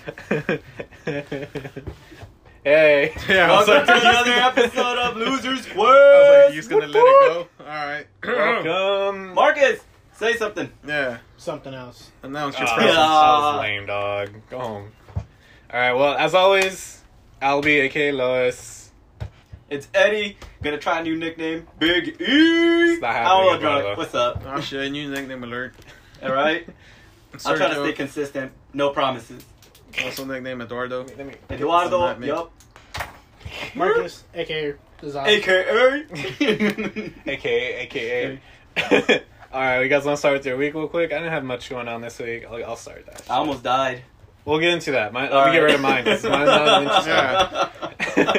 hey. Yeah, I was welcome like, to dude, you another just- episode of Losers Quest. I was like, he's gonna let it go. All right. Welcome. Marcus, say something. Yeah. Something else. Announce your Ah. Oh, presence. that was Yeah. lame, dog. Go home. All right. Well, as always, Albie, aka Lois. It's Eddie. Gonna try a new nickname. Big E. not I happening, don't wanna brother. drunk. What's up? Oh shit! New nickname alert. All right. I'm trying to Sergio, stay consistent. No promises. Also nickname Eduardo. Let me. Uh, Eduardo. Not me. Yup. Marcus, aka Design. AKA. AKA, AKA. All right, you guys want to start with your week real quick? I didn't have much going on this week. I'll, I'll start that. I almost died. We'll get into that. Mine, let me get rid of mine. 'cause mine's not interesting. you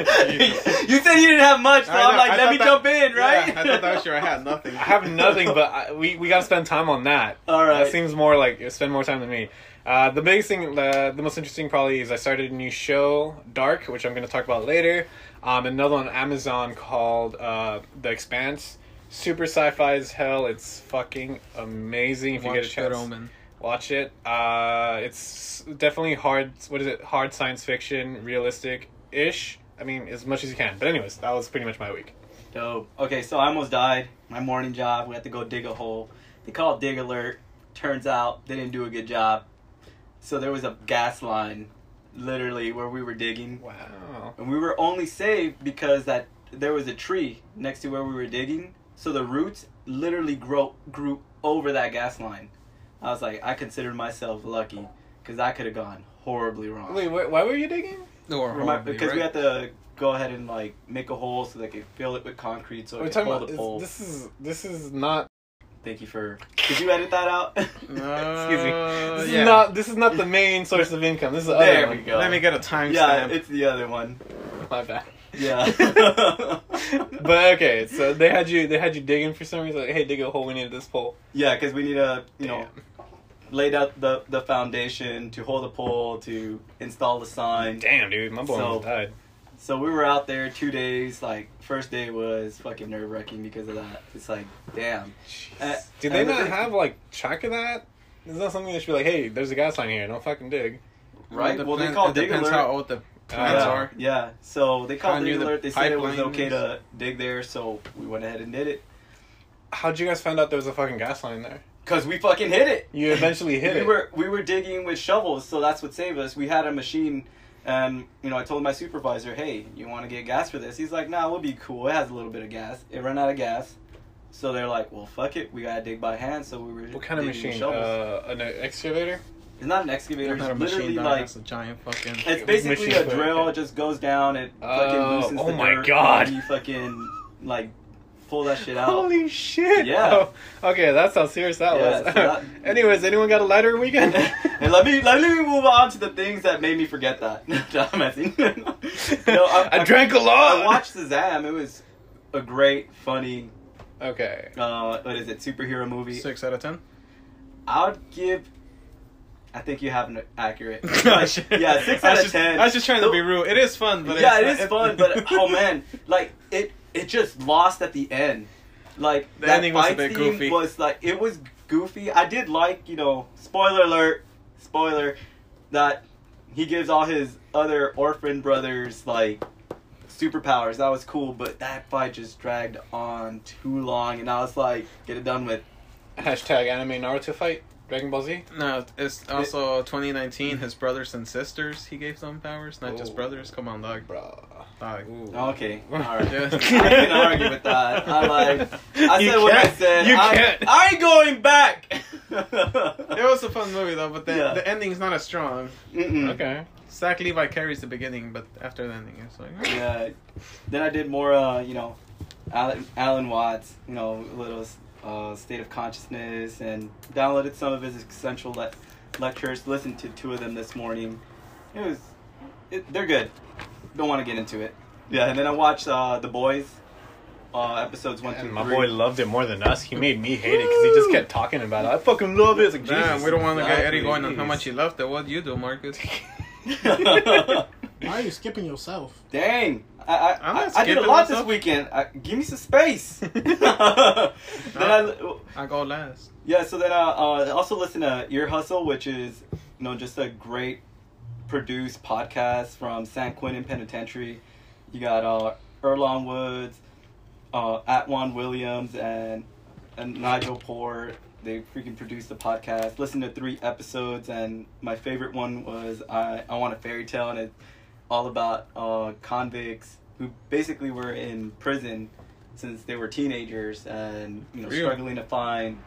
said you didn't have much, so I know, I'm like, I let me thought that- jump in, right? Yeah, I thought that was your. I had nothing. I have nothing, but I, we we gotta spend time on that. All right. That Uh, seems more like spend more time than me. Uh, the biggest thing, uh, the most interesting probably is I started a new show, Dark, which I'm going to talk about later. Um, another one on Amazon called uh, The Expanse. Super sci-fi as hell. It's fucking amazing. If you get a Watch Good chance, Omen. watch it. Uh, it's definitely hard. What is it? Hard science fiction, realistic ish. I mean, as much as you can. But anyways, that was pretty much my week. Dope. Okay, so I almost died. My morning job, we had to go dig a hole. They called Dig Alert. Turns out they didn't do a good job. So there was a gas line, literally, where we were digging. Wow. And we were only saved because that there was a tree next to where we were digging. So the roots literally grow, grew over that gas line. I was like, I considered myself lucky because I could have gone horribly wrong. Wait, wh- why were you digging? Or Remi- because we had to go ahead and like make a hole so they could fill it with concrete so We're it could talking hold about the pole. this is this is not Thank you for. Could you edit that out? Excuse me. Excuse this me. Uh, Yeah. is not this is not the main source of income. This is the other there we one. go. Let me get a timestamp. yeah, it's the other one. My bad. Yeah. But okay, so they had you they had you digging for some reason. Like, hey, dig a hole. We need this pole. yeah, because we need to, you know, Damn. lay out the the foundation to hold the pole to install the sign. Damn, dude, my boy So- almost died. So we were out there two days. Like first day was fucking nerve wracking because of that. It's like damn. Uh, Do they and the not thing- have like track of that? Is that something they should be like, hey, there's a gas line here. Don't fucking dig. Right. It Well, they depends- call it dig depends alert. how old the plants Yeah. are. Yeah, so they called Kinda dig near the alert. They said it was pipelines. okay to dig there, so we went ahead and did it. How'd you guys find out there was a fucking gas line there? Cause we fucking hit it. You eventually hit we it. were we were digging with shovels, so that's what saved us. We had a machine, and you know I told my supervisor, "Hey, you want to get gas for this?" He's like, "Nah, we'll be cool. It has a little bit of gas. It ran out of gas." So they're like, "Well, fuck it. We gotta dig by hand." So we were. what kind of digging with machine? Shovels. Uh, an excavator? it's not an They're excavator. not a It's literally machine dog. like That's a giant fucking. it's basically Machine a gun, drill. okay. It just goes down. It fucking Oh, loosens oh the my dirt, God. And you fucking like pull that shit out. Holy shit! Yeah. Oh, okay, that's how serious that Yeah, was. so that- Anyways, anyone got a lighter weekend? and let me let me move on to the things that made me forget that. no, I'm messing. no, I, I, drank a lot. I watched Shazam. It was a great, funny. Okay. Uh, what is it? Superhero movie. Six out of ten. I'd give. I think you have an accurate. yeah, six out of ten. I was just trying to be So- rude. It is fun, but yeah, it it's is fun, but oh man, like it it just lost at the end. Like The that ending was a fight bit scene goofy. was like it was goofy. I did like you know spoiler alert, spoiler that he gives all his other orphan brothers like superpowers. That was cool, but that fight just dragged on too long, and I was like, get it done with. Hashtag anime Naruto fight. Dragon Ball Z. No, it's also 2019. His brothers and sisters, he gave them powers, not Oh. just brothers. Come on, dog. Bro. Dog. Oh, Okay, all right. Yeah. I can argue with that. I like. I You said what I can't- said. You I'm- can't. I ain't going back. It was a fun movie though, but the, Yeah. the ending's not as strong. Mm-mm. Okay. Zach Levi carries the beginning, but after the ending, it's like. eh. Yeah. Then I did more, uh, you know, Alan, Alan Watts, you know, a little uh, state of consciousness, and downloaded some of his essential le- lectures. Listened to two of them this morning. It was, it, they're good. Don't want to get into it. Yeah. And then I watched uh, The Boys, uh, episodes one through And my three. boy loved it more than us. He made me hate it because he just kept talking about it. I fucking love it. It's like, Jesus. Damn, we don't want to get exactly. Eddie going on how much he loved it. What do you do, Marcus? Why are you skipping yourself? Dang. I, I, I'm I, not I did a skipping lot myself. this weekend. I, give me some space. then I, I go last. Yeah, so then uh, uh, I also listen to Ear Hustle, which is you know just a great produce podcasts from San Quentin Penitentiary. You got uh, Erlon Woods, uh, Atwan Williams, and, and Nigel Poor. They freaking produced the podcast. Listened to three episodes, and my favorite one was I, I Want a Fairy Tale, and it's all about uh, convicts who basically were in prison since they were teenagers and you know Real. struggling to find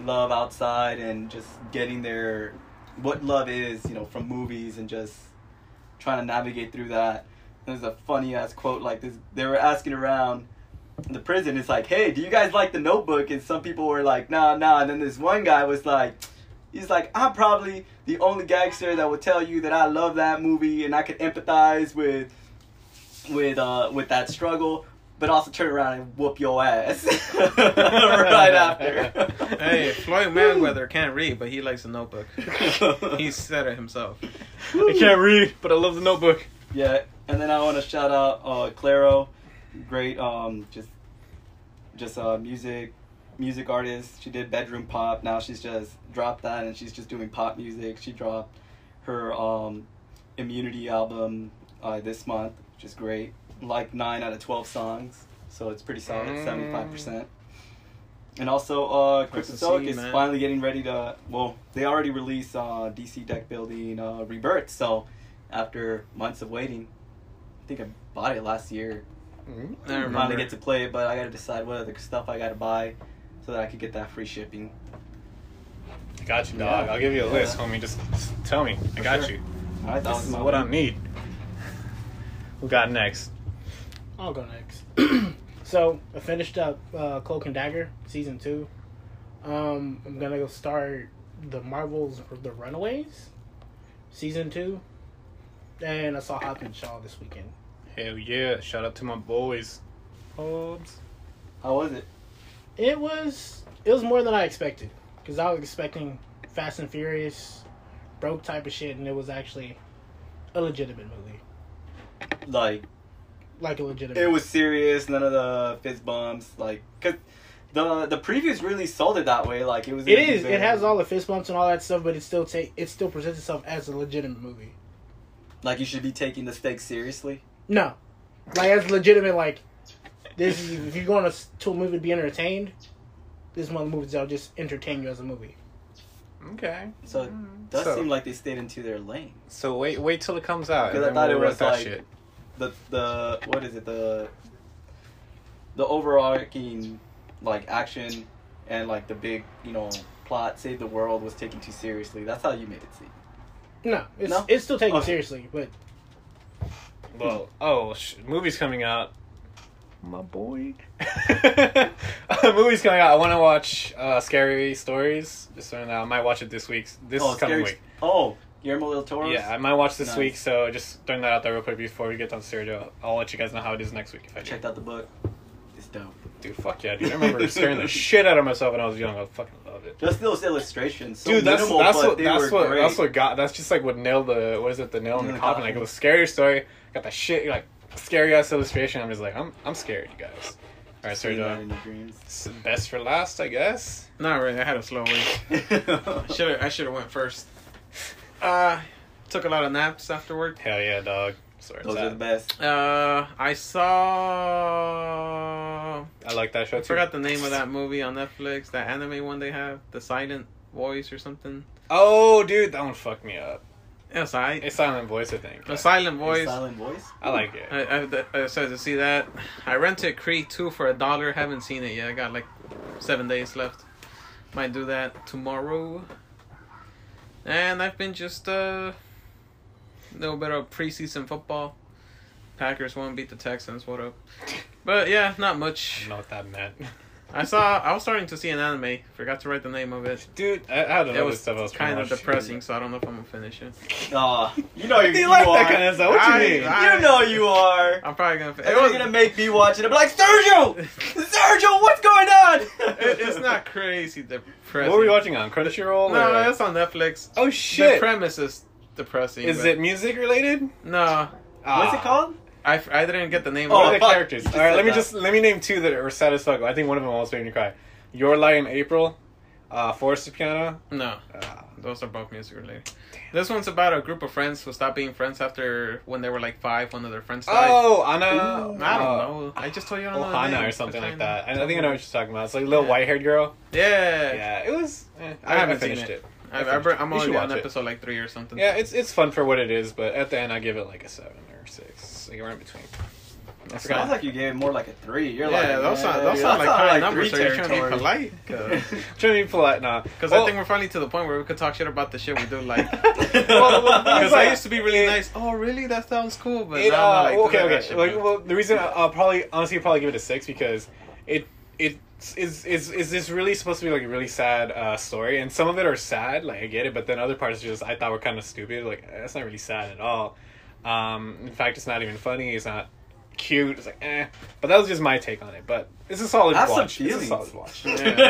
love outside and just getting their what love is, you know, from movies and just trying to navigate through that. There's a funny ass quote like this. They were asking around the prison. It's like, hey, do you guys like The Notebook? And some people were like, nah, nah. And then this one guy was like, he's like, I'm probably the only gangster that would tell you that I love that movie and I could empathize with with uh with that struggle. But also turn around and whoop your ass right after. Hey, Floyd Mayweather can't read, but he likes a notebook. He said it himself. I can't read, but I love the notebook. Yeah, and then I want to shout out uh, Claro, great um just just uh music music artist. She did bedroom pop. Now she's just dropped that and she's just doing pop music. She dropped her um Immunity album uh, this month, which is great. Like nine out of twelve songs, so it's pretty solid, Mm. seventy five percent. And also, uh, Nice to Cryptozoic see you, is man. finally getting ready to. Well, they already released uh, DC deck building uh, Rebirth, so after months of waiting, I think I bought it last year. Mm-hmm. I I remember. finally get to play it, but I gotta decide what other stuff I gotta buy so that I could get that free shipping. Got you, dog. Yeah. I'll give you a Yeah. list, homie. Just, just tell me. I For got sure. you. All right, that This was is my what I week. need. Who got next? I'll go next. so I finished up uh, Cloak and Dagger season two. Um, I'm gonna go start the Marvels The Runaways season two, and I saw Hop and Shaw this weekend. Hell yeah! Shout out to my boys. Hobbs. How was it? It was it was more than I expected because I was expecting Fast and Furious, broke type of shit, and it was actually a legitimate movie, Like like a legitimate. it was serious, none of the fist bumps. Like, cause the the previews really sold it that way. Like it was. It gonna be is. very- It has all the fist bumps and all that stuff, but it still take it still presents itself as a legitimate movie. Like you should be taking the stakes seriously. No, like as legitimate. Like this, is, if you're going to, s- to a movie to be entertained, this is one of the movies that'll just entertain you as a movie. Okay. So it does So- seem like they stayed into their lane. So wait, wait till it comes out. Because I and then thought it we'll was rip that like- The the what is it the the overarching like action and like the big you know plot save the world was taken too seriously. That's how you made it seem. No, Oh. it's No? it's still taken Okay. seriously, but Well, oh, sh- movie's coming out. My boy. movie's coming out. I want to watch uh, Scary Stories. Just so you know, I might watch it this week. This coming Oh, scary- week. Oh, Guillermo del Toro. Yeah, I might watch this Nice. week. So just throwing that out there real quick before we get on Sergio. I'll let you guys know how it is next week if I I do. checked out the book. It's dope. Dude, fuck yeah, dude. I remember scaring the shit out of myself when I was young. I fucking loved it. Just those illustrations. So Dude, that's minimal, that's but what they that's were what great. that's what got that's just like what nailed the what is it the nail in the coffin like it was scary story got that shit like scary ass illustration I'm just like I'm I'm scared you guys all right Seeing that Sergio in the dreams. S- best for last, I guess. Not really. I had a slow week. Should I should have went first. Uh, took a lot of naps after work. Hell yeah, dog. Sorry, Those are the best. Uh, I saw. I like that show I too. forgot the name of that movie on Netflix. That anime one they have, the Silent Voice or something. Oh, dude, that one fucked me up. Yes, I. It's Silent Voice, I think. The Silent The Voice. Silent voice. I like it. I, I, th- I started to see that. I rented Creed 2 for a dollar. Haven't seen it yet. I got like seven days left. Might do that tomorrow. And I've been just uh, a little bit of preseason football. Packers won, beat the Texans. What up? But yeah, not I much. don't know what that meant, I saw. I was starting to see an anime. Forgot to write the name of it. dude. I, I had It another was stuff I was trying kind to of watch. depressing, so I don't know if I'm gonna finish it. Aw, you know you, Oh, You like are. that kind of stuff? What you I- mean? I- You know you are. I'm probably gonna. Fin- And you're gonna make me watch it. I'm like, Sergio, Sergio, what's going on? it, it's not crazy depressing. what were we watching on Crunchyroll? No, or- that's on Netflix. oh The shit. premise is depressing. Is but- it music related? No, Ah. What's it called? I, f- I didn't get the name What Oh, are of the it. fuck. characters? You All just right, said let me that. just let me name two that are satisfactory. I think one of them almost made me cry. Your Lie in April, uh, Forest Piano. No, Ah, Those are both music related. This one's about a group of friends who stopped being friends after when they were like five. One of their friends died. Oh, Anna. I don't know. I just told you I don't know. the Ohana name. or something like Kinda. that. I, I think I know what you're talking about. It's like a little white haired girl. Yeah. Yeah, it was. eh, I haven't seen finished it. it. I, I I, finished it. am You should only on watch it. episode like three or something. Yeah, it's it's fun for what it is, but at the end I give it like a seven or six, like around between. I That's forgot. Sounds like you gave it more like a three. You're yeah, like, those yeah, sound, those dude, sound that like high numbers. three Are you trying to be territory. polite? Because Trying to be polite now, I think we're finally to the point where we could talk shit about the shit we do like. well, well, the thing is, Because I like, used to be really it- nice. Oh, really? That sounds cool. But it, now uh, I'm like, okay, "Dude, that okay. shit, Like, man." well, the reason I- I'll probably honestly probably give it a six because it it is is is this really supposed to be like a really sad uh, story, and some of it are sad, like I get it, but then other parts just I thought were kind of stupid. Like eh, that's not really sad at all. Um, in fact, it's not even funny. It's not cute. It's like eh. But that was just my take on it. But it's a solid I have some watch. It's a feelings. solid watch.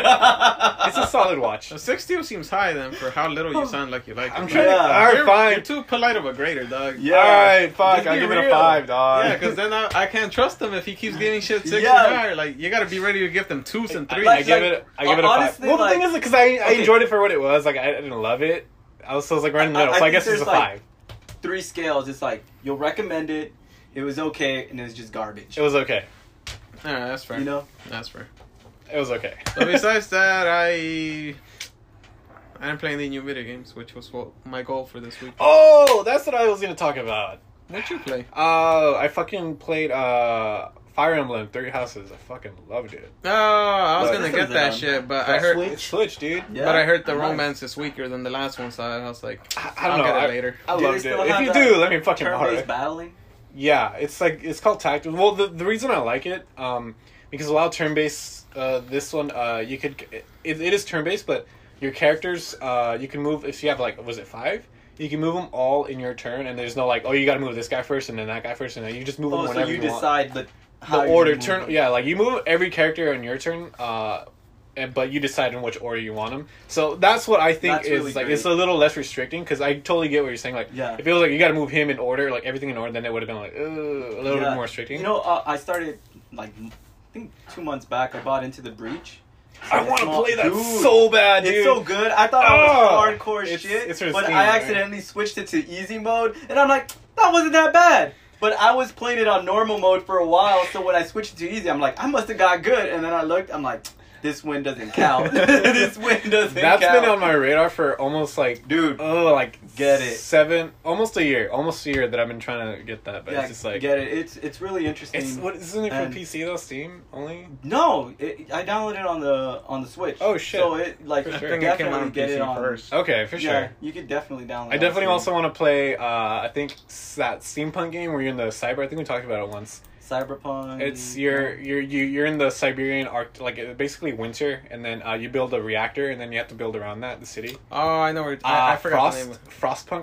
Yeah. It's a solid watch. A six still seems high then for how little you sound like you like. I'm it. trying. Yeah. To, all you're, right, fine. You're too polite of a grader, dog. Yeah. All right, fuck. Just I be give it a real. five, dog. Yeah, because then I, I can't trust him if he keeps getting shit six Yeah. or higher. Like you gotta be ready to give them twos and I- threes. I Like- give it. I give it a five. honestly, Well, the thing like- is, because I, I okay. enjoyed it for what it was. Like I, I didn't love it. I was so I was like right in the I- middle. I so I think guess it's there's, a like, five. three scales. It's like you'll recommend it. It was okay, and it was just garbage. It was okay. All right, that's fair. you know, That's fair. It was okay. But besides that, I I didn't play any new video games, which was what my goal for this week. oh, that's what I was gonna talk about. What you play? Uh, I fucking played uh Fire Emblem Three Houses. I fucking loved it. Oh, I was But- gonna get that shit, but I That's heard, sweet. It's Switch, dude. Yeah. but I heard the Nice. romance is weaker than the last one, so I was like, I, I don't I'll know. get it I, later. I Do they loved it. still If have you that do, let me fucking borrow turn-based it. battling. Yeah, it's like it's called tactical. Well, the, the reason I like it, um, because a lot of turn based, uh, this one, uh, you could, it, it is turn based, but your characters, uh, you can move if you have like, was it five? You can move them all in your turn, and there's no like, oh, you got to move this guy first, and then that guy first, and then you just move Oh, them so whenever you you, want decide the how the you're order gonna move turn it. yeah like you move every character on your turn uh and, but you decide in which order you want them so that's what i think That's is really like great. it's a little less restricting because i totally get what you're saying like Yeah. if it was like you got to move him in order like everything in order then it would have been like Ugh, a little Yeah. bit more restricting You know, uh, I started like m- I think two months back. I bought into the breach. i It's want to not- play that Dude, so bad dude It's so good. I thought I was Oh, hardcore it's- shit, it's for but Steam, I right? accidentally switched it to easy mode, and I'm like, that wasn't that bad. But I was playing it on normal mode for a while, so when I switched it to easy, I'm like, I must have got good. And then I looked, I'm like, this win doesn't count. this win doesn't That's count. been on my radar for almost like dude. oh like Get it. seven almost a year almost a year that i've been trying to get that but yeah, it's just like get it. It's it's really interesting. it's what isn't it for And- pc though steam only No, it, I downloaded it on the on the Switch. Oh, shit. So it like For I sure. think it came out definitely on get it PC on. first. okay for sure Yeah, you could definitely download. I it definitely on also want to play. Uh, I think s- that steampunk game where you're in the cyber. I think we talked about it once. Mm, Cyberpunk. It's you're you're you, you're in the Siberian arc, like uh, basically winter, and then uh, you build a reactor, and then you have to build around that the city. oh, I know where. Uh, I, I forgot Frost, the name.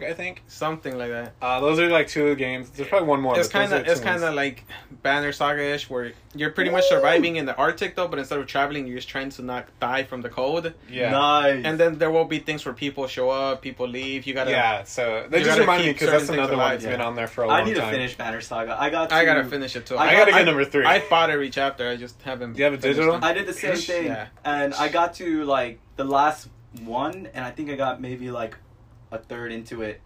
Of, Frostpunk, I think. something like that. Uh, those are like two games. There's probably one more. It's but those kind of are the it's two ones. kind of like Banner Saga ish, where you're pretty much surviving in the Arctic though, but instead of traveling, you're just trying to not die from the cold. yeah. nice. And then there will be things where people show up, people leave. You gotta. yeah, so that You just gotta reminded me keep because that's certain things another one alive, that's yeah. been on there for a long I time. need to finish Banner Saga. I got. To, I gotta finish it too. I I gotta got- get number three. I fought every chapter. I just haven't. Do you have a finished digital? them. I did the same Ish, thing, yeah. and I got to like the last one, and I think I got maybe like a third into it,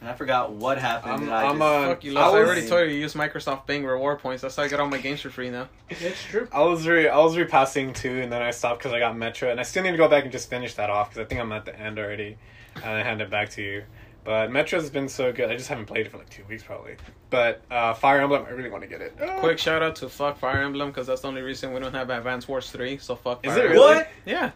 and I forgot what happened. I'm- and I I'm, just, uh, Fuck you, I Los. I, was- already told you you use Microsoft Bing reward points. That's how I get all my games for free now. It's true. I was re I was repassing two, and then I stopped because I got Metro, and I still need to go back and just finish that off because I think I'm at the end already, and I hand it back to you. But Metro's been so good. I just haven't played it for like two weeks probably. But uh, Fire Emblem, I really want to get it. Ah. Quick shout out to fuck Fire Emblem because that's the only reason we don't have Advance Wars three. So fuck. Is Fire it Emblem. really? what? Yeah.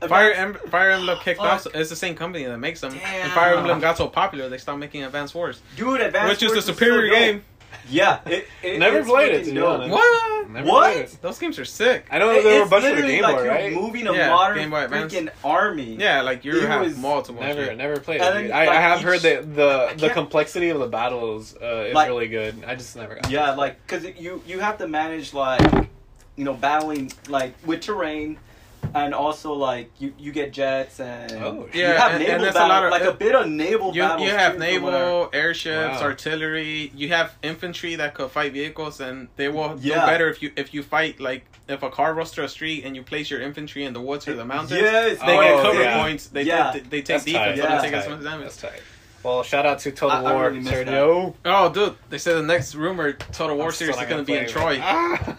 About- Fire, em- Fire Emblem kicked fuck. off. It's the same company that makes them. And Damn. Fire Emblem got so popular they stopped making Advance Wars, dude, Advanced which is the Wars so superior dope. game. Yeah, it, it Never it's played it, freaking to be dope. honest. What? Never What? played it. Those games are sick. I know It- there were a it's bunch of the literally Game like Boy, you're right? Moving a Yeah, modern Game Boy Advance. freaking army. Yeah, like you It have was multiple. Never, shit. never played And it. then, dude. I, I like, have each- heard that the the can't- complexity of the battles uh, is Like- really good. I just never got. it. Yeah, like because you you have to manage like you know battling like with terrain, and also like you you get jets and Oh, you Yeah, have and- and naval that's a battle, lot of- uh, like a bit of naval You, battles you have too, from what I heard. naval, airships, Wow. artillery. You have infantry that could fight vehicles, and they will Yeah. do better if you if you fight like if a car runs through a street and you place your infantry in the woods or the mountains. Yes, They Oh, get cover yeah. points. They Yeah. take, they take That's tight. defense. Yeah. Yeah. They take That's as much damage. That's tight. Well, shout out to Total I- I War, really miss that. Sergio. Oh, dude! They said the next rumor Total War I'm still series is not gonna be play in with Troy, it. Ah.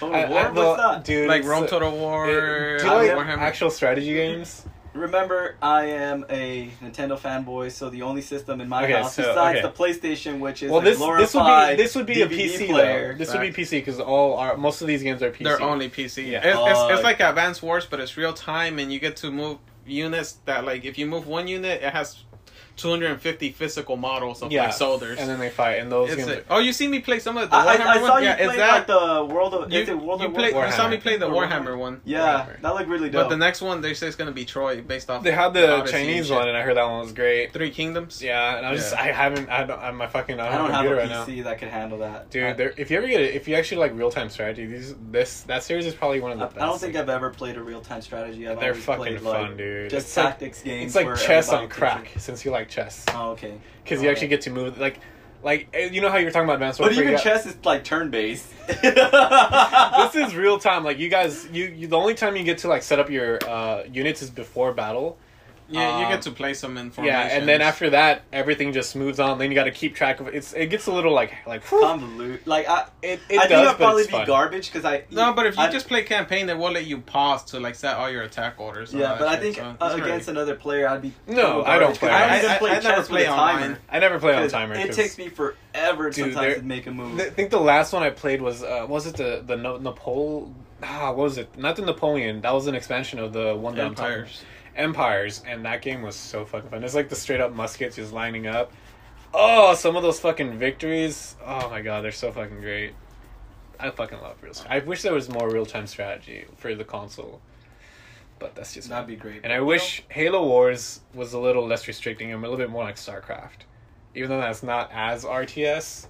Total I- War? I- What's well, that? Dude, like it's- Rome Total War, It- Do you uh, like Warhammer. actual strategy games? Remember, I am a Nintendo fanboy, so the only system in my Okay, house so- besides okay. the PlayStation, which is Well, a this this would be glorified this would be a DVD PC player. though. This would be Facts. PC because all our most of these games are PC. They're only PC. Yeah. It's, it's, Uh, it's like Advanced Wars, but it's real time, and you get to move units that like if you move one unit, it has 250 physical models of Yeah. like soldiers. and then they fight, and those It's games. a- are- oh, you see me play some of the I, Warhammer I, I saw one? you Yeah, play it's that. like the World of you, is it World you of play- Warcraft? you saw me Warhammer. play the Or Warhammer one. Yeah, Warhammer. that looked really But dope. the next one they say is gonna be Troy, based off. They had of the Odyssey and Chinese shit. one, and I heard that one was great. Three Kingdoms. Yeah, and I was just Yeah. I haven't I don't I'm my fucking I I don't don't have computer a right now. PC that could handle that, I, Dude, there, if you ever get it, if you actually like real time strategy, these this that series is probably one of the I, best. I don't think like- I've ever played a real time strategy. I've They're always fucking played, like, fun, dude. Just It's like- tactics games. it's like where chess everybody on can crack choose. since you like chess Oh, okay. because you actually get to move like like eh, you know how you were talking about advanced But Warfare, even you got- chess is like turn based. this is real time. Like you guys, you, you the only time you get to like set up your uh, units is before battle. Yeah, you Um, get to Uh, play some in Yeah, formations. and then after that, everything just moves on. Then you got to keep track of it. It's it gets a little like like whew. convoluted. Like I, it it does, I think I'd but probably it's be fun. garbage because I. No, but if you I- just play campaign, they will let you pause to like set all your attack orders. and Oh, Yeah, all but that I shit, think so uh, it's very- against another player, I'd be. No, total I don't garbage, 'cause play I online. don't even I- play I- I chess never with play a online. timer. I never play on 'Cause timer. It 'cause takes me forever Dude, sometimes they're- to make a move. I think the last one I played was uh, was it the the no- Napole? Ah, what was it? Not the Napoleon. That was an expansion of the one that I'm talking- Empires. Empires, and that game was so fucking fun. It's like the straight up muskets just lining up. Oh, some of those fucking victories. Oh my god, they're so fucking great. I fucking love real. I wish there was more real time strategy for the console, but that's just. That'd be great. and I wish Halo Wars was a little less restricting and a little bit more like StarCraft, even though that's not as RTS,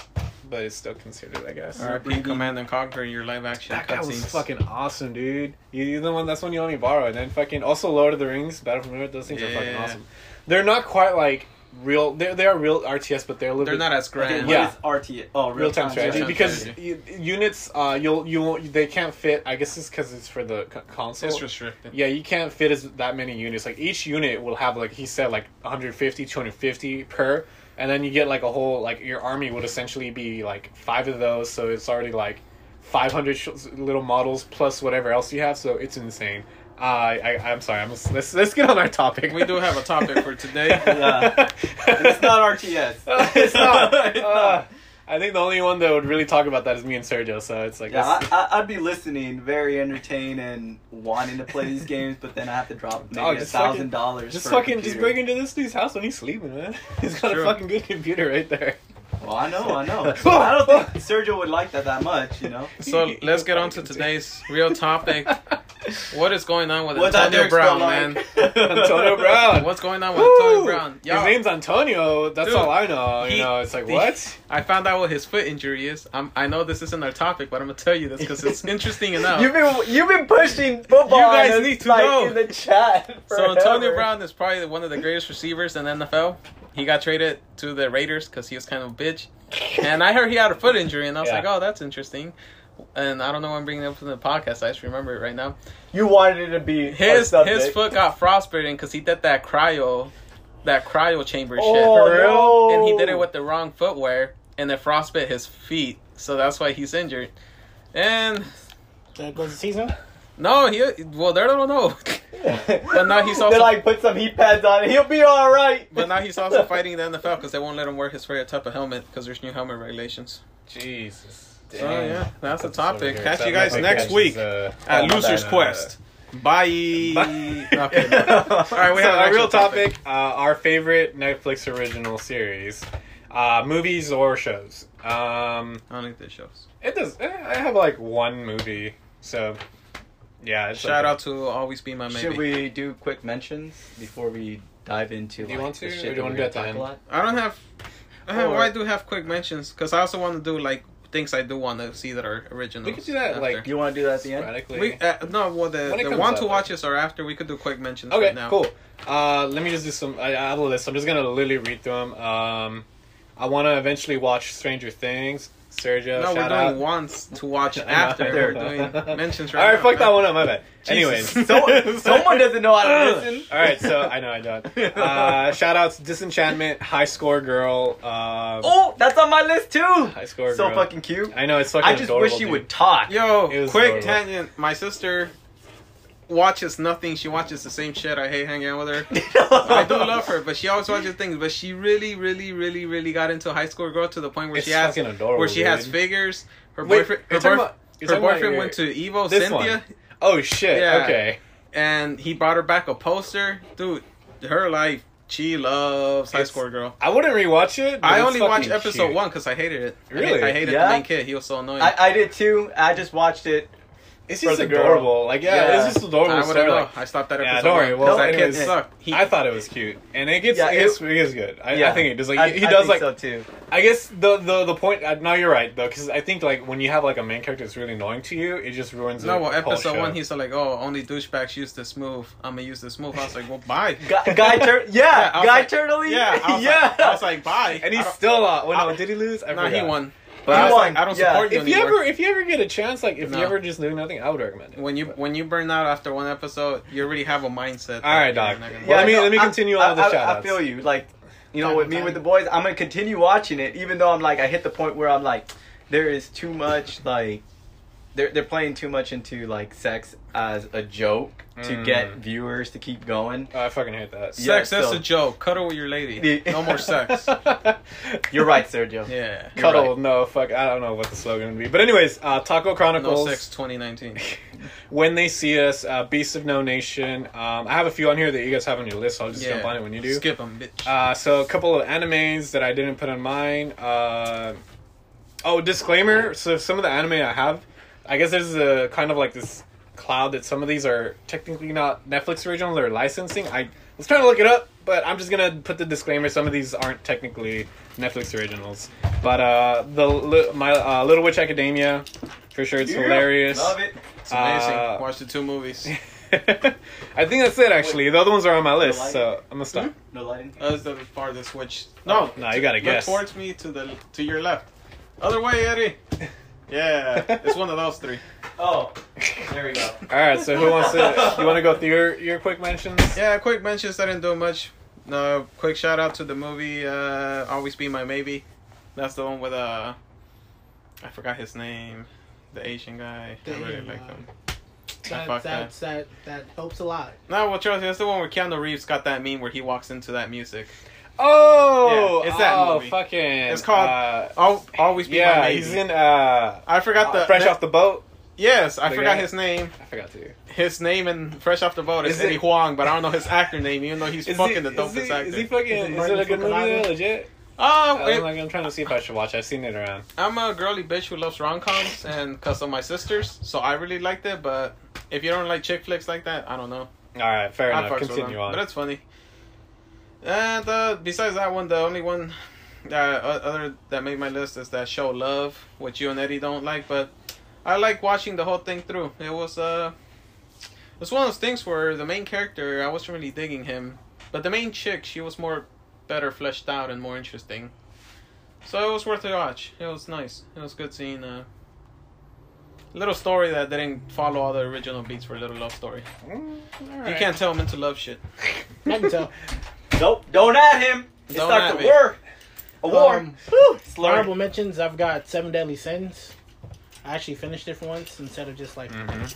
but it's still considered, I guess. RP Command and Conquer, your live action That guy was cutscenes. fucking awesome, dude. You, you're the one. That's one you only borrow, and then fucking also Lord of the Rings, Battle from Earth. Those things are fucking Yeah. awesome. They're not quite like real. They they are real RTS, but they're a little. They're bit not as Okay, grand. what Yeah. is RT? Oh, real real-time time strategy real-time because strategy. you, units. Uh, you'll you won't. They can't fit. I guess it's because it's for the c- console. It's restricted. yeah, you can't fit as that many units. Like each unit will have like he said like 150, 250 per, and then you get like a whole like your army would essentially be like five of those. So it's already like 500 sh- little models plus whatever else you have. So it's insane. Uh, I I'm sorry. I'm let's let's get on our topic. We do have a topic for today. Yeah. It's not RTS. it's not. It's Uh, I think the only one that would really talk about that is me and Sergio. So it's like Yeah, that's- I, I, I'd be listening, very entertained, and wanting to play these games, but then I have to drop Oh, maybe a just fucking- thousand dollars. just for fucking a just computer. break into this dude's house when he's sleeping, man. He's got a True. fucking good computer right there. Well, I know, I know. I don't think Sergio would like that that much, you know. So let's get on to today's real topic. What is going on with What's Antonio out there Brown, still man? like? Antonio Brown. What's going on with Woo! Antonio Brown? His Yo, name's Antonio. That's Dude, all I know. you he- know, it's like the- what? I found out what his foot injury is. I'm, I know this isn't our topic, but I'm gonna tell you this because it's interesting enough. been you've been pushing football. You guys on this, need to like, know. in the chat. So Antonio Brown is probably one of the greatest receivers in NFL. He got traded to the Raiders because he was kind of a bitch. And I heard he had a foot injury, and I was Yeah. like, oh, that's interesting. And I don't know why I'm bringing it up in the podcast. I just remember it right now. You wanted it to be His his foot got frostbitten because he did that cryo, that cryo chamber Oh, shit, no. and he did it with the wrong footwear, and it frostbit his feet. So that's why he's injured. And That goes the season. no, he well, they don't know. But now he's also They like put some heat pads on it. He'll be all right. But now he's also fighting the NFL because they won't let him wear his favorite type of helmet because there's new helmet regulations. Jesus. So yeah, that's the That's over topic. here. Catch That you guys motherfucker next is, week uh, at all Loser's about, uh, Quest. Bye. Okay. All right, we so have an a actual real topic. Uh, our favorite Netflix original series, uh, movies or shows. Um, I don't think this shows. it does. eh, I have like one movie, so yeah. It's Shout like- out to Always Be My Uh, Maybe. Should we do quick mentions before we dive into? Do you like, want to, the or shit do you that want we're to do it gonna at the talk a lot? I don't have. I have- Or- well, I do have quick mentions because I also want to do like things I do want to see that are original. We could do that, like, You want to do that at the end? radically. we uh, no well the, When it the comes want up, to like- watches are after. We could do quick mentions Okay, right now. cool. Uh, let me just do some. I, I have a list. I'm just gonna literally read through them. Um, I want to eventually watch Stranger Things. Sergio, No, we're shout doing out. wants to watch after. we're doing mentions right All right, now. fuck that one up. My bad. Anyways, Jesus. Someone, someone doesn't know how to listen. All right, so I know I don't. Uh, shout outs: Disenchantment, High Score Girl. Uh, Oh, that's on my list too. High Score So Girl. fucking cute. I know it's fucking. I just adorable, wish she dude. would talk. It Yo, was quick adorable. tangent. My sister watches nothing. She watches the same shit. I hate hanging out with her. I do love her, but she always watches things. But she really, really, really, really got into High School Girl to the point where It's she has fucking adorable. where she has dude. figures. Her Wait, boyfriend, her, you're talking boyf- about- you're her talking about boyfriend your- went to Evo this Cynthia, one. Oh shit! Yeah. Okay. and he brought her back a poster. Dude, her life. She loves High It's- School Girl. I wouldn't rewatch it. but I it's only watched fucking episode cute. one because I hated it. I hate- Really? I, hated Yeah? the main kid. He was so annoying. I, I did too. I just watched it. It's For just the girl. adorable. Like yeah, Yeah. it's just adorable. I story, wouldn't know. like, I stopped that Yeah, episode. don't worry. one, Well, 'cause that kid anyways, sucked. He, I thought it was cute, and it gets Yeah, it, it- gets, it gets good. I, I think it does. Like I- he I does think like so too. I guess the the the point. Uh, no, you're right though, because I think like when you have like a main character that's really annoying to you, it just ruins. no, the well, whole episode show. one, he's like, "Oh, only douchebags use this move. I'm gonna use this move." I was like, "Well, bye." Guy, guy Tur- Yeah, yeah, I was guy like- turtley. yeah, I was yeah. Like, I was like, "Bye." and I he's don't- still. Uh, well, no, I- did he lose? I no, he forgot. won. But He I was won, like, "I don't yeah. support you If you anymore." ever if you ever get a chance, like if No. you ever just do nothing, I would recommend it. when you when you burn out after one episode, you already have a mindset. All right, that you're dog. not gonna- Well, let me- no, let me I- continue I, all the I, I shout-outs. feel you. Like, you know, with me with the boys, I'm gonna continue watching it, even though I'm like, I hit the point where I'm like, there is too much like, they're they're playing too much into like sex as a joke to Mm. get viewers to keep going. Oh, I fucking hate that. Yeah, Sex, that's so- a joke. Cuddle with your lady. No more sex. You're right, Sergio. Yeah. You're Cuddle, right. no fuck. I don't know what the slogan would be, but anyways, uh, Taco Chronicles. No sex 2019. when they see us, uh, Beasts of No Nation. Um, I have a few on here that you guys have on your list. So I'll just jump on it when you do. Skip them, bitch. Uh, so a couple of animes that I didn't put on mine. Uh, oh, disclaimer. So some of the anime I have, I guess there's a kind of like this cloud that some of these are technically not Netflix originals or licensing. I was trying to look it up, but I'm just gonna put the disclaimer. Some of these aren't technically Netflix originals. But uh, the li- my uh, Little Witch Academia, for sure, it's Yeah, hilarious. Love it. It's amazing. uh, Watch the two movies. I think that's it. Actually, the other ones are on my list, light? so I'm gonna stop. No lighting. That's the farthest switch. No, No, Oh, you gotta look guess. towards me to the to your left. Other way, Eddie. Yeah, it's one of those three. Oh, there we go. All right, so who wants to? You want to go through your, your quick mentions? Yeah, quick mentions. I didn't do much. No, quick shout out to the movie uh, "Always Be My Maybe." That's the one with uh, I forgot his name, the Asian guy. The I really Asian like guy. him. I That, fucked that, that, that, helps a lot. No, well, Charles, that's the one where Keanu Reeves got that meme where he walks into that music. Oh, Yeah, it's that oh, movie. fucking. It's called Uh, Al- Always Be My yeah, Maybe. he's in. Uh, I forgot the fresh off the boat. Yes, I the forgot guy. his name. I forgot to. His name and Fresh Off the Boat is, Is it- Eddie Huang, but I don't know his actor name, even though he's fucking the is, dopest he, actor. is he fucking? Is it Is, it Martin a good movie? Scorsese? Though, legit? oh, I'm, like, I'm trying to see if I should watch. it. I've seen it around. I'm a girly bitch who loves rom coms and cuss on my sisters, so I really liked it. But if you don't like chick flicks like that, I don't know. All right, fair I enough. fucks with Continue them, on. but it's funny. And uh, besides that one, the only one that uh, other that made my list is that show Love, which you and Eddie don't like, but I like watching the whole thing through. It was uh, it's one of those things where the main character I wasn't really digging him, but the main chick she was more better fleshed out and more interesting. So it was worth a watch. It was nice. It was good seeing uh, a little story that didn't follow all the original beats for a little love story. Mm, all You right. can't tell I'm into love shit. I can tell. Nope, don't at him. It's Don't at like a me. war. A war. Um, Whew, it's learned. Honorable mentions. I've got Seven Deadly Sins. I actually finished it for once instead of just like Mhm.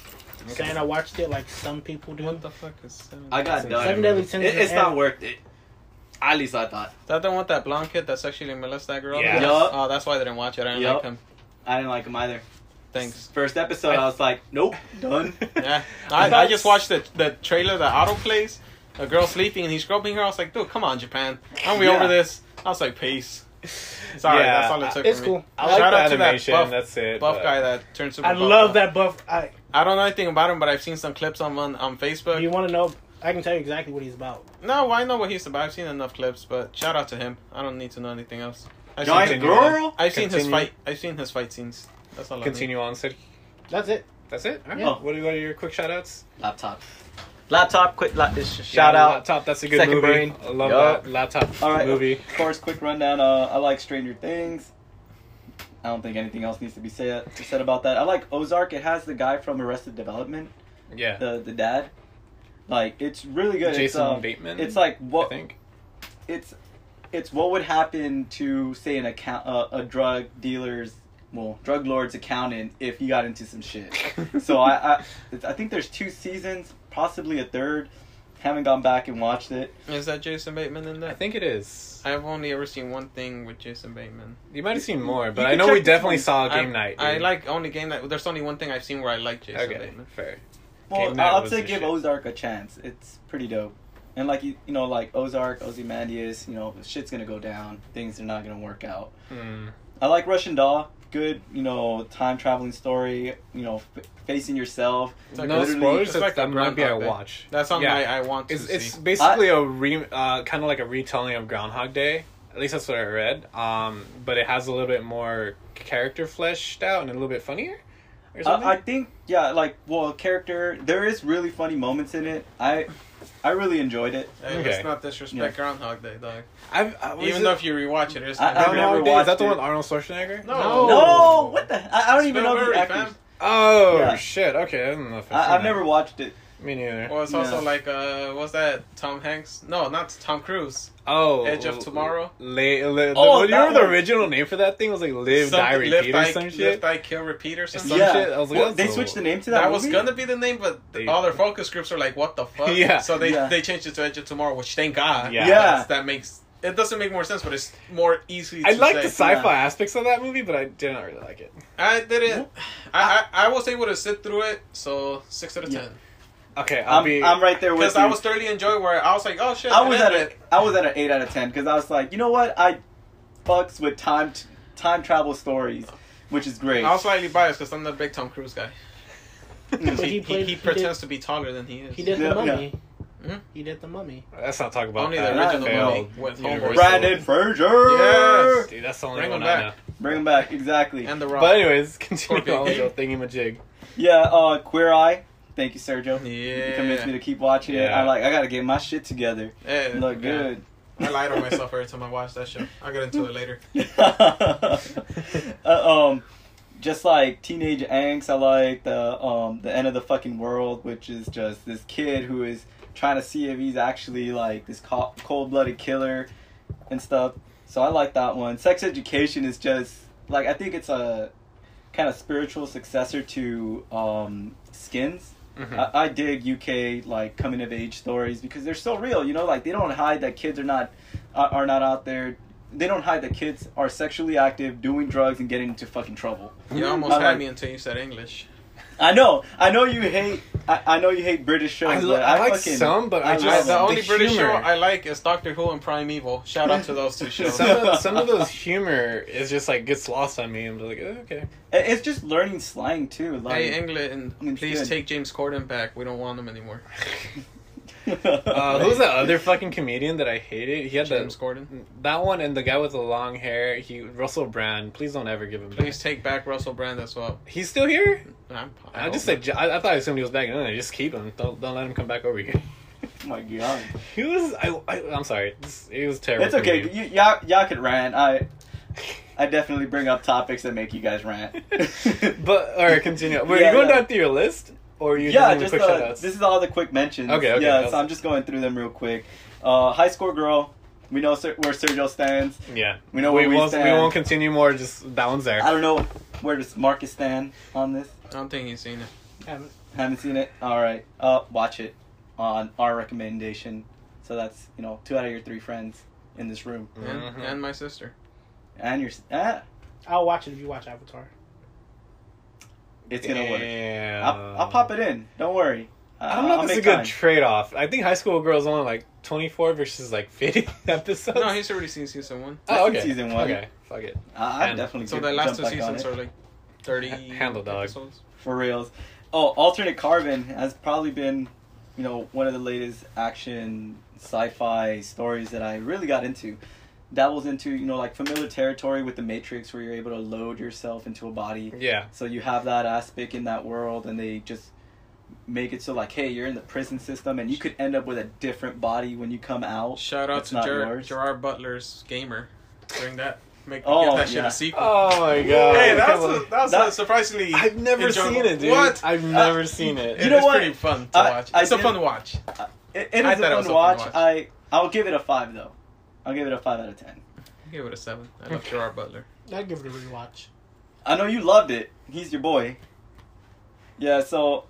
saying I watched it like some people do. What the fuck is seven? I got Seven done. Seven Deadly Sins. It, is it's an not anime. worth it. At least I thought. Is that the one with that blonde kid that sexually molested that girl? Yeah. Yup. Oh, that's why I didn't watch it. I didn't Yup. like him. I didn't like him either. Thanks. First episode, I was like, nope, done. Yeah. I, I just watched the the trailer that auto plays. A girl sleeping and he's groping her. I was like, dude, come on, Japan. I'm be Yeah. over this. I was like, peace. Sorry, Yeah, that's all it took. It's for cool. Me. I like Shout the out to that animation. buff- that's it. Buff but- guy that turned super. I buff. love that buff. I, I don't know anything about him, but I've seen some clips on on, on Facebook. you want to know? I can tell you exactly what he's about. No, I know what he's about. I've seen enough clips, but shout out to him. I don't need to know anything else. I've seen, Giant continue on. girl. I've seen his Continue. fight. I've seen his fight scenes. That's all. I know. Continue on, Sid. That's it. That's it. All right. Yeah. What, are, what are your quick shout outs? Laptop. Laptop, quick la- sh- shout Yeah, out. Laptop. That's a good Second movie. Brain. I love Yup. that laptop All right. movie. Of course, quick rundown. Uh, I like Stranger Things. I don't think anything else needs to be said said about that. I like Ozark. It has the guy from Arrested Development, Yeah. the the dad. Like it's really good. it's, Jason um, Bateman. It's like I what think. it's it's what would happen to say an account uh, a drug dealer's well drug lord's accountant if he got into some shit. so I, I it's- I think there's two seasons, possibly a third. Haven't gone back and watched it. Is that Jason Bateman in I that? think it is. I've only ever seen one thing with Jason Bateman. You might have seen more, You but I can know check we this definitely one. saw I- Oh, Game Night. I dude. like only game night. There's only one thing I've seen where I like Jason Okay, Bateman. fair. Well, Game Night I'll was say the give shit. Ozark a chance. It's pretty dope. And like you, you know, like Ozark, Ozymandias, you know, shit's gonna go down. Things are not gonna work out. Hmm. I like Russian Doll. Good, you know, time traveling story. You know, f- facing yourself. It's like no literally- spoilers. it's That, like that a might be a Groundhog Day. watch. That's something Yeah. I, I want to It's see. it's basically a re uh, kind of like a retelling of Groundhog Day. At least that's what I read. Um, but it has a little bit more character fleshed out and a little bit funnier. Or something. I, I think yeah, like well, character. There is really funny moments in it. I, I really enjoyed it. Hey, Okay. Let's not disrespect Groundhog Day, dog. I've, I was Even it- though if you rewatch it, it's I- not I've gonna be never Groundhog Day is that watched the it. one with Arnold Schwarzenegger? No. No. No, what the? I, I don't even know Spielberg, the actors. fam. Oh Yeah. shit! Okay, I don't know if I've, I, seen I've that. never watched it. Me neither. Well, it's also Yeah. like uh, what's that? Tom Hanks? No, not Tom Cruise. oh, Edge of Tomorrow? La- la- Oh, the, you that remember the one. original name for that thing was like Live Something- Die Repeat Live, or Die- some Live, shit. Die, Kill, Repeat or something. Some yeah, shit, I was like, Well, that's they a- switched the name to that. That was movie? gonna be the name, but Dude. all their focus groups are like, "What the fuck?" Yeah. So they Yeah. they changed it to Edge of Tomorrow, which thank God. Yeah. Yeah. That's- That makes it doesn't make more sense, but it's more easy. To I like the say. sci-fi aspects of that movie, but I did not really like it. I didn't. I, I I was able to sit through it, so six out of Yeah. ten. Okay, I'll I'm, be. I'm right there with Because you. I was thoroughly enjoying where I was like, "Oh shit!" I was at it. a I was at an eight out of ten because I was like, you know what, I fucks with time t- time travel stories, which is great. I was slightly biased because I'm the big Tom Cruise guy. Mm. He, But he he, played- he he pretends to be taller than he is. He did Yeah, the mummy. yeah. Hmm? He did the mummy. Let's not talk about Only that. the That original failed. movie with Homeboy. Brandon Fraser. Yes. Dude, that's the only Bring one him I know. back. Bring him back exactly. and The Rock. But anyways, continue Scorpion on with your King. thingamajig. Yeah, uh, Queer Eye. Thank you, Sergio. You yeah, convinced me to keep watching it. Yeah. I like. I gotta get my shit together. Yeah, Look yeah. good. I lied on myself every time I watch that show. I'll get into it later. uh, um, just like teenage angst, I like the um the end of the fucking world, which is just this kid who is trying to see if he's actually like this cold blooded killer and stuff. So I like that one. Sex Education is just like I think it's a kind of spiritual successor to um Skins. I, I dig UK like coming of age stories because they're so real. You know, like they don't hide that kids are not are are not out there. They don't hide that kids are sexually active, doing drugs, and getting into fucking trouble. You almost I had like- me until you said English. I know, I know you hate. I, I know you hate British shows. I, lo- but I like fucking, some, but I I just love I, them. the only British humor. show I like is Doctor Who and Primeval. Shout out to those two shows. some, of, some of those humor is just like gets lost on me. I'm just like, "Eh, okay. It- It's just learning slang too. Like, hey England, I mean, it's please good. take James Corden back. We don't want him anymore. Uh, who's that other fucking comedian that I hated? He had James that Corden, that one and the guy with the long hair. He Russell Brand. Please don't ever give him. please take back Russell Brand as well. back. he's still here. I'm, I, hope just not. said I, I thought I assumed he was back. No, no, just keep him. Don't don't let him come back over here. Oh my god. He was. I, I I'm sorry. This- It was terrible. It's okay. comedian. You, y'all, y'all could rant. I, I definitely bring up topics that make you guys rant. But all right, continue. Were Yeah, you going yeah. down through your list, or are you yeah, just just doing quick uh, shout-outs? this is all the quick mentions. Okay, okay, Yeah, that's- so I'm just going through them real quick. Uh, high score girl. We know Ser- where Sergio stands. Yeah, We know we where we won't. We stand. won't continue more. Just that one's there. I don't know where does Marcus stand on this. I don't think he's seen it. Haven't- Haven't seen it. All right, uh, watch it on our recommendation. So that's you know two out of your three friends in this room, And, Mhm. and my sister. and your ah, I'll watch it if you watch Avatar. it's gonna work. Damn. I'll, I'll pop it in. Don't worry. I don't know I'll if this is a make good time. trade-off. I think High School Girls only like 24 versus like 50 episodes. No, he's already seen season one. oh, That's okay. in season one. Okay, fuck it. I, I And- definitely So could the last two jump back on seasons it. are like thirty Ha- handle dog. episodes. for reals. Oh, alternate carbon has probably been, you know, one of the latest action sci-fi stories that I really got into. dabbles into you know like familiar territory with the Matrix, where you're able to load yourself into a body. Yeah. So you have that aspect in that world, and they just make it so like, hey, you're in the prison system, and you could end up with a different body when you come out. Shout out It's to not Ger- yours. Gerard Butler's gamer. During that, make Oh, give that shit yeah. a sequel. Oh my god. hey, that Come was on. a, that was a That- surprisingly. I've never enjoyable- seen it, dude. What? Uh, I've never seen it. It know is what? pretty fun to I- watch. I it's a did- fun watch. It, it I is a thought it fun was a fun watch. watch. I I'll give it a five though. I'll give it a five out of ten. Give it a seven. I love Gerard Butler. I'd give it a rewatch. I know you loved it. He's your boy. Yeah, so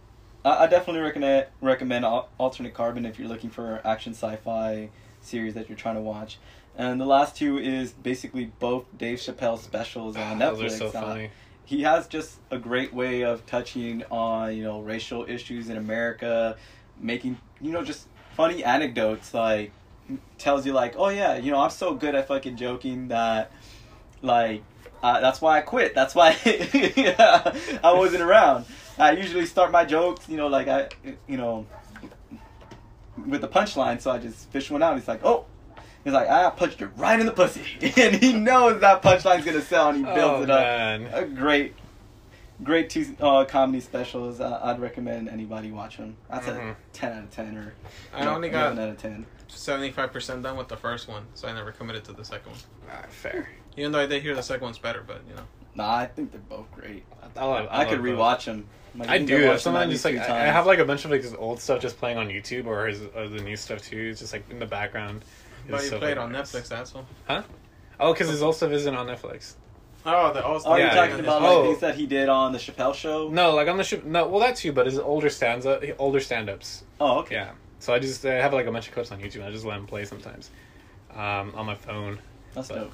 I, I definitely recommend recommend Al- Alternate Carbon if you're looking for action sci-fi series that you're trying to watch. And the last two is basically both Dave Chappelle specials on Netflix. Those are so Uh, funny. he has just a great way of touching on you know racial issues in America, making you know just funny anecdotes like tells you like oh yeah you know I'm so good at fucking joking that like uh, that's why I quit that's why I wasn't around I usually start my jokes you know like I you know with the punchline so I just fish one out he's like oh. He's like, I punched it right in the pussy. And he knows that punchline's gonna sell and he builds oh, it up man. a great, great two uh, comedy specials. Uh, I'd recommend anybody watch them. That's Mhm. a ten out of ten or I only eleven got out of ten. seventy five percent done with the first one, so I never committed to the second one. Ah, fair. Even though I did hear the second one's better, but you know. Nah, I think they're both great. I, love, I, could love those. rewatch them. I do. Sometimes just like I I have like a bunch of like his old stuff just playing on YouTube or his or the new stuff too. It's just like in the background. It's But you so played on hilarious. Netflix, asshole. Oh, because his old stuff isn't on Netflix. Oh, the old Oh, Yeah, you're talking yeah. about Oh. like, things that he did on the Chappelle Show. No, like on the show. No, well that too, but his older stands up, older stand ups. Oh, okay. Yeah. So I just I have like a bunch of clips on YouTube. and I just let him play sometimes, um, on my phone. That's But- dope.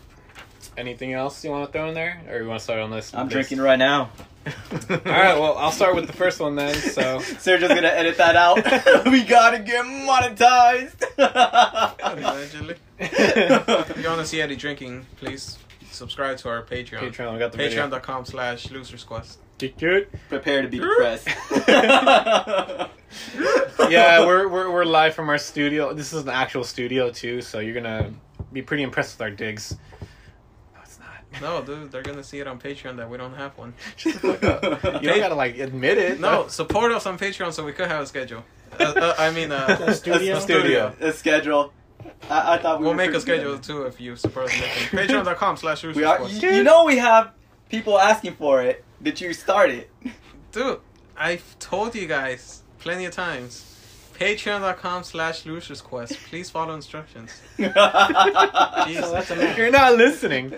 Anything else you want to throw in there, or you want to start on this? I'm this? drinking right now. All right. Well, I'll start with the first one then. So. Sergio's gonna edit that out. we gotta get monetized. Allegedly. If you Patreon. want to see Eddie drinking, please subscribe to our Patreon. Patreon, we got the video. Patreon.com slash Losers Quest. Get good. Prepare to be depressed. yeah, we're, we're we're live from our studio. This is an actual studio too, so you're gonna be pretty impressed with our digs. No, it's not. No, dude, they're going to see it on Patreon that we don't have one. Shut the fuck up. You don't gotta like admit it. No, support us on Patreon so we could have a schedule. Uh, uh, I mean, uh, The studio. The studio. a schedule. I, I thought we we'll were make a pretty good schedule at too if you support us. on Patreon. Patreon.com slash it. Losers We are. Quest. You, you know we have people asking for it. Did you start it? Dude, I've told you guys plenty of times. Patreon.com slash Losers Quest. Please follow instructions. So that's a You're not listening.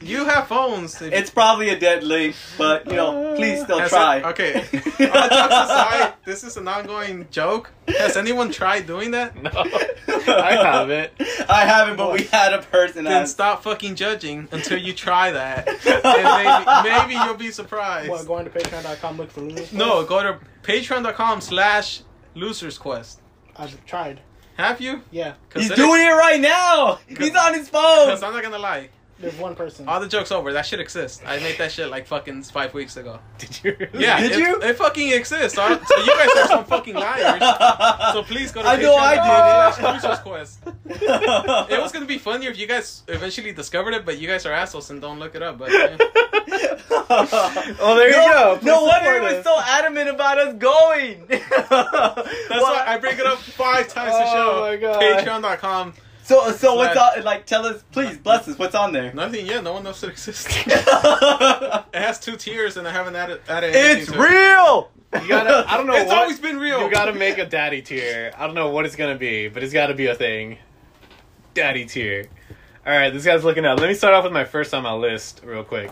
You have phones. If it's probably a dead link, but you know, please still Has try. it- okay. All jokes aside, this is an ongoing joke. Has anyone tried doing that? No, I have it. I haven't, but we had a person Then ask. stop fucking judging until you try that. And maybe, maybe you'll be surprised. What, going to patreon.com, look for Lulu? No, go to patreon.com slash losers quest. I've tried. Have you? Yeah, He's doing it right now. He's on his phone. Because I'm not gonna lie. there's one person. All the jokes over. That shit exists. I made that shit like fucking five weeks ago. Did you? Really? Yeah. Did it, you? It fucking exists. So, I- so you guys are some fucking liars. So please go to I know I patreon.com did it. slash losers quest. It was gonna be funnier if you guys eventually discovered it, but you guys are assholes and don't look it up. But yeah. Oh, there you No- go. Please No wonder he support was us. so adamant about us going. That's that's why I bring it up five times a Oh show. my God. Patreon.com. So, so what's on? Like, tell us, please, bless us. What's on there? Nothing yet. No one knows it exists. it it's has two tiers, and I haven't added added anything to it. real. You gotta. I don't know It's what. always been real. you gotta make a daddy tier. I don't know what it's gonna be, but it's gotta be a thing. Daddy tier. All right, this guy's looking up. Let me start off with my first on my list, real quick.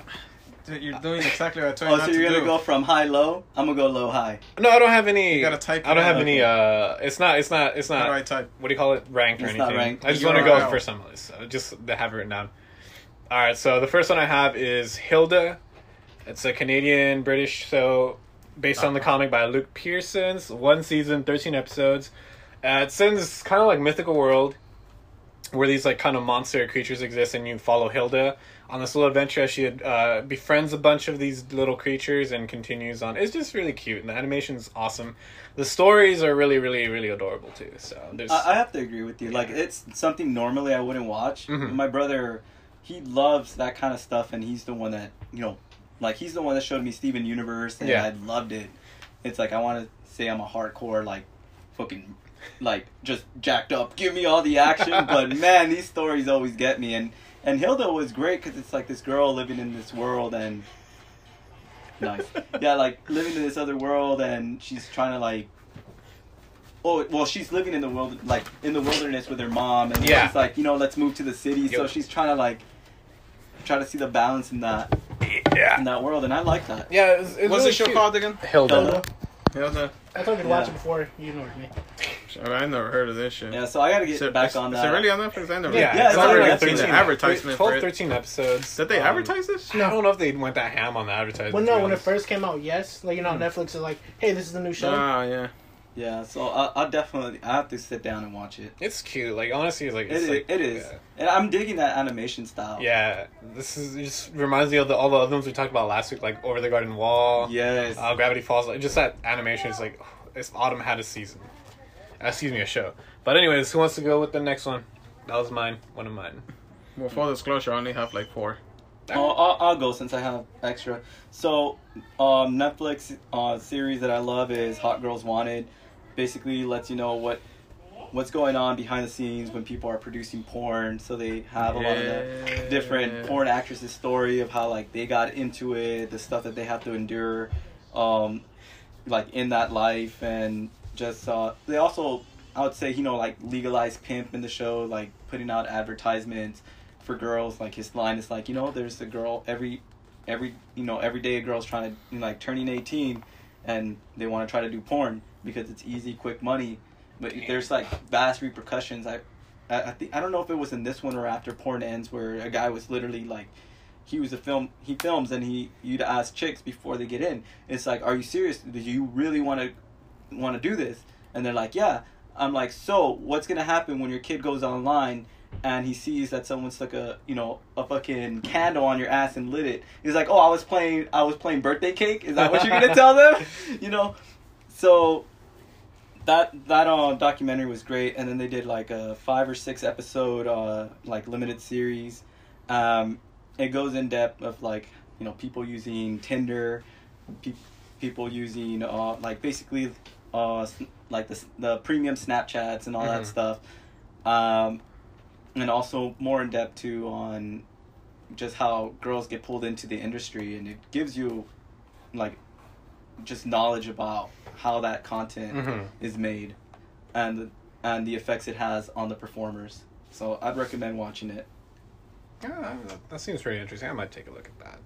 Dude, you're doing exactly what I told you Oh, not so to you're do. gonna go from high low? I'm gonna go low high. No, I don't have any. You gotta type I it don't have out. any. Uh, it's not. It's not. It's How not. do I type? what do you call it? Ranked or It's not anything? ranked. I just want to go URL. first on my list. I just to have it written down. All right, so the first one I have is Hilda. It's a Canadian British show based on the comic by Luke Pearson's one season, thirteen episodes. Uh, it's set in this kind of like mythical world, where these like kind of monster creatures exist, and you follow Hilda on this little adventure. as She uh, befriends a bunch of these little creatures and continues on. It's just really cute, and the animation's awesome. The stories are really, really, really adorable too. So there's I, I have to agree with you. Like it's something normally I wouldn't watch. Mhm. My brother, he loves that kind of stuff, and he's the one that you know, like he's the one that showed me Steven Universe, and Yeah. I loved it. It's like I want to say I'm a hardcore like, fucking, like just jacked up. Give me all the action, but man, these stories always get me. And and Hilda was great because it's like this girl living in this world and. Nice. Yeah, like living in this other world, and she's trying to like Oh well, she's living in the world, like in the wilderness with her mom, and Yeah. she's like, you know, let's move to the city. So Yep. she's trying to like try to see the balance in that yeah, in that world, and I like that. yeah. It was, it was What's really the show cute. called again? Hilda. Hilda. Hilda. I told you to Yeah. watch it before. You ignored me. I never heard of this shit. Yeah, so uh, I gotta get Is it- back is- on Is that. it really on Netflix? I never. Yeah, Yeah, it's it's on already Netflix. 13 seen an advertisement for 12, it. 13 episodes. Did they Um, advertise this? I don't know if they went that ham on the advertisement. Well, to no, be when it honest. first came out, yes. Like you Hmm. know, Netflix is like, hey, this is the new show. Ah, yeah. Yeah, so I, I definitely I have to sit down and watch it. It's cute. Like honestly, like It it's is, like, it is, yeah. and I'm digging that animation style. Yeah, this is it just reminds me of the, all the other ones we talked about last week, like Over the Garden Wall, Yes. uh, Gravity Falls. Like, just that animation is like, it's autumn had a season. Uh, excuse me, a show. But anyways, who wants to go with the next one? That was mine. One of mine. Well, full disclosure, I only have like four. Oh, I'll, I'll go since I have extra. So, um, Netflix uh, series that I love is Hot Girls Wanted. Basically, lets you know what what's going on behind the scenes when people are producing porn. So they have a lot of the Yeah. different porn actresses' story of how like they got into it, the stuff that they have to endure, um, like in that life, and just uh, they also I would say you know like legalized pimp in the show, like putting out advertisements for girls like his line is like you know there's a girl every every you know every day a girl's trying to you know, like turning 18 and they want to try to do porn because it's easy quick money but there's like vast repercussions i i, I think i don't know if it was in this one or after porn ends where a guy was literally like he was a film he films and he you'd ask chicks before they get in it's like are you serious do you really want to want to do this and they're like yeah i'm like so what's gonna happen when your kid goes online and he sees that someone stuck a you know a fucking candle on your ass and lit it he's like oh i was playing i was playing birthday cake is that what you're gonna tell them you know so that that uh, documentary was great and then they did like a five or six episode uh like limited series um it goes in depth of like you know people using tinder pe- people using uh like basically uh s- like the s- the premium snapchats and all Mhm. that stuff um and also more in depth too on just how girls get pulled into the industry and it gives you like just knowledge about how that content Mhm. is made and the, and the effects it has on the performers so i'd recommend watching it Yeah, that, that seems pretty interesting. I might take a look at that.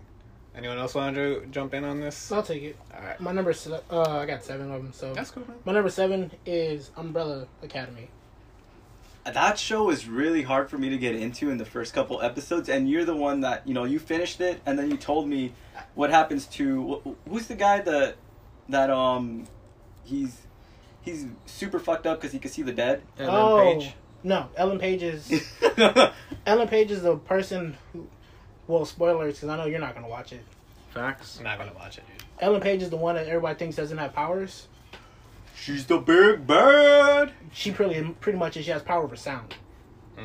Anyone else want to jump in on this? I'll take it. All right, My number, se- uh, I got seven of them. So that's cool. Man. my number seven is Umbrella Academy. that show was really hard for me to get into in the first couple episodes and you're the one that you know you finished it and then you told me what happens to wh- who's the guy that that um he's he's super fucked up because he could see the dead Ellen oh Page. no, Ellen Page is Ellen Page is the person who. Well, spoilers because I know you're not gonna watch it. Facts. I'm not gonna watch it, dude. Ellen Page is the one that everybody thinks doesn't have powers. she's the big bad She pretty pretty much is. She has power over sound.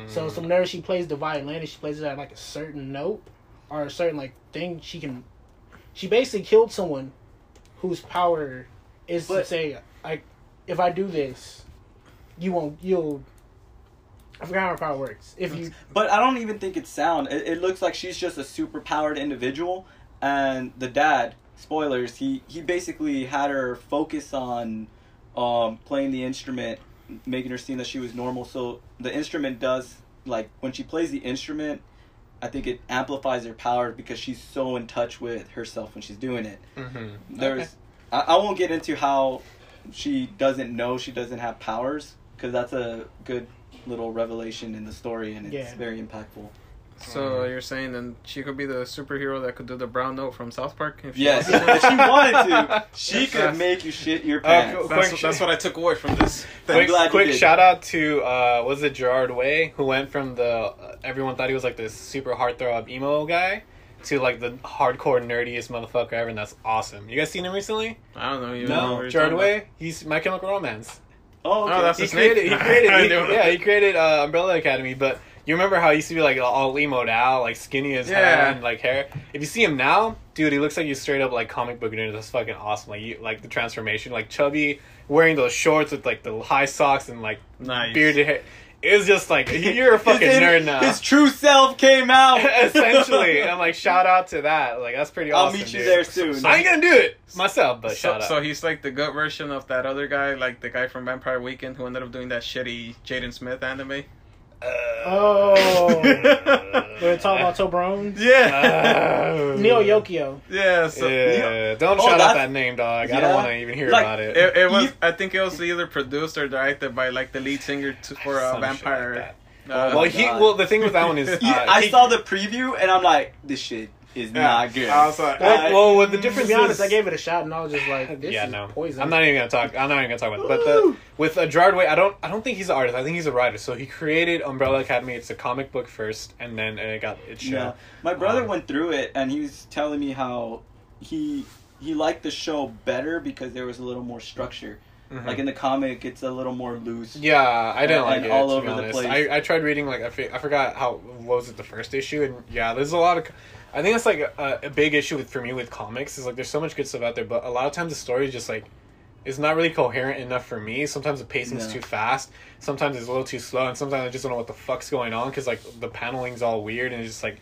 So, so whenever she plays the violin, and she plays it at like a certain note or a certain like thing, she can. She basically killed someone, whose power is to But- say like, if I do this, you won't. You'll. I forgot how her power works. If you But I don't even think it's sound. It, it looks like she's just a super powered individual, and the dad, spoilers, he he basically had her focus on um, playing the instrument, making her seem that she was normal. So the instrument does like when she plays the instrument, I think it amplifies her power because she's so in touch with herself when she's doing it. Mhm. There's Okay. I, I won't get into how she doesn't know she doesn't have powers because that's a good little revelation in the story and it's Yeah. very impactful. So you're saying then she could be the superhero that could do the brown note from South Park? If she Yes, wanted to? if she wanted to, she Yes, could yes. make you shit your Uh, pants. cool. That's, that's what I took away from this. I'm Quick, glad you quick did. shout out to uh, was it Gerard Way who went from the uh, everyone thought he was like this super heartthrob emo guy to like the hardcore nerdiest motherfucker ever, and that's awesome. You guys seen him recently? I don't know. You No, know what you're Gerard talking Way. He's My Chemical Romance. Oh, okay. Oh, that's He his name? created. He I created. knew he- it. yeah, he created uh, Umbrella Academy, but. You remember how he used to be like all emoed out, like skinny as hell, Yeah. and like hair. If you see him now, dude, he looks like he's straight up like comic book nerd. That's fucking awesome. Like, you, like the transformation, like chubby, wearing those shorts with like the high socks and like about. Nice. bearded hair. It was just like you're a fucking his, nerd now. His true self came out. Essentially, I'm like shout out to that. Like that's pretty I'll awesome. meet you dude. there soon. I ain't gonna do it myself, but So, shout out. so he's like the gut version of that other guy, like the guy from Vampire Weekend who ended up doing that shitty Jaden Smith anime. Oh, we are talking about Tobron. Ah. Yeah. Neo Yokio. yeah. So yeah, don't Oh, shout out that's- that name, dog. I Yeah. don't want to even hear Like, about it. It, it was. You- I think it was either produced or directed by like the lead singer to, for uh, Some shit like Vampire. Oh, uh, well, my he. God. Well, the thing with that one is, uh, Yeah, I he- saw the preview and I'm like, this shit is yeah. not good. I was like, Well, well, what the difference To be is, honest, I gave it a shot and I was just like, this yeah, is no. poison. I'm not even gonna talk. I'm not even gonna talk about it. But the, with uh, Gerard Way, I don't. I don't think he's an artist. I think he's a writer. So he created Umbrella Academy. It's a comic book first, and then it got its show. Yeah. My brother Um, went through it and he was telling me how he he liked the show better because there was a little more structure. Mhm. Like in the comic, it's a little more loose. Yeah, I didn't And- like and it. all to be over the honest. place. I, I tried reading like I, fi- I forgot how what was it the first issue and yeah, there's a lot of. I think that's like a, a big issue with for me with comics is like there's so much good stuff out there, but a lot of times the story is just like it's not really coherent enough for me. Sometimes the pacing's No. too fast, sometimes it's a little too slow, and sometimes I just don't know what the fuck's going on because like the paneling's all weird and it's just like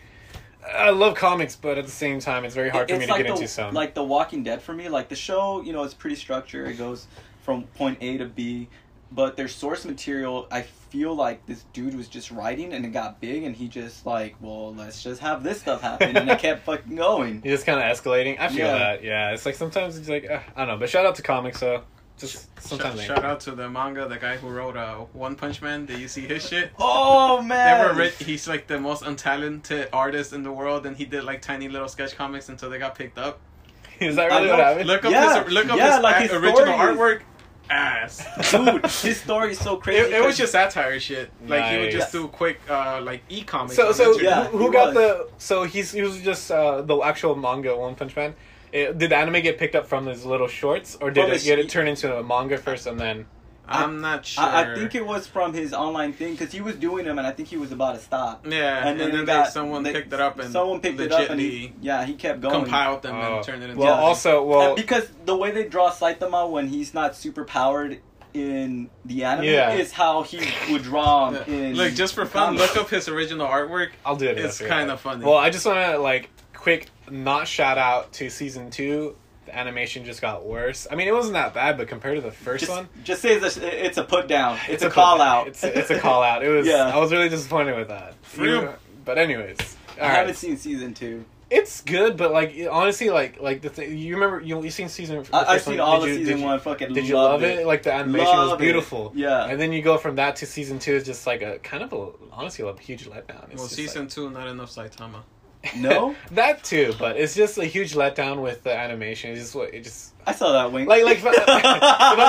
I love comics, but at the same time it's very hard for me It's to like get the, into some. Like The Walking Dead for me, like the show, you know, it's pretty structured. It goes from point A to B, but their source material, I feel like this dude was just writing and it got big, and he just like, well, let's just have this stuff happen, and it kept fucking going. You're just kind of escalating. I feel Yeah. that. Yeah, it's like sometimes it's like uh, I don't know, but shout out to comics though. Just sometimes shout, they- shout out to the manga, the guy who wrote uh, One Punch Man. Did you see his shit? Oh man! Never read. He's like the most untalented artist in the world, and he did like tiny little sketch comics until they got picked up. Is that I really what know. happened? Look up Yeah, his look up yeah, his, like a- his original story is- artwork. Ass. Dude, his story is so crazy. It, it was 'cause- just satire shit. Like he would Nice. just do quick, uh, like e comics. so so Yeah, who, he who got was. the so he's he was just uh, the actual manga One Punch Man. It, did the anime get picked up from his little shorts, or did From it his- get it turned into a manga first and then? I'm not sure. I, I think it was from his online thing because he was doing them, and I think he was about to stop. yeah, and then, they they- got- someone they- picked it up and someone picked it up, and he, yeah, he kept going. compiled them Oh. and turned it into. well, Yeah. also well, And because the way they draw Saitama when he's not super powered in the anime Yeah. is how he would draw him Yeah. in. Look, just for the fun, comic. look up his original artwork. I'll do it. It's after. kind of funny. Well, I just want to like quick not shout out to season two. The animation just got worse. I mean, it wasn't that bad, but compared to the first Just, one, just say it's a, it's a put down. It's, a, put- call out. It's a, it's a call out. It was. Yeah. I was really disappointed with that. Freedom. But anyways, I all right. haven't seen season two. It's good, but like it- honestly, like like the thing you remember you you seen season. the I, I've first seen one, all did of you- season did you- one. Fucking Did you love loved it? Like the animation was Loved it. beautiful. Yeah. And then you go from that to season two is just like a kind of a honestly a huge letdown. It's well, just, season two, not enough Saitama. like- No? that too, but it's just a huge letdown with the animation. It's just what it just I saw that wink. like like. if I- if I I'm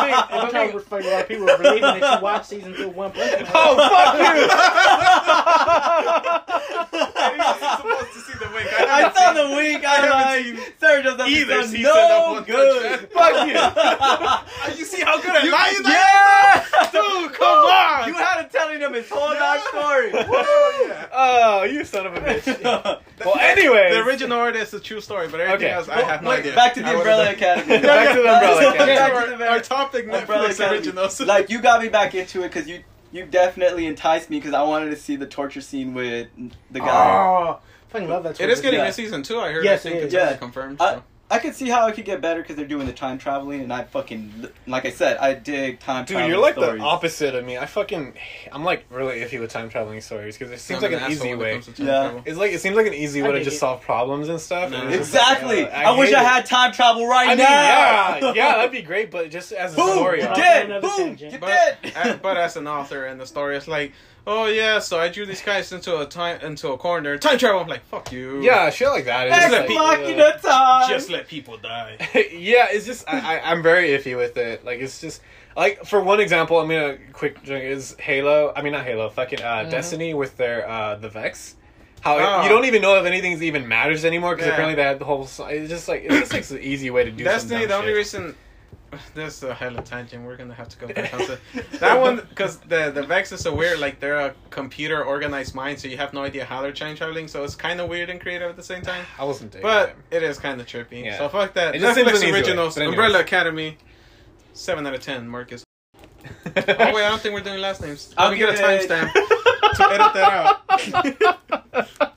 make- trying to reflect a lot of people are believing that you watched season two of One Punch Man. Oh fuck supposed to see the wink. I saw the wink. I like Sarah just doesn't Either sound he no said that one good. good. you! Fuck you! You see how good at lying that yeah, Dude, come on! You had to telling him his whole dark story. Woo! Oh, you son of a bitch. well, anyway. The original art is a true story, but everything Okay. else, I Well, have no wait, idea. Back to the I would've Umbrella done- Academy. Back to the Umbrella Back to Academy. the Our, our topic Umbrella Netflix Academy. originals. Like you got me back into it because you you definitely enticed me because I wanted to see the torture scene with the guy. Oh, fucking love that. It is good. getting Yeah. a season two. I heard. Yes, I it think is. it's already Yeah. confirmed. I- so. I could see how it could get better because they're doing the time traveling, and I fucking like I said, I dig time. Dude, traveling you're like stories. the opposite of me. I fucking, I'm like really iffy with time traveling stories because it seems like I'm an asshole easy when it way. comes to time Yeah. travel. It's like it seems like an easy I way to dig just it. solve problems and stuff. No. and it's just like, uh, Exactly. I, wish hate I it. had time travel right I mean, now. yeah, yeah, that'd be great. But just as a Boom! story, You I- I'll did. another Boom! tangent. You But, did. a- but as an author and the story, it's like, oh yeah, so I drew these guys into a time into a corner. Time travel. I'm like, fuck you. Yeah, shit like that. It's Heck just like- Machina time. Just let people die. yeah, it's just I, I, I'm very iffy with it. Like it's just like for one example, I'm gonna quick drink is Halo. I mean not Halo, fucking uh, Destiny with their uh the Vex. How it- Oh. you don't even know if anything even matters anymore because Yeah. apparently they had the whole. si- It's just like it's just like an easy way to do. Destiny. Destiny. The only reason. That's a hella tangent. We're gonna have to go back on to that one because the the Vex is so weird. Like they're a computer organized mind, so you have no idea how they're time traveling. So it's kind of weird and creative at the same time. I wasn't digging But them. it is kind of trippy. Yeah. So fuck that. It just seems an Netflix easy way, originals, but anyways. Umbrella Academy, seven out of ten. Marcus. Oh wait, I don't think we're doing last names. Let I'll me get a give it- timestamp to edit that out.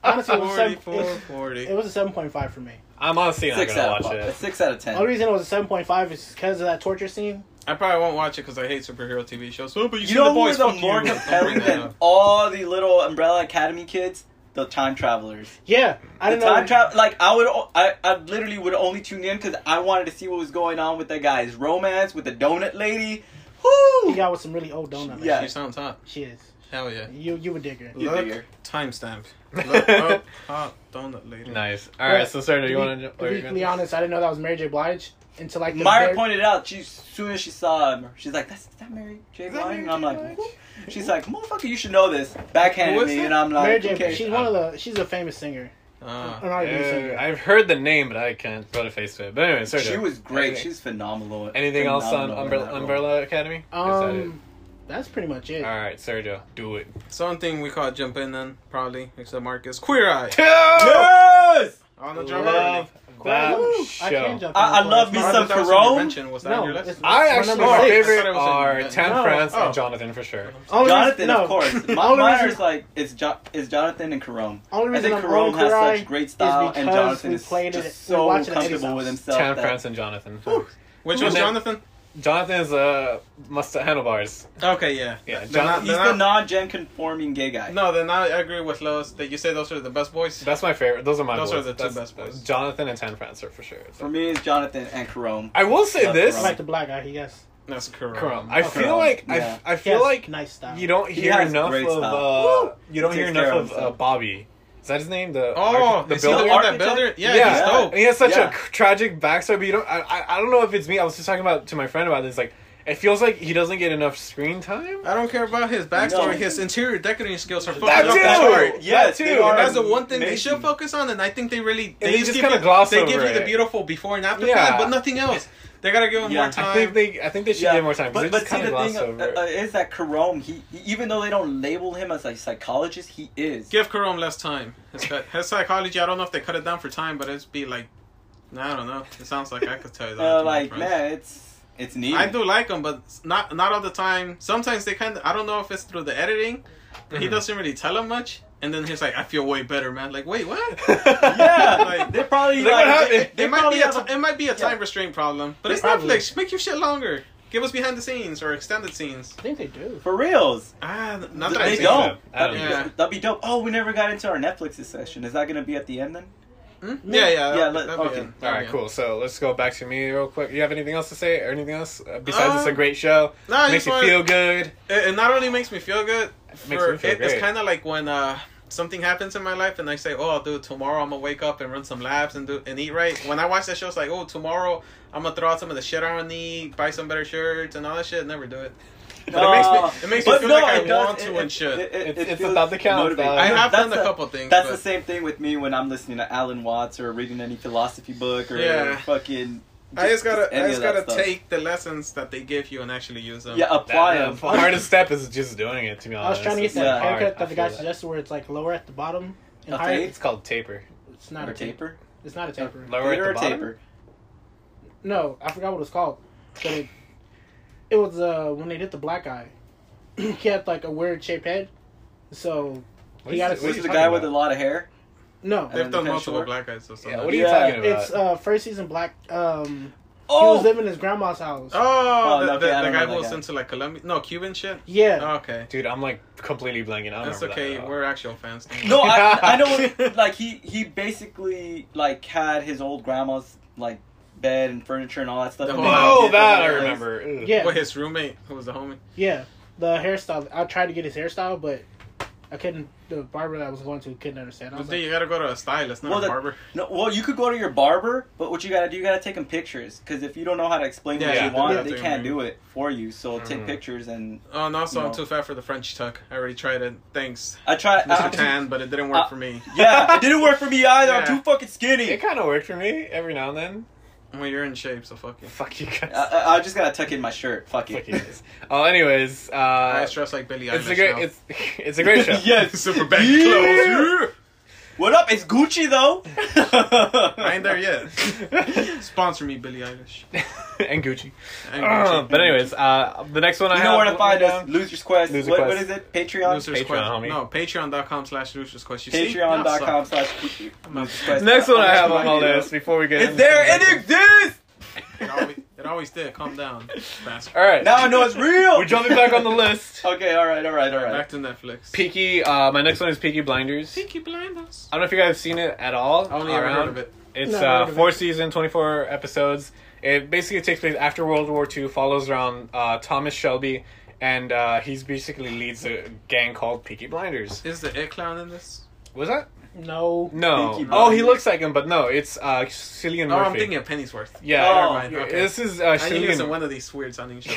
Honestly, it was, a seven, Forty-four, it, forty. it was a seven point five for me. I'm honestly not Six gonna out, watch of, it. a six out of The ten. only reason it was a seven point five is because of that torture scene. I probably won't watch it because I hate superhero TV shows. Oh, but you, You see know the boys. who are Fuck you. the more Don't bring compelling that than up. all the little Umbrella Academy kids? The time travelers. Yeah, I the don't time know. travel, like I would, o- I, I literally would only tune in because I wanted to see what was going on with that guy's romance with the donut lady. Whoo! he got with some really old donut. Yeah. She sounds hot. she is. Hell yeah. You you would dig her. You Look, figure. timestamp. Look oh, up hot donut lady. Nice. All right, But so Sarah, do you to be- want to? To be, to be honest, I didn't know that was Mary J. Blige until like the Myra very- pointed out. She as soon as she saw him, she's like, "That's is that Mary J. Is that Blige," Mary and I'm J. like, Blige? "Whoo." "She's like, motherfucker, you should know this." Backhanded Who is me, it? and I'm Mary like, J. "Okay." She's one of the. She's a famous singer. Ah. An R&B singer. Uh, I've heard the name, but I can't put a face to it. But anyway, Sarah, She was great. She Anything, was phenomenal. anything else on phenomenal in that Umbrella, role. Umbrella Academy? Is that it? Um, that's pretty much it. All right, Sergio, do it. Something we call jump in then, probably, except Marcus. Queer Eye. Oh, Yes! On the drama. Love that Woo! I show. can jump. I- in I for love it. me I It's some thought that was Ferrone. your mention. Was that No, your it's- list? I My actually number my six. I favorite thought it was are in- yeah. Tam No. France Oh. and Jonathan for sure. Only reason- Jonathan, no. of course. The My, only mine reason- is like it's jo- it's Jonathan and Karome. Only I reason think I'm Karome on has Queer Eye such great style, is and because Jonathan we is played it- just we so watched it at Eddie's comfortable house. with himself. Tam that- France and Jonathan. Which And was then- Jonathan? Jonathan's uh must handlebars. Okay, yeah. Yeah, They're not- Jonathan. He's they're the not- non-gen conforming gay guy. No, then I agree with Lois that you say those are the best boys. That's my favorite. Those are my. Those boys. are the two That's- best boys. Jonathan and Tam France are for sure. For me, it's Jonathan and Karome. I will say Love this. I like the black guy. He has. That's correct. Crumb. I Crumb. feel like I Yeah. f- I, he feel has like nice style. you don't He hear has enough great of style. uh, you don't He hear takes care enough of of uh, himself. Bobby. Is that his name? The Oh, arch- the the is he the builder. one that architect? builder? Yeah, Yeah. he's dope. And he has such Yeah. a c- tragic backstory, but you don't. I, I I don't know if it's me. I was just talking about to my friend about this. Like, it feels like he doesn't get enough screen time. I don't care about his backstory. No. His interior decorating skills are fucking That up too! the chart. Yes, too. they are And that's the one thing they amazing. should focus on, and I think they really they just just give kinda you- gloss They over give you the it. beautiful before and after Yeah. plan, but nothing else. They gotta give him Yeah, more I time. I think they. I think they should Yeah. get more time. 'cause But, they but just see, kind the of gloss thing over. uh, uh, it. is that Karome, he, he- even though they don't label him as a psychologist, he is. Give Karam less time. His, his psychology, I don't know if they cut it down for time, but it's be like, I don't know. It sounds like I could tell you that. Uh, to my like, friends. man, it's it's neat. I do like him, but not not all the time. Sometimes they kind of, I don't know if it's through the editing, but he Mhm. doesn't really tell him much. And then he's like, I feel way better, man. Like, wait, what? uh, Yeah, Like- they're probably Look like, what happened. They, It might be a have t- it might be a time yeah. restraint problem, but it's Probably. Netflix. Make your shit longer. Give us behind the scenes or extended scenes. I think they do. for reals. Ah, not that they I think don't. so. I don't that'd, know. be, that'd be dope. Oh, we never got into our Netflix session. Is that gonna be at the end then? Hmm? Yeah, yeah, Yeah, that'd be- let- that'd be okay. good. All right, Yeah. cool. So let's go back to me real quick. You have anything else to say or anything else uh, besides it's Um, a great show? No, I makes just you wanna- feel good. It, it not only makes me feel good. It makes for- me feel it- It's great. kind of like when uh, something happens in my life and I say, "Oh, dude, tomorrow I'm gonna wake up and run some laps and do and eat right." When I watch that show, it's like, "Oh, tomorrow I'm gonna throw out some of the shit I don't need, buy some better shirts and all that shit." Never do it. But it makes me it makes me But feel no, like I it does. want to It- and it- shit. it- it- It's- it it's feels about the count, motivating. though. I have That's done a couple things. That's but- the same thing with me when I'm listening to Alan Watts or reading any philosophy book or Yeah. fucking. I just gotta, any I just of that gotta stuff. take the lessons that they give you and actually use them. Yeah, apply That- them. the hardest step is just doing it. To be I honest, was trying to get It's that Yeah. hard. haircut I that the guy feel suggested, where it's like lower at the bottom and A higher. tape? It's called taper. It's not Or a taper. taper. It's not a taper. Lower at Taper the or bottom. taper. No, I forgot what it was called. But it, it was uh, when they did the black guy. he had like a weird shaped head. So What he is got it- a what is Was it you the talking guy with a about? lot of hair? no. They've And done kinda multiple short. black. black guys. So Yeah, what are you Yeah, talking about? It's uh first season black. Um, he was Oh, living in his grandma's house. Oh, Oh, the, no, the, okay, I the don't guy know who that was guy. into like Colombia, no Cuban shit. Yeah, okay, Dude, I'm like completely blanking. I don't that's remember that okay. at all. We're actual fans. no, I, I know. Like he, he basically like had his old grandma's like bed and furniture and all that stuff. The And whole- they Oh, Oh, did that I all remember. Ugh. yeah, With his roommate, who was the homie. yeah. The hairstyle. I tried to get his hairstyle, but I couldn't. The barber that I was going to couldn't understand. I But was then like, you gotta go to a stylist, not Well, a the- barber. No, well, you could go to your barber, but what you gotta do, you gotta take them pictures. Because if you don't know how to explain what Yeah, yeah, you want, yeah, they they can't agree. do it for you. So take Mhm. pictures, and Oh, and also No. I'm too fat for the French tuck. I already tried it. Thanks, I try. I- Mr. Tan, but it didn't work Uh, for me. yeah, it didn't work for me either. I'm Yeah. too fucking skinny. It kind of worked for me every now and then. Well, you're in shape, so fuck you. Fuck you guys. I, I, I just gotta tuck in my shirt. uh, Fuck Fuck it. you guys. Oh, anyways, I uh, stress like Billy it's Eilish a great, now. it's it's a great show. yes. Super back Yeah. clothes. What up? It's Gucci though. I ain't there yet. Sponsor me, Billy Eilish. and Gucci. And Uh, Gucci. but anyways, uh, the next one I You know where have- to find us. Losers Quest. Losers what, Quest. what is it? Patreon. Losers Patreon, Quest. homie. No, patreon.com slash Losers Quest. You see? Nah, suck. Patreon.com slash Losers Quest. Next one I That's have on my idea. list before we get It's into the there. It next one. exists. It always, it always did. Calm down, bastard. All right, Now I know it's real. we're jumping back on the list. Okay. All right. All right. All right. Back to Netflix. Peaky. Uh, my next one is Peaky Blinders. I Peaky Blinders. don't know if you guys have seen it at all. I only all ever around. heard of it. It's No, I uh, heard of four it. season, twenty four episodes. It basically takes place after World War II. Follows around uh, Thomas Shelby, and uh, he's basically leads a gang called Peaky Blinders. Is the it clown in this? Was that no. no? Peaky oh, he Blinders. looks like him, but no, it's uh, Cillian Oh, Murphy. I'm thinking of Pennyworth. Yeah, Oh, never mind. okay. this is uh, I knew he was in Cillian- one of these weird sounding shows.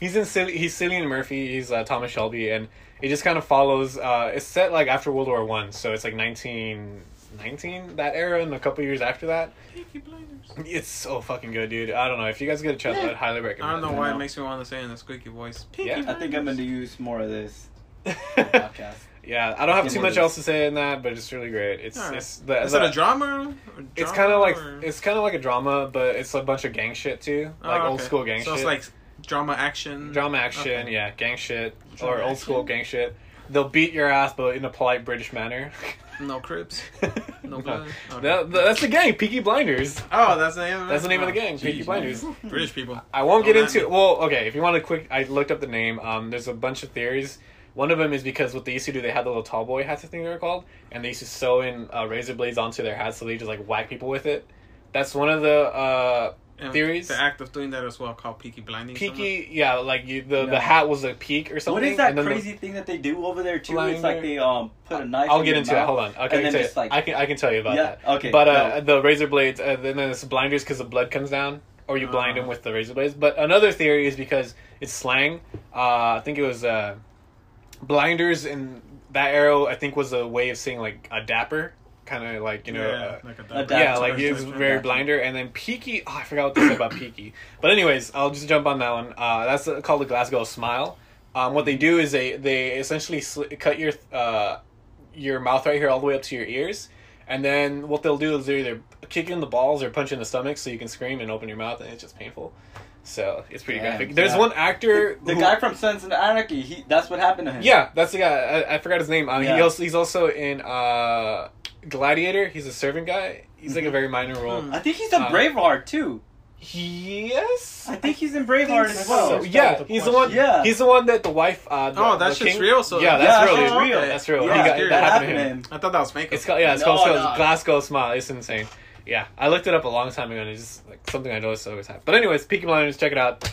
He's in Cilli- he's Cillian Murphy. He's uh, Thomas Shelby, and it just kind of follows. Uh, it's set like after World War One, so it's like nineteen nineteen that era, and a couple years after that. Peaky Blinders. It's so fucking good, dude. I don't know if you guys get a chance, I'd highly I don't recommend. know I why know. it makes me want to say in a squeaky voice. Peaky Yeah. I think I'm gonna use more of this it. podcast. yeah, I don't have Get too more much than- else to say in that, but it's really great. It's Alright. it's the, Is the- it a drama? or It's drama kind of like or- it's kind of like a drama, but it's a bunch of gang shit too, Oh, like old okay. school gang So shit. it's like drama action. drama action, Okay. yeah, gang shit Drama or old school action? gang shit. They'll beat your ass, but in a polite British manner. No cribs. No No. blood. Okay. That- that's the gang, Peaky Blinders. Oh, that's the name. Of That's the name of the game. gang, Peaky Jeez, Blinders. British people. I won't get Don't into at me. well, okay, if you want to quick I looked up the name. Um there's a bunch of theories. One of them is because what they used to do, they had the little tall boy hats, I think they were called, and they used to sew in uh, razor blades onto their hats, so they just like whack people with it. That's one of the uh, And Theories? The act of doing that as well called peaky blinding. someone. peaky, yeah, like you, the No. the hat was a peak or something. What is and that then the- crazy thing that they do over there too? Lying It's like there. they um put a knife. I'll in get your into it. mouth. Hold on. And Okay, then tell you, just, like- I can I can tell you about Yeah, that. okay, But uh, the razor blades, uh, then it's blinders because the blood comes down, or you blind Ah. them with the razor blades. But another theory is because it's slang. Uh, I think it was uh, blinders, and that arrow I think was a way of saying like a dapper, kind of like you know. yeah, uh, like a a dapper. dapper yeah, That's like what he I was said. very blinder, and then Peaky. Oh, I forgot what they said about Peaky. But anyways, I'll just jump on that one. Uh, that's uh, called the Glasgow Smile. Um, what they do is they they essentially sli- cut your uh, your mouth right here all the way up to your ears, and then what they'll do is they're either kick you in the balls or punch you in the stomach so you can scream and open your mouth, and it's just painful. So it's pretty Damn, graphic. There's yeah. one actor, The who- guy from Sons of Anarchy. He that's what happened to him. yeah, that's the guy. I, I forgot his name. Um, he Yeah. also he's also in uh, Gladiator. He's a servant guy. He's Mm-hmm. like a very minor role. Hmm. I think he's in Uh, Braveheart too. Yes. I think he's in Braveheart think as so. well. So, yeah, Start the he's the one. question. Yeah. He's the one that the wife. Uh, the, Oh, that the shit's king- real, so- yeah, Yeah, that's that real, shit's dude. real. That's real. Yeah, He got- dude, that that happened to him. I thought that was makeup. It's called yeah. It's No, called no. Glasgow Smile. It's insane. Yeah, I looked it up a long time ago, and it's just like something I noticed always happened. But anyways, Peaky Blinders, check it out.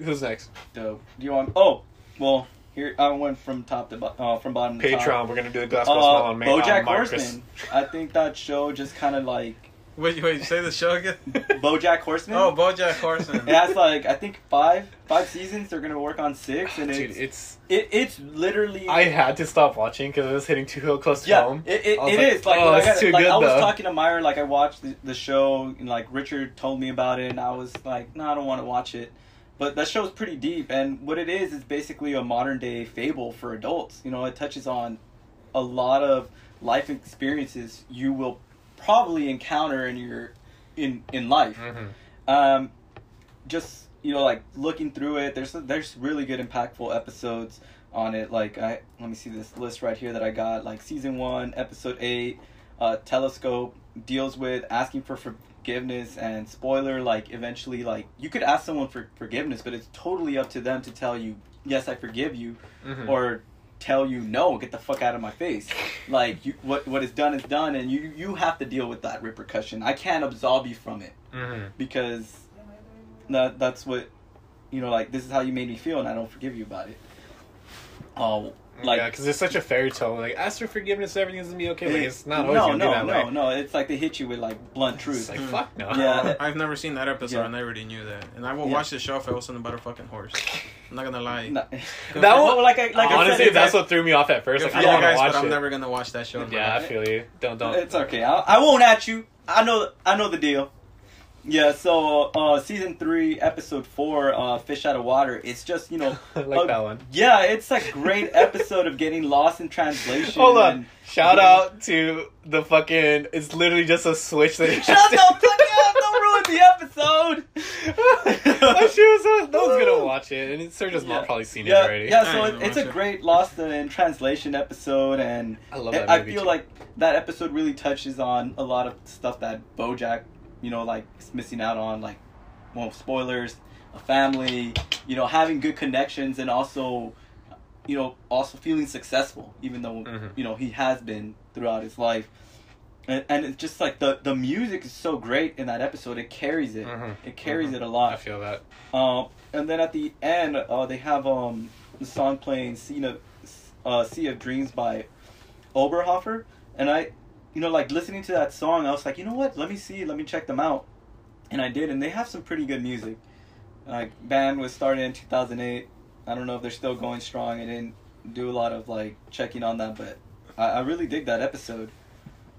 Who's next? Dope. Do you want? Oh, well, here I went from top to bo- uh, from bottom. to top. Patreon. We're gonna do the Glasgow Smile Uh, on May. BoJack on Marcus. Horseman. I think that show just kind of like Wait, wait, say the show again? BoJack Horseman. oh, Bojack Horseman. Uh, It has like I think five five seasons. They're gonna work on six, and Dude, it's it's. it, it's literally I had to stop watching because it was hitting too close to Yeah, home. it, it, I was it like, is. Like, oh, like, that's I, too like good, I was though. talking to Meyer, like I watched the, the show, and like Richard told me about it, and I was like, no, I don't want to watch it. But that show's pretty deep, and what it is is basically a modern day fable for adults. You know, it touches on a lot of life experiences you will probably encounter in your in in life Mhm. um, just you know like looking through it there's there's really good impactful episodes on it like i let me see this list right here that i got like season one episode eight uh, telescope deals with asking for forgiveness and spoiler like eventually like you could ask someone for forgiveness but it's totally up to them to tell you yes i forgive you Mhm. or tell you no get the fuck out of my face like you, what what is done is done and you you have to deal with that repercussion i can't absolve you from it Mhm. because that that's what you know like this is how you made me feel and I don't forgive you about it. Oh, Like, Like- because it's such a fairy tale. Like, ask for forgiveness, everything's gonna be okay. Like, it's not always no, gonna be no, that no, way. no. It's like they hit you with like blunt It's truth. Hmm. like Mm. fuck no. Yeah. I've never seen that episode, Yeah. and I already knew that. And I will Yeah. watch the show if it wasn't about a fucking horse. I'm not gonna lie. No. That Well, one, like I, like I said, honestly, it's that's like- what threw me off at first. Like, Good for I you don't want to guys, but watch I'm it. never gonna watch that show. Yeah, I feel you. Don't don't. It's okay. I, I won't at you. I know. I know the deal. Yeah. So uh, season three, episode four, uh, fish out of water. It's just you know. like that one. Yeah, it's a great episode of getting lost in translation. Hold on. Shout Yeah. out to the fucking. It's literally just a switch that. you Shut just- the fuck up! Don't ruin the episode. that shit was. No one's gonna watch it, and it's- Sergio's Yeah. mom probably seen it Yeah, already. yeah. I So ain't it, gonna it's a watch it. great lost in translation episode, and I love I- that. I movie feel too. like that episode really touches on a lot of stuff that BoJack, you know, like is missing out on, like, well, spoilers, a family, you know, having good connections, and also, you know, also feeling successful, even though Mhm. you know he has been throughout his life, and, and it's just like the the music is so great in that episode. It carries it. Mhm. It carries Mhm. it a I lot. feel that. Um, and then at the end, uh, they have um the song playing "Sea of uh, Sea of Dreams" by Oberhofer, and I, you know, like listening to that song, I was like, you know what? Let me see, let me check them out, and I did, and they have some pretty good music. Like band was started in two thousand eight. I don't know if they're still going strong. I didn't do a lot of like checking on that, but I, I really dig that episode.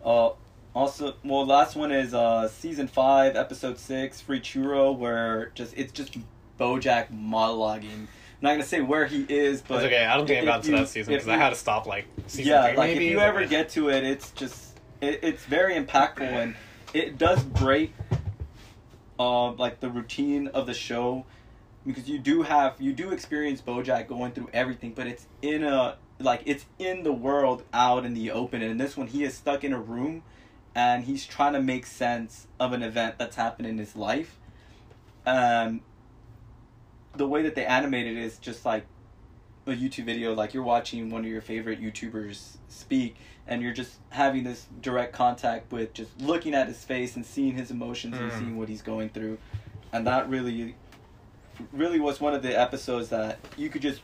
Uh, also, well, last one is uh season five, episode six, Free Churro, where just it's just BoJack monologuing. I'm not gonna say where he is, but It's okay. I don't think I if got to you- that season if because I you- had to stop like season yeah, three. like maybe. if you ever get to it, it's just it, it's very impactful and it does break um like the routine of the show because you do have you do experience BoJack going through everything, but it's in a like it's in the world out in the open, and in this one he is stuck in a room and he's trying to make sense of an event that's happened in his life. Um, the way that they animate it is just like a YouTube video, like you're watching one of your favorite YouTubers speak, and you're just having this direct contact with just looking at his face and seeing his emotions and Mm. seeing what he's going through. And that really, really was one of the episodes that you could just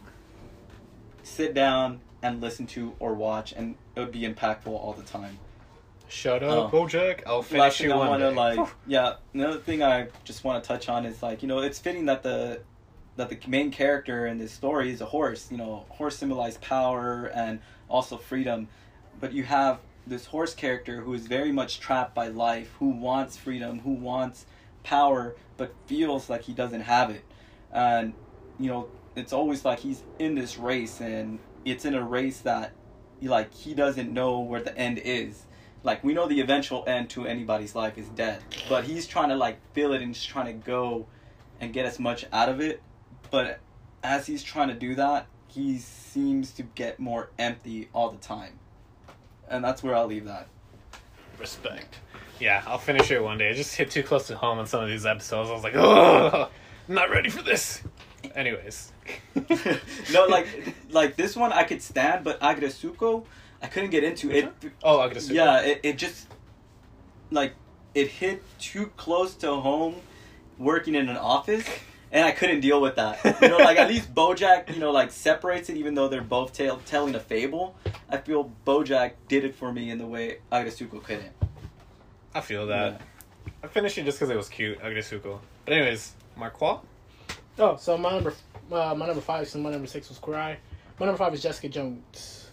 sit down and listen to or watch, and it would be impactful all the time. Shut up, Oh. BoJack. I'll Last finish thing you I one want to day. like, yeah. Another thing I just want to touch on is like, you know, it's fitting that the that the main character in this story is a horse. You know, horse symbolized power and also freedom, but you have this horse character who is very much trapped by life, who wants freedom, who wants power, but feels like he doesn't have it, and you know, it's always like he's in this race and it's in a race that like he doesn't know where the end is like we know the eventual end to anybody's life is death but he's trying to like feel it and just trying to go and get as much out of it but as he's trying to do that he seems to get more empty all the time and that's where i'll leave that Respect. Yeah, I'll finish it one day. I just hit too close to home on some of these episodes. I was like, oh, I'm not ready for this. Anyways. no like like this one i could stand but agresuko i couldn't get into it Oh, I could assume. yeah it, it just like it hit too close to home working in an office and i couldn't deal with that you know like at least bojack you know like separates it even though they're both tell telling a fable i feel bojack did it for me in the way agresuko couldn't I feel that. I finished it just because it was cute. Agresuko. But anyways, Marquois. Oh, so my number, uh, my number five, so my number six was Kurai. My number five is Jessica Jones.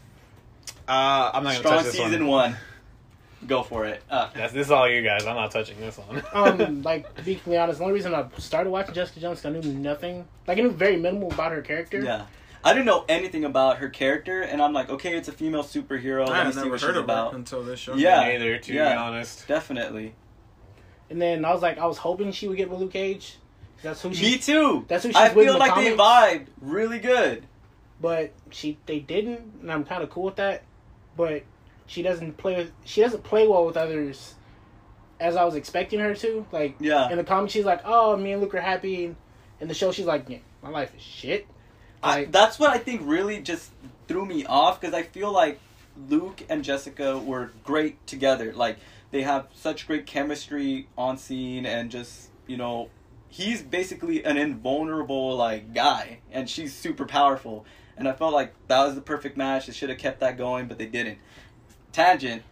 Uh, I'm Yeah. not gonna strong touch this season one. one. go for it uh, That's, this is all you guys. I'm not touching this one. Um, like to be completely honest, the only reason I started watching Jessica Jones, 'cause I knew nothing. Like I knew very minimal about her character. yeah I didn't know anything about her character, and I'm like, okay, it's a female superhero. I Let me had see never what she's heard of about. her until this show. Yeah. Me neither, to be Yeah. honest. Definitely. And then I was like, I was hoping she would get with Luke Cage. 'cause That's who she. Me too. That's who she's I with in feel the like they vibed really good. but she they didn't, and I'm kind of cool with that. But she doesn't play with she doesn't play well with others, as I was expecting her to. Like Yeah. in the comments, she's like, "Oh, me and Luke are happy," and in the show, she's like, yeah, "My life is shit." I, Like- that's what I think really just threw me off because I feel like Luke and Jessica were great together. Like they have such great chemistry on scene, and just you know, he's basically an invulnerable like guy, and she's super powerful. and I felt like that was the perfect match. They should have kept that going, but they didn't. Tangent.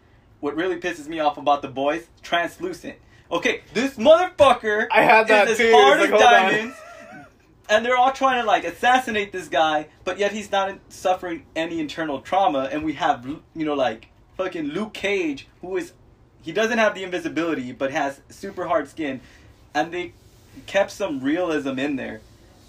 What really pisses me off about the boys, translucent. Okay, this motherfucker I had that is as too. hard It's as like, hold on. diamonds, and they're all trying to like assassinate this guy, but yet he's not in- suffering any internal trauma, and we have you know like fucking Luke Cage, who is he doesn't have the invisibility, but has super hard skin, and they kept some realism in there,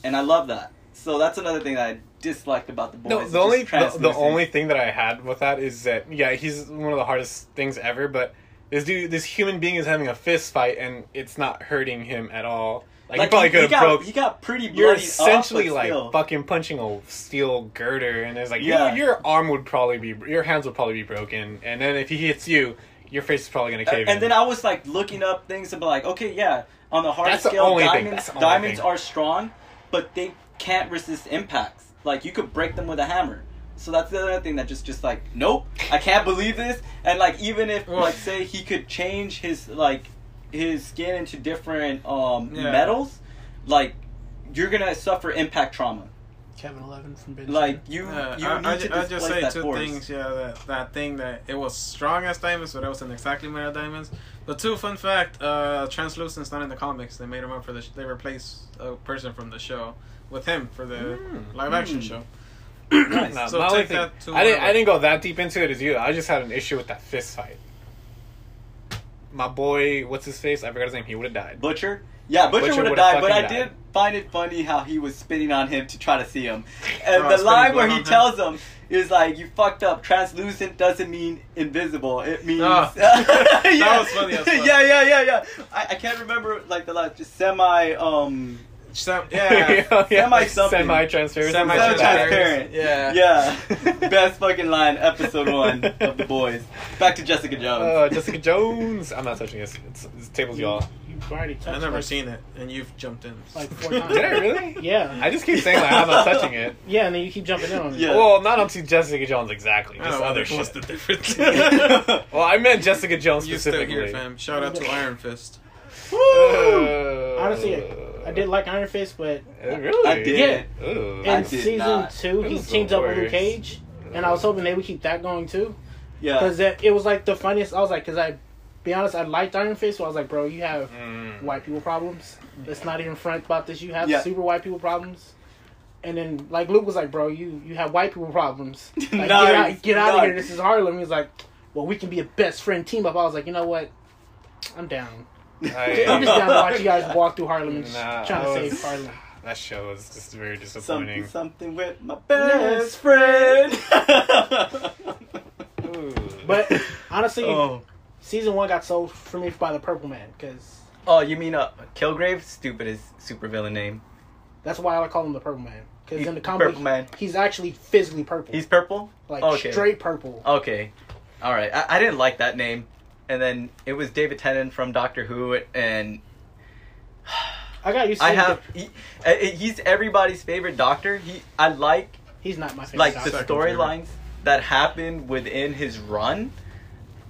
and I love that. So that's another thing that I disliked about the boys. No, It's the just only the, the translucent. only thing that I had with that is that yeah, he's one of the hardest things ever. But this dude, this human being is having a fist fight, and it's not hurting him at all. Like, he probably could have got- broke. He got pretty bloody. you're essentially like still. fucking punching a steel girder, and it's like Yeah. you, your arm would probably be, your hands would probably be broken, and then if he hits you, your face is probably gonna cave in. and then I was like looking up things to be like, okay, yeah, on the hard That's the scale, only thing. diamonds That's the only diamonds thing. are strong, but they can't resist impacts. Like you could break them with a hammer. So that's the other thing that just just like, nope, I can't believe this. And like even if like say he could change his like his skin into different um Yeah. metals, like you're gonna suffer impact trauma. Kevin Eleven from Big Like you, Yeah, you I, need I, to ju- I just displace say that two force. things. Yeah, that, that thing that it was strong as diamonds, but it wasn't exactly made of diamonds. But two fun fact: uh, translucent's not in the comics. They made him up for the. Sh- they replaced a person from the show with him for the Mm. live action Mm. show. Nice. So My only take thing- that to I didn't. wherever. I didn't go that deep into it as you. I just had an issue with that fist fight. My boy, what's his face? I forgot his name. He would have died. Butcher? Yeah, Butcher, Butcher would've would have died, but I fucking did died. find it funny how he was spitting on him to try to see him. And Oh, the spitting line where blood he on him. tells him is like, you fucked up. Translucent doesn't mean invisible. It means. Oh. yeah. That was funny as fuck. Yeah, yeah, yeah, yeah. I, I can't remember, like, the last. Just semi. um... So, yeah. Semi-something. Semi transparent. Semi-transparent. Yeah. Yeah. Best fucking line, episode one of The Boys. Back to Jessica Jones. Oh, Uh, Jessica Jones. I'm not touching this. It's, it's tables, y'all. You've already touched. I've never like- seen it, and you've jumped in. Like four times. Did I really? Yeah, I just keep saying like I'm not touching it. yeah, and then you keep jumping in on it. Yeah. Well, not onto Jessica Jones exactly. I don't Just know other Oh, what's shit. the difference. Well, I meant Jessica Jones you still specifically. here, fam? Shout out to Iron Fist. Woo! Uh, Honestly, I, I did like Iron Fist, but Uh, really? I did. Ooh. I in did season not. two It he was the teams up with Luke worst. Cage, and I was hoping they would keep that going too, Yeah. because it, was like the funniest. I was like, because I, be honest, I liked Iron Fist, so I was like, bro, you have Mm. white people problems. Let's not even front about this. You have Yeah. super white people problems. And then, like Luke was like, "Bro, you you have white people problems. Like, get Nice. out, get out of Nice. here. This is Harlem." He was like, "Well, we can be a best friend team up." I was like, "You know what? I'm down. I'm just down to watch you guys walk through Harlem and Nah, trying I to was- save Harlem." That show was just very Something, disappointing. something with my best friend. Ooh. But honestly, oh. season one got sold for me by the Purple Man because Oh, you mean uh, Kilgrave? Stupidest supervillain name. that's why I call him the Purple Man. Because He's in the comic, Purple Man. he's actually physically purple. He's purple. like okay. straight purple. Okay, all right. I, I didn't like that name, and then it was David Tennant from Doctor Who, and I got used to. I him, have but he, uh, he's everybody's favorite Doctor. He I like He's not my favorite. like doctor. the Second storylines that happen within his run,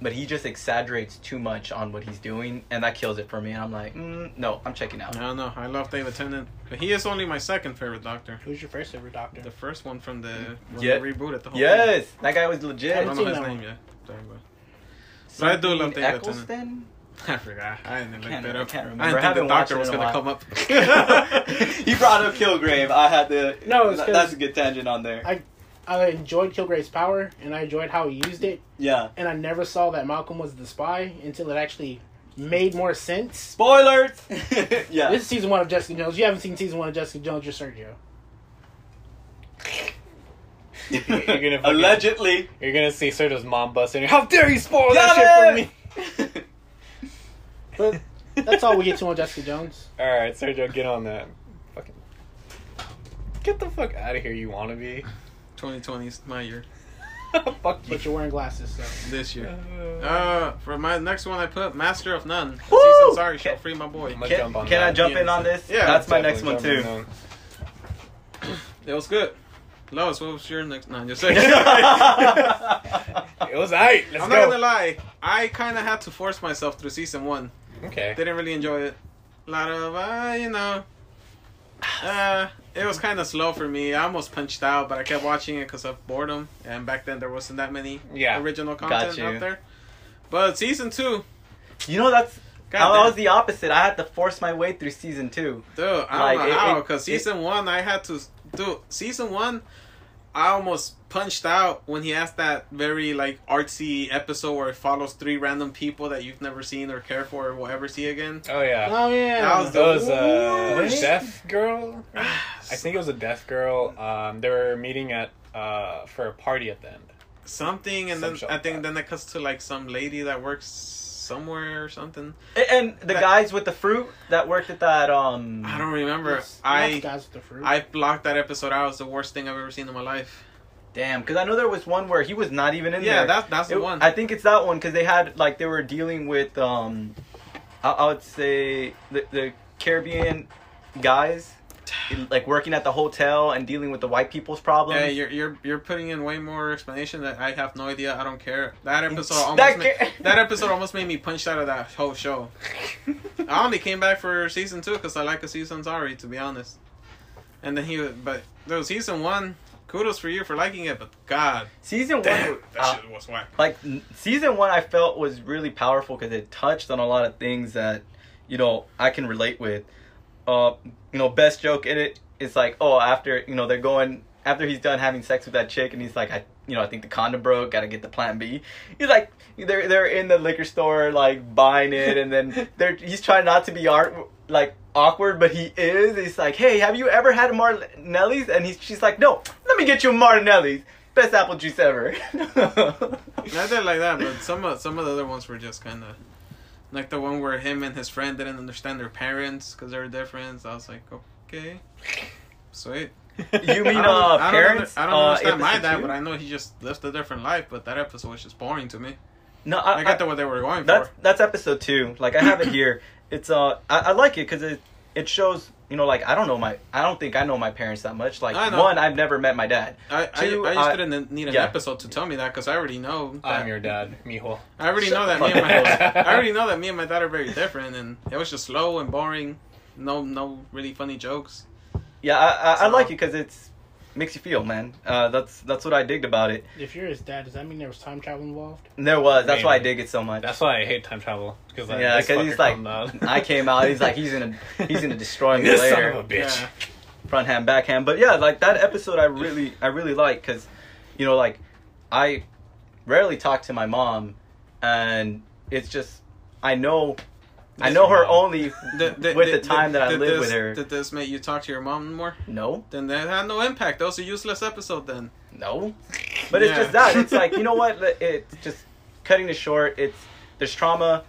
but he just exaggerates too much on what he's doing, and that kills it for me. And I'm like, mm, no, I'm checking I out. don't know. I love David Tennant, but he is only my second favorite Doctor. Who's your first favorite doctor? The first one from the when Yeah. they rebooted the whole thing. Yes, that guy was I legit. don't seen know his that name yet. Sorry, but- But I do love Something David Tennant. Eccleston. I forgot. I didn't look Can't- that I up. can't I, remember. I haven't didn't think the watched doctor it was in a gonna while. come up. he brought up Kilgrave. I had to. No, it's that- 'cause- that's a good tangent on there. I- I enjoyed Kilgrave's power, and I enjoyed how he used it, yeah. and I never saw that Malcolm was the spy until it actually made more sense. Spoilers. yeah. This is season one of Jessica Jones. You haven't seen season one of Jessica Jones, you're Sergio. you're gonna fucking- Allegedly. You're gonna see Sergio's mom bust in. here. How dare you spoil Got Oh, that shit it! for me? But that's all we get to on Jessica Jones. All right, Sergio, get on that. Fucking get the fuck out of here. You wanna be? 2020 is my year. fuck you. But you're wearing glasses, so This year. Uh, Uh, for my next one, I put Master of None. The Woo! season sorry show. Okay. Free my boy. I'ma Can, jump on can I that. jump Yeah, in on this? yeah, that's my next one Definitely too. jump on It was good. Lois, what was your next? No, just saying. that one. It was alright. Let's I'm not go. gonna lie. I kind of had to force myself through season one. Okay. Didn't really enjoy it. A lot of uh, you know, Uh, it was kind of slow for me. I almost punched out, but I kept watching it because of boredom. And back then there wasn't that many Yeah. original Got content you. out there. But season two, You know that's. God I damn. was the opposite. I had to force my way through season two. Dude, I don't Like, know it- how, it- because it- season one, I had to. Dude, season one, I almost punched out when he asked that very, like, artsy episode where it follows three random people that you've never seen or care for or will ever see again. Oh yeah. Oh yeah. That was That was uh, What? deaf girl. I think it was a deaf girl. Um, they were meeting at uh for a party at the end. Something, and Some then shit I like think that. then it cuts to, like, some lady that works somewhere or something. A- And the That- guys with the fruit that worked at that um. Mm. I don't remember. That's- I. that's guys with the fruit. I blocked that episode out. It's the worst thing I've ever seen in my life. Damn, because I know there was one where he was not even in Yeah, there. that, that's the It- one. I think it's that one because they had like they were dealing with um, I, I would say the, the Caribbean guys, in- like working at the hotel and dealing with the white people's problems. Hey, you're, you're you're putting in way more explanation that I have no idea. I don't care. That episode That almost ca- made, that episode almost made me punch out of that whole show. I only came back for season two because I like a season sorry to be honest. And then he was, but though season one, kudos for you for liking it. But God, season one, damn, that uh, shit was whack. like n- season one, I felt was really powerful because it touched on a lot of things that you know I can relate with. Uh, you know, best joke in it is like, oh, after you know they're going after he's done having sex with that chick, and he's like, I you know I think the condom broke, gotta get the Plan B. He's like, they're they're in the liquor store like buying it, and then they're he's trying not to be art like awkward, but he is. He's like, hey, have you ever had a Martinelli's? And he's she's like, no, let me get you a Martinelli's. Best apple juice ever. Not that like that, but some of some of the other ones were just kind of like the one where him and his friend didn't understand their parents because they were different. So I was like, okay, sweet. You mean I don't- uh I don't parents? under- I uh, don't understand my episode dad, two? but I know he just lived a different life. But that episode was just boring to me. no, I, I, got I- the what they were going that's for. that's episode two. Like I have it here. It's uh, I, I like it because it it shows you know like I don't know my I don't think I know my parents that much. Like I know. one, I've never met my dad. I I, two, I just I- didn't need an yeah. episode to tell me that because I already know. That, I'm your dad, mijo. I already Shut know that the me and my fuck up. I already know that me and my dad are very different, and it was just slow and boring. No, no, really funny jokes. Yeah, I I, I So- like it because it's makes you feel man. Uh, that's that's what I digged about it. if you're his dad, does that mean there was time travel involved? And there was that's why I Maybe. dig it so much. That's why I hate time travel. Cause like, yeah, this because he's fucker like come out. I came out. He's like he's gonna he's gonna destroy me This later. son of a bitch. Yeah. front hand, backhand. But yeah, like that episode, I really, I really like because, you know, like I rarely talk to my mom, and it's just I know, I Just know your her mom. only Did- did- with the did- time that I did lived this- with her. Did this make you talk to your mom more? No, Then that had no impact. That was a useless episode. Then no, but it's Yeah. just that it's like you know what? Let- It's just cutting it short. It's there's trauma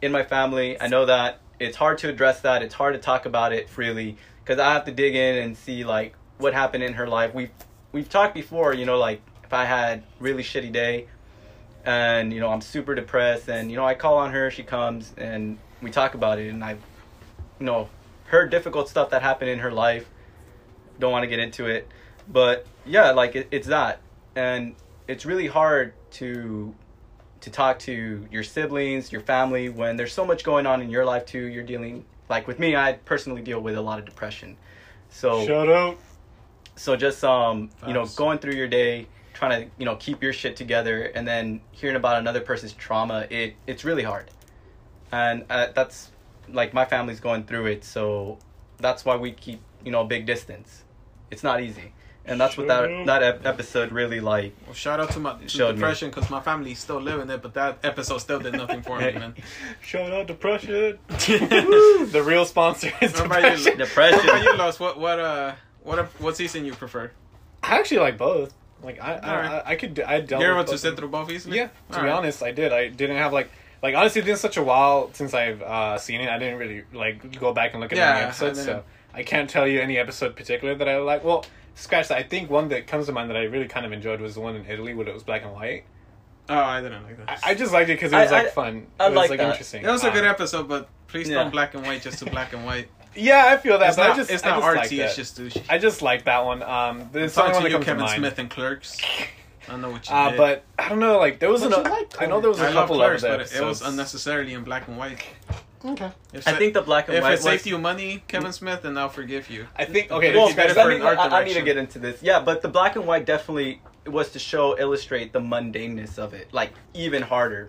in my family. I know that it's hard to address that. It's hard to talk about it freely because I have to dig in and see like what happened in her life. We've we've talked before, you know, like if I had really shitty day and you know I'm super depressed and you know I call on her, she comes and we talk about it and I you know her difficult stuff that happened in her life. Don't want to get into it, but yeah, like it, it's that and it's really hard to to talk to your siblings, your family when there's so much going on in your life too. You're dealing like with me, I personally deal with a lot of depression. So Shut up. so just um you know Facts. going through your day trying to you know keep your shit together and then hearing about another person's trauma it it's really hard and uh, that's like my family's going through it so that's why we keep you know a big distance it's not easy and that's what that Sure. that ep- episode really like well, shout out to my to Showed me. depression because my family's still living it, but that episode still did nothing for me, man. Shout out depression. How the real sponsor is How about you? depression. about you, depression Los? What what uh what ep- what season you prefer? I actually like both. Like I, I, Alright. I, I could, I dealt. You're with able to both sit of through both easily. Yeah, to All be right. honest, I did. I didn't have like like honestly, it's been such a while since I've uh, seen it. I didn't really like go back and look at Yeah, any I episodes, so didn't. I can't tell you any episode in particular that I like. Well, scratch that. I think one that comes to mind that I really kind of enjoyed was the one in Italy where it was black and white. Oh, I didn't like that. I, I just liked it because it I- was like I- fun. I it was like like, that. interesting. It was a Um, good episode, but please Uh, yeah. don't black and white just to black and white. Yeah, I feel that. It's but not I just, it's I not just artsy. like that. it's just douchey. I just like that one. Um, it's the only Talk one that to you, comes Kevin to mind. Smith and Clerks. I know what you Uh, did. but I don't know. Like there was But an, you liked I know there was a I love couple Clerks, of but them. it was unnecessarily in black and white. Okay. If I sa- think the black and if white it saved was- you money, Kevin Smith, then I'll forgive you. I think okay. It'd Well, be better let for me- an art I, I need to direction. get into this. Yeah, but the black and white definitely was to show, illustrate the mundaneness of it, like even harder.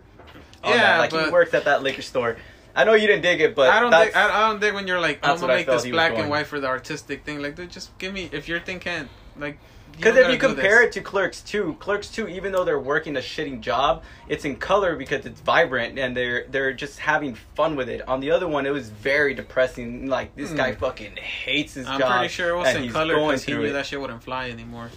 on that. Yeah, like but- he worked at that liquor store. I know you didn't dig it, but I don't that's, think I, I don't think when you're like I'm that's gonna what I make felt this he was black and going. white for the artistic thing. Like, dude, just give me if your thing can't like. Because if you compare it to Clerks 2, Clerks 2, even though they're working a shitting job, it's in color because it's vibrant and they're they're just having fun with it. On the other one, it was very depressing. Like this guy fucking hates his Hmm. I'm job. pretty sure it was and in he's color going because he through knew it. that shit wouldn't fly anymore.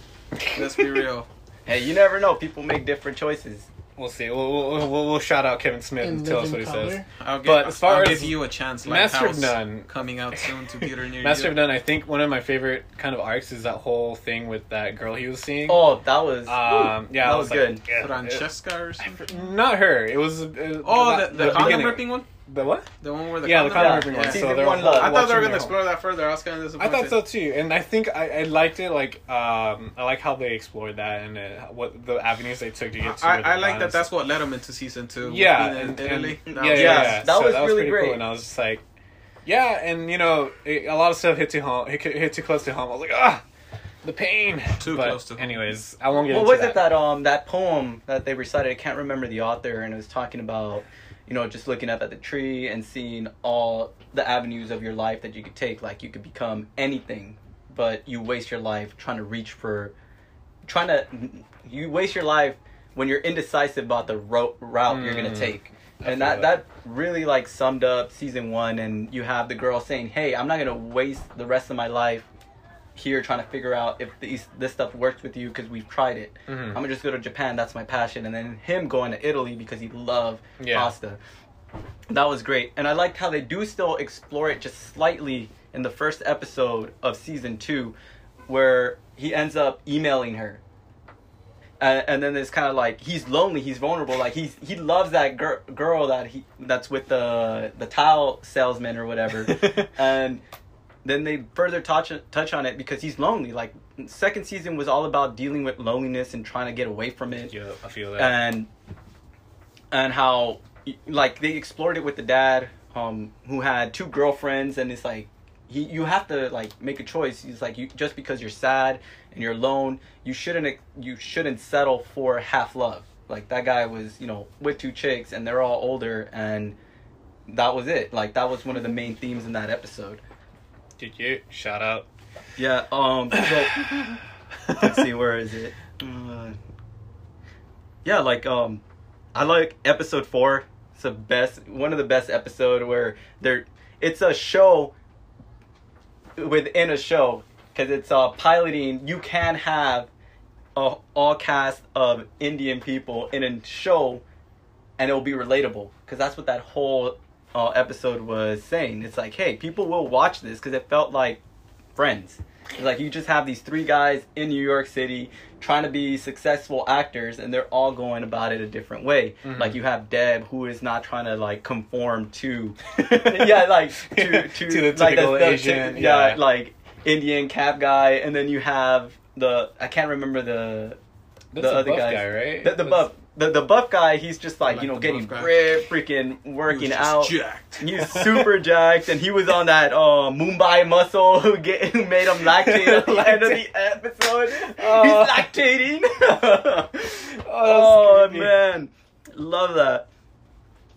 Let's be real. Hey, you never know. People make different choices. We'll see. We'll we'll, we'll, we'll shout out Kevin Smith and, And tell us live what in he says. color. I'll, give, But as far I'll as give you a chance. Master of Lighthouse None. coming out soon to theater near Master you. of None. I think one of my favorite kind of arcs is that whole thing with that girl he was seeing. Oh, that was um, yeah, that I was like, good. yeah, Francesca or something. it- not her. It was. It was Oh, that- the, the, condom beginning. ripping one. The what? The one where the yeah, the condom. condom ripping Yeah. one. Yeah. So Season they're one all love. I thought they were watching gonna their explore that further. I was kind of I disappointed. thought so too, and I think I, I liked it. Like um, I like how they explored that and uh, what the avenues they took to get to. I, it I and like that. honest. That's what led him into season two. with yeah, being in and, Italy. and- That yeah, yeah, was- yeah, That was really pretty great. Cool, and I was just like, yeah, and you know, it, a lot of stuff hit too home, hit, hit too close to home. I was like, ah, the pain. Too But close to home. Anyways, I won't get What into was it that um that poem that they recited? I can't remember the author, and it was talking about you know just looking up at the tree and seeing all the avenues of your life that you could take. Like you could become anything, but you waste your life trying to reach for, trying to you waste your life when you're indecisive about the ro- route you're gonna Mm. take. I And feel that, that. that really like summed up season one, and you have the girl saying, "Hey, I'm not gonna waste the rest of my life here trying to figure out if these this stuff works with you because we've tried it. Mhm. I'm gonna just go to Japan. That's my passion. And then him going to Italy because he loved Yeah. pasta. That was great. And I liked how they do still explore it just slightly in the first episode of season two, where he ends up emailing her. And, and then it's kind of like he's lonely, he's vulnerable, like he's he loves that girl girl that he that's with the the towel salesman or whatever, and then they further touch touch on it because he's lonely. Like second season was all about dealing with loneliness and trying to get away from it, Yeah, I feel that. and and how like they explored it with the dad, um, who had two girlfriends, and it's like he you have to like make a choice. He's like you just because you're sad and you're alone, you shouldn't you shouldn't settle for half love. Like that guy was you know with two chicks and they're all older and that was it. Like that was one of the main themes in that episode. Did you shout out? Yeah. Um. So let's see. Where is it? Uh, yeah. Like um, I like episode four. It's the best. One of the best episode where they're. It's a show within a show because it's uh piloting. You can have a all cast of Indian people in a show, and it'll be relatable because that's what that whole. Uh, episode was saying it's like hey people will watch this because it felt like friends. It's like you just have these three guys in New York City trying to be successful actors, and they're all going about it a different way. Mhm. Like you have Deb, who is not trying to like conform to, yeah, like to to, To the like, typical the- the- Asian, yeah. yeah. like Indian cab guy, and then you have the I can't remember the That's the a other buff guys. guy, right? the, the That's- buff the, the buff guy. He's just like, like you know the getting buff guy. ripped, freaking working out. Jacked. He's super jacked, and he was on that uh, Mumbai muscle who, get, who made him lactate at the end of the episode. Oh. He's Uh. lactating. Oh, oh that's creepy. man, love that.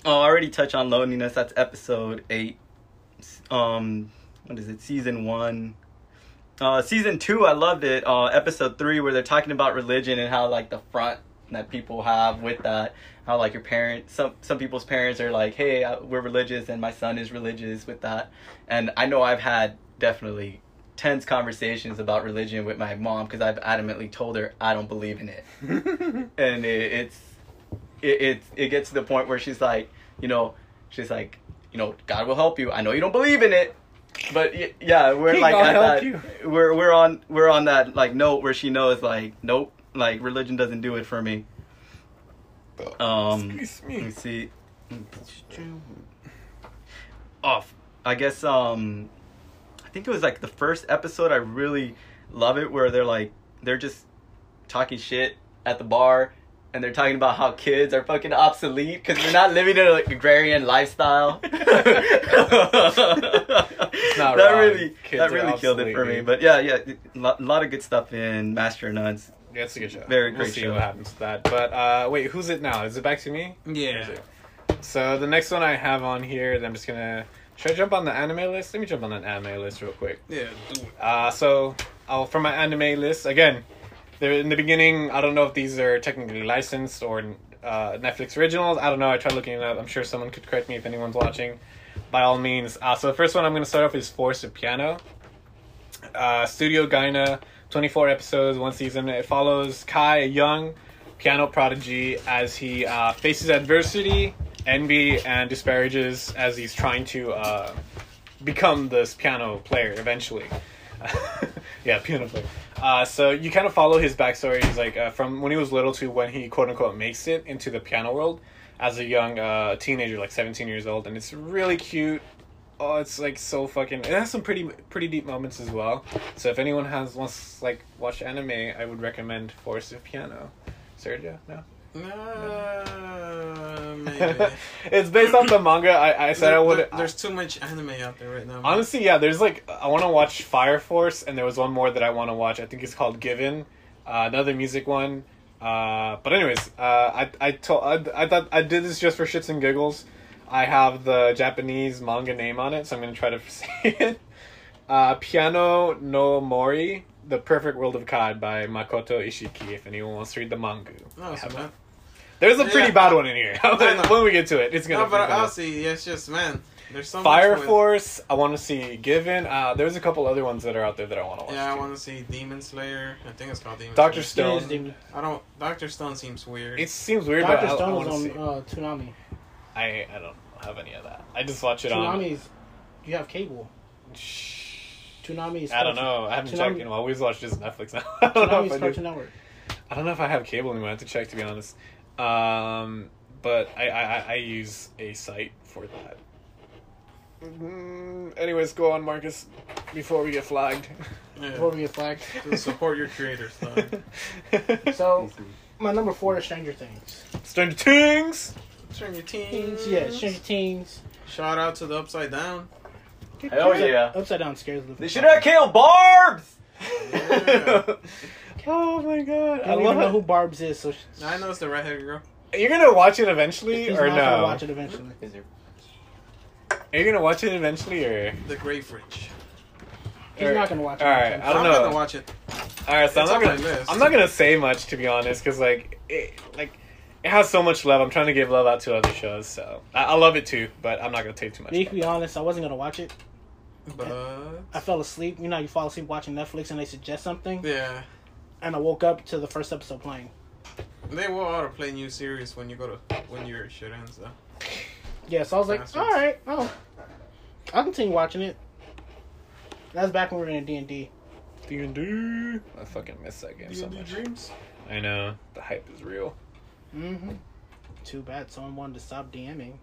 Oh, I already touched on loneliness. That's episode eight. S- Um, what is it? Season one. Uh, season two, I loved it. Uh, episode three, where they're talking about religion and how like the front that people have with that, how like your parents, some some people's parents are like, hey, I, we're religious, and my son is religious with that, and I know I've had definitely tense conversations about religion with my mom because I've adamantly told her I don't believe in it, and it, it's it, it it gets to the point where she's like, you know, she's like, you know, God will help you. I know you don't believe in it, but y- yeah, we're He like gonna at help that, you. we're we're on we're on that like note where she knows like nope, like religion doesn't do it for me. Oh, Um, Excuse let me. me see. Off. I guess um I think it was like the first episode I really love it where they're like they're just talking shit at the bar and they're talking about how kids are fucking obsolete because they're not living an agrarian lifestyle. that wrong. really, Kids that are really killed it obsolete, for me. dude. But yeah, yeah, a lot, lot of good stuff in Master of Nuns. Yeah, it's a good show. Very we'll great see show. what happens to that. But uh, wait, who's it now? Is it back to me? Yeah. Is it- So the next one I have on here, that I'm just gonna. Should I jump on the anime list? Let me jump on that anime list real quick. Yeah, do it. Uh, so, I'll, from my anime list, again, they're in the beginning, I don't know if these are technically licensed or uh, Netflix originals. I don't know. I tried looking it up. I'm sure someone could correct me if anyone's watching. By all means. Uh, so, the first one I'm going to start off is Force of Piano. Uh, Studio Gaina, 24 episodes, one season. It follows Kai, a young piano prodigy, as he uh, faces adversity, envy, and disparages as he's trying to uh, become this piano player eventually. yeah, piano player. Uh, so you kind of follow his backstory. He's like uh, from when he was little to when he quote unquote makes it into the piano world as a young uh, teenager, like seventeen years old, and it's really cute. Oh, it's like so fucking. It has some pretty pretty deep moments as well. So if anyone has wants like watch anime, I would recommend Force of Piano. Sergio, no. Uh, maybe. it's based off the manga. I, I said There- I would. there- there's too much anime out there right now. man. Honestly, yeah, there's like I want to watch Fire Force, and there was one more that I want to watch. I think it's called Given, uh, another music one. Uh, but anyways, uh, I I told I, I thought I did this just for shits and giggles. I have the Japanese manga name on it, so I'm gonna try to say it. Uh, Piano no Mori, The Perfect World of Kai by Makoto Ishiki. If anyone wants to read the manga, No, so man. there's a pretty Yeah. bad one in here. know. when we get to it, it's gonna. No, be but better. honestly, yes, just man. There's so Fire much with- Force. I want to see Given. Uh, there's a couple other ones that are out there that I want to watch. Yeah, I too. want to see Demon Slayer. I think it's called Demon. Doctor Slayer. Stone. I don't. Doctor Stone seems weird. It seems weird, but Doctor I- I, Stone want to was see. on uh, Toonami. I I don't have any of that. I just watch it on. Toonami's. You have cable. Shh. Toonami is. I don't Cartoon- know. I haven't Toonami- checked in a while. We just watch just Netflix now. I don't know Toonami if I is do. Cartoon Network. I don't know if I have cable anymore. I have to check to be honest. Um, but I, I, I- I use a site for that. Mm, anyways, go on, Marcus, before we get flagged. Before Yeah. we get flagged. To support your creators, though. So my number four is Stranger Things. Stranger Things. Turn your Things, teams. yeah, Stranger Things. Shout out to the Upside Down. Hell Upside- yeah. Upside down scares the. They should have killed Barb's. Yeah. Oh my god! I I don't even love know it. who Barb's is, so I know it's the redheaded girl. You're gonna watch it eventually, he's or not gonna no? watch it eventually. Are you gonna watch it eventually, or? The Grey Fridge. He's or- not gonna watch it. All right, eventually. I don't am know. gonna watch it. All right, so I'm not It's on my gonna. list. I'm not gonna say much to be honest, because like, it, like, it has so much love. I'm trying to give love out to other shows, so I, I love it too. But I'm not gonna take too much. Me, to from it. be honest, I wasn't gonna watch it. But I fell asleep. You know, you fall asleep watching Netflix and they suggest something, yeah, and I woke up to the first episode playing. they will auto play new series when you go to when your shit ends though. Yeah, so I was like, Bastards. all right, oh, I'll continue watching it. That's back when we were in D and D. D&D. I fucking miss that game so D&D much. dreams. I know the hype is real. Mm-hmm. Too bad someone wanted to stop DMing.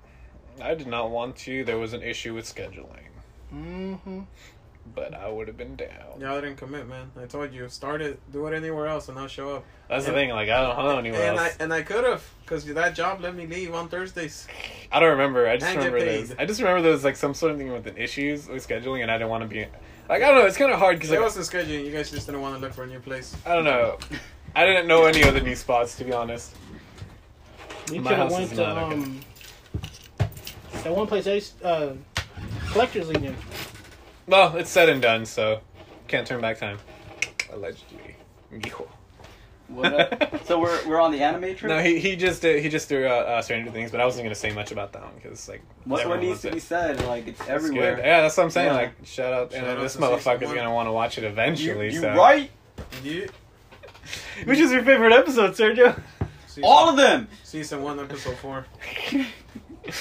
I did not want to. There was an issue with scheduling, Mm-hmm. but I would have been down. Y'all didn't commit, man. I told you, start it, do it anywhere else, and I'll show up. That's the thing. Like I don't know anywhere and else. I and I could have, cause that job let me leave on Thursdays. I don't remember. I just And get remember paid. those. I just remember there was like some sort of thing with an issues with scheduling, and I didn't want to be. Like I don't know. It's kind of hard because It like, wasn't scheduling. You guys just didn't want to look for a new place. I don't know. I didn't know any other new spots to be honest. We My could have house went is to not, okay. um, that one place I used, uh, collectors legion. Well, it's said and done, so can't turn back time. Allegedly. Yeehaw. What up? so we're we're on the anime trip. No, he, he just did, he just threw out uh, Stranger Things, but I wasn't gonna say much about that one because like what, what everyone needs loves to it. be said? Like it's It's good. everywhere. Yeah, that's what I'm saying. Yeah. Like, shout out, Shout and out this to season motherfucker's one. gonna want to watch it You, eventually. you so. right? You Which is your favorite episode, Sergio? season, All of them. season one, episode four.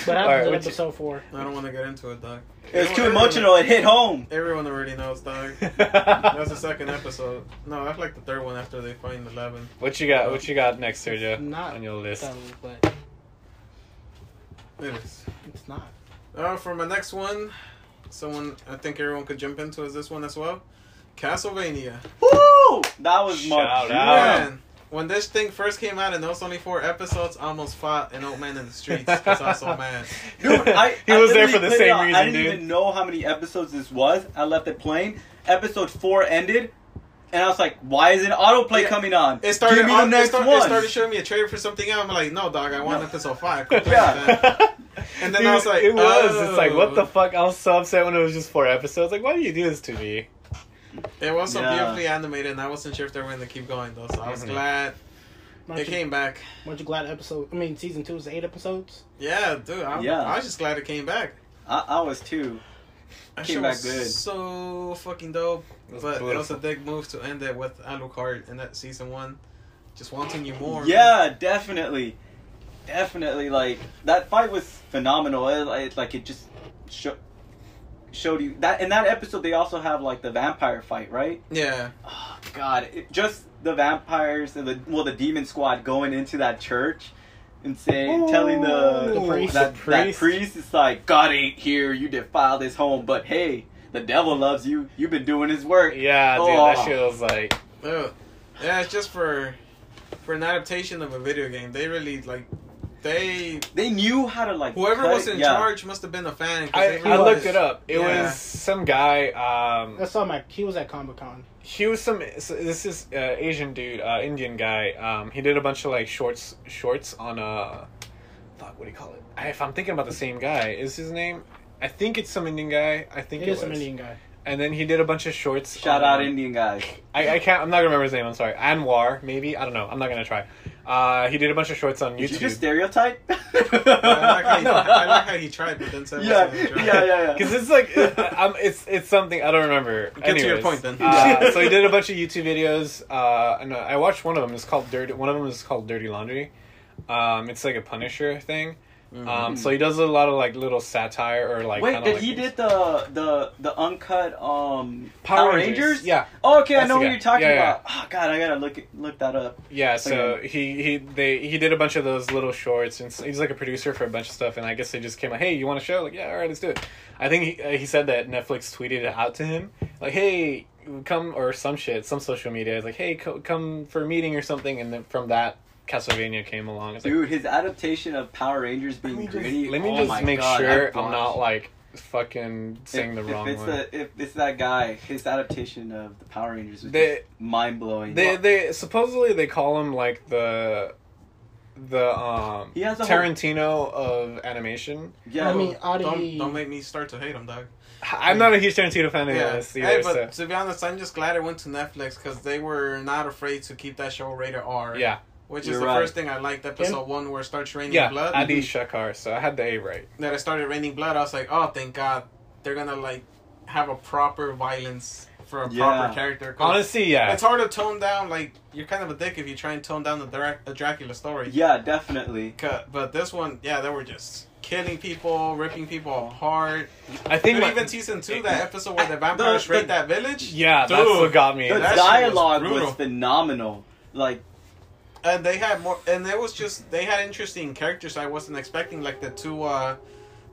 But All right, happens in which- episode four. I don't want to get into it, dog. It was too Everyone- emotional. It hit home. Everyone already knows, dog. That was the second episode. No, that's like the third one after they find the eleven. What you got? What you got next, Sergio? It's not on your list. So, but It is. it's not. Uh, for my next one, someone I think everyone could jump into is this one as well. Castlevania. Woo! That was Shout my out. Man, when this thing first came out and there was only four episodes, I almost fought an old man in the streets because I was so mad. Dude, I, He I was there literally for the put it same on. reason, I didn't dude. even know how many episodes this was. I left it playing. Episode four ended, and I was like, "Why is an autoplay Yeah. coming on? It started. Give me on- the next it, start- it one." started showing me a trailer for something else. I'm like, no, dog, I want No. episode five. Quit playing with that. and And then I was like, it was. It's like, oh. what the fuck? I was so upset when it was just four episodes. Like, why do you do this to me? It was so Yeah. Mm-hmm. beautifully animated, and I wasn't sure if they were going to keep going though. So I was Mhm. glad Aren't it you- came back. Weren't you glad episode? I mean, season two is eight episodes. Yeah, dude. i Yeah. I was just glad it came back. I, I was too. That Came shit back was good. So fucking dope. It was but it was a beautiful. big move to end it with Alucard in that season one, just wanting you more. Yeah, definitely, definitely. Like that fight was phenomenal. It, it- like it just sho- showed you that in that episode. They also have like the vampire fight, right? Yeah. Oh God! It, just the vampires and the well, the demon squad going into that church and saying, Ooh, telling the, the priest. that, The that priest. priest is like, God ain't here. You defile this home, but hey, the devil loves you. You've been doing his work. Yeah, dude, Oh. that shit was like, Ugh. Yeah, it's just for for an adaptation of a video game. They really like they They knew how to like whoever cut- was in yeah. charge must have been a fan. 'cause I, they I really looked just- it up. It Yeah. was some guy. Um, I saw my. He was at Comic Con. he was some so this is uh, asian dude uh indian guy um he did a bunch of like shorts shorts on uh fuck what do you call it I, if i'm thinking about the same guy is his name i think it's some indian guy i think It it, is was some Indian guy. and then he did a bunch of shorts Shout on- out Um, Indian guys. I, I can't i'm not gonna remember his name i'm sorry anwar maybe i don't know i'm not gonna try uh he did a bunch of shorts on Did you youtube just stereotype? I like, how he, No. I like how he tried, but then said, yeah, wasn't yeah, gonna try. yeah, yeah. Because it's like i it's it's something I don't remember. Get to your Anyways, point, then. uh, so he did a bunch of YouTube videos, uh, and uh, I watched one of them. It's called Dirty. One of them is called Dirty Laundry. Um, it's like a Punisher thing. Mm-hmm. Um, so he does a lot of like little satire or like Wait, kinda, did like, he did the the the uncut um Power Rangers. Yeah, Oh, okay, I That's know the what guy. you're talking Yeah, yeah. about. Oh God, I gotta look it- look that up. yeah. So Okay. he he they he did a bunch of those little shorts, and s- he's like a producer for a bunch of stuff. And I guess they just came out, hey, you want a show? Like, yeah, all right, let's do it. I think he, uh, he said that Netflix tweeted it out to him, like, hey, come or some shit, some social media is like, hey, co- come for a meeting or something, and then from that, Castlevania came along. It's like, Dude, his adaptation of Power Rangers being let me just, gritty. let me oh just my make God, sure I've I'm not watched- like fucking saying if, the wrong if it's one. The, if it's that guy, his adaptation of the Power Rangers was They- mind blowing. They they supposedly they call him like the the um He has a whole- Tarantino of animation. yeah, I mean, Adi. Don't, don't make me start to hate him, dog. I'm not a huge Tarantino fan of Yeah. this either. Hey, but so. to be honest, I'm just glad it went to Netflix because they were not afraid to keep that show rated R. Yeah, Which You're is the right. first thing I liked, episode one where it starts raining yeah, blood. Mm-hmm. Adi Shakar. So I had the A right. That it started raining blood, I was like, oh, thank God, they're gonna like have a proper violence for a Yeah. proper character. 'Cause Honestly, yeah. it's hard to tone down. Like you're kind of a dick if you try and tone down the, Drac- the Dracula story. yeah, definitely. Ca- But this one, yeah, they were just killing people, ripping people apart. I Dude, think my- even season two, that episode where the vampires the- raid that village. yeah, Dude. that's what got me. The that shit was dialogue was, brutal. phenomenal. Like, and they had more and it was just they had interesting characters i wasn't expecting like the two uh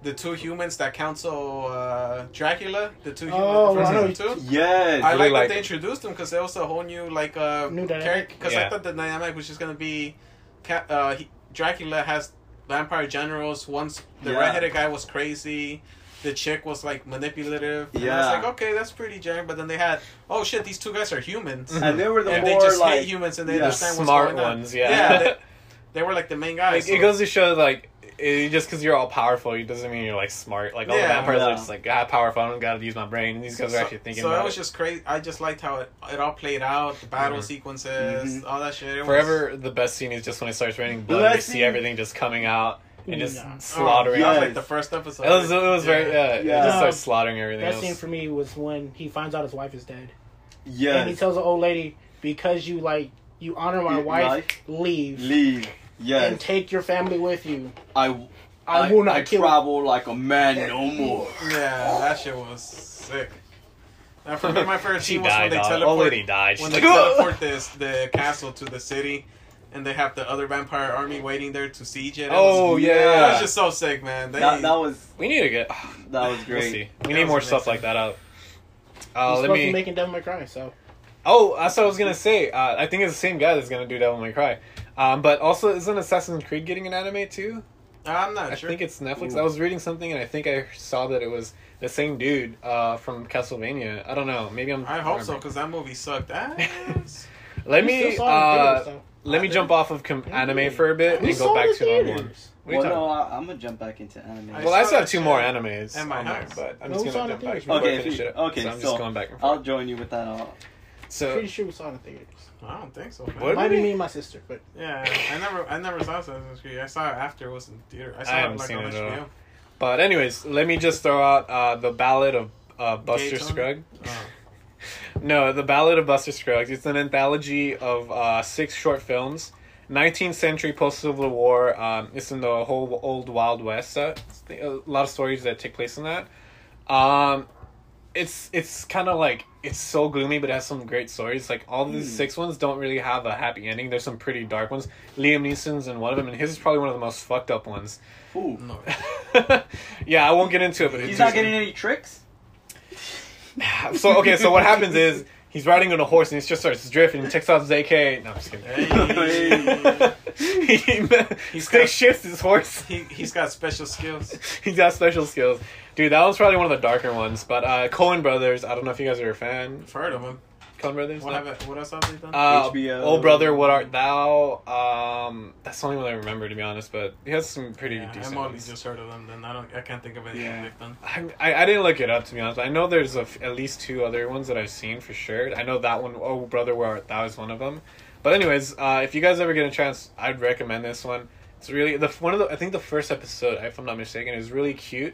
the two humans that counsel uh dracula the two humans Oh, from I know. season two yes, I really like, like- that they introduced them because there was a whole new like uh New dynamic. because I Yeah. thought the dynamic was just gonna be, ca- uh, he, Dracula has vampire generals. Once the Yeah. redheaded guy was crazy, the chick was like manipulative. And I Yeah. was like okay, that's pretty jam. But then they had oh shit, these two guys are humans, Mhm. and they were the and more they just like hate humans and they yeah. understand what's smart going on. ones. Yeah, Yeah, they- They were like the main guys. Like, it goes to show like it, just because you're all powerful, it doesn't mean you're like smart. Like all Yeah. the vampires Yeah. are just like ah, powerful. I don't gotta use my brain. And these guys are actually thinking So it about was it. just crazy. I just liked how it, it all played out, the battle Mhm. sequences, all that shit. It was- Forever, the best scene is just when it starts raining blood. and You Blessing. see everything just coming out and just Nah. Oh, slaughtering. that was yeah. like the first episode. It was it was very yeah. It Yeah. just starts slaughtering everything That else. scene for me was when he finds out his wife is dead, and he yes, tells the old lady, "Because you like you honor my You- wife, life? leave, leave. and Yes, take your family with you. I, I, will not I kill." travel like a man no more. Yeah, that shit was sick. Now for me, my favorite she scene was when died. they dog. Old lady teleport died. when She's they like, teleport this the castle to the city, and they have the other vampire army waiting there to siege it. It was, oh that yeah. was just so sick, man. They, That, that was we need to get. that was We'll great. see. We That need was more stuff amazing. like that out. He's Uh, let supposed me. to be making Devil May Cry, so Oh, that's what I was gonna say. Uh, I think it's the same guy that's gonna do Devil May Cry. Um, but also, isn't Assassin's Creed getting an anime too? I'm not I sure. think it's Netflix. I was reading something and I think I saw that it was the same dude uh, from Castlevania. I don't know. Maybe I'm. I hope so because that movie sucked ass. Let You still me saw it in uh, theaters, let me I jump off of com- Yeah, anime yeah. for a bit though. You and saw go it back in to another one. theaters. What are you well, no, talking- I, I'm gonna jump back into anime. I Well, I saw still have that two more shit animes at my on there, house. but I'm No, just we saw gonna it in jump back theaters. before Okay, I if finish you- it. okay, so I'm so just going back and forth. I'll join you with that. Uh, So Pretty sure we saw it in theaters. I don't think so. man. What? Did Might be we? me and my sister, but Yeah, I never, I never saw Assassin's Creed. I saw it after it was in theater. I saw haven't it like seen on it at HBO. all. but anyways, let me just throw out uh, the Ballad of uh, Buster Gates on- Scruggs. Oh. No, The Ballad of Buster Scruggs. It's an anthology of uh, six short films. 19th century post Civil War. Um, it's in the whole old Wild West. Uh, it's the- a lot of stories that take place in that. Um, it's it's kind of like it's so gloomy, but it has some great stories. Like all these Hmm. six ones don't really have a happy ending. There's some pretty dark ones. Liam Neeson's in one of them, and his is probably one of the most fucked up ones. ooh, No. yeah, I won't get into it, but he's it's not getting any tricks. so okay, so what happens is he's riding on a horse and he just starts drifting. He takes off his AK. No, I'm just Hey. kidding. he he He's stick got- shifts his horse. He he's got special skills. He's got special skills, dude. That was probably one of the darker ones. But uh, Cohen Brothers. I don't know if you guys are a fan. I've heard of him. Cohen Brothers. What No? have I- what else have they done? Uh, HBO. Oh brother, what art thou? Um, that's the only one I remember to be honest. But he has some pretty Yeah, decent. I'm only ones. just heard of them. Then I don't, I can't think of anything Yeah. they've done. I, I I didn't look it up to be honest. I know there's a f at least two other ones that I've seen for sure. I know that one, Oh Brother Where Art Thou is one of them. But anyways, uh, if you guys ever get a chance, I'd recommend this one. It's really the f- one of the I think the first episode, if I'm not mistaken, is really cute,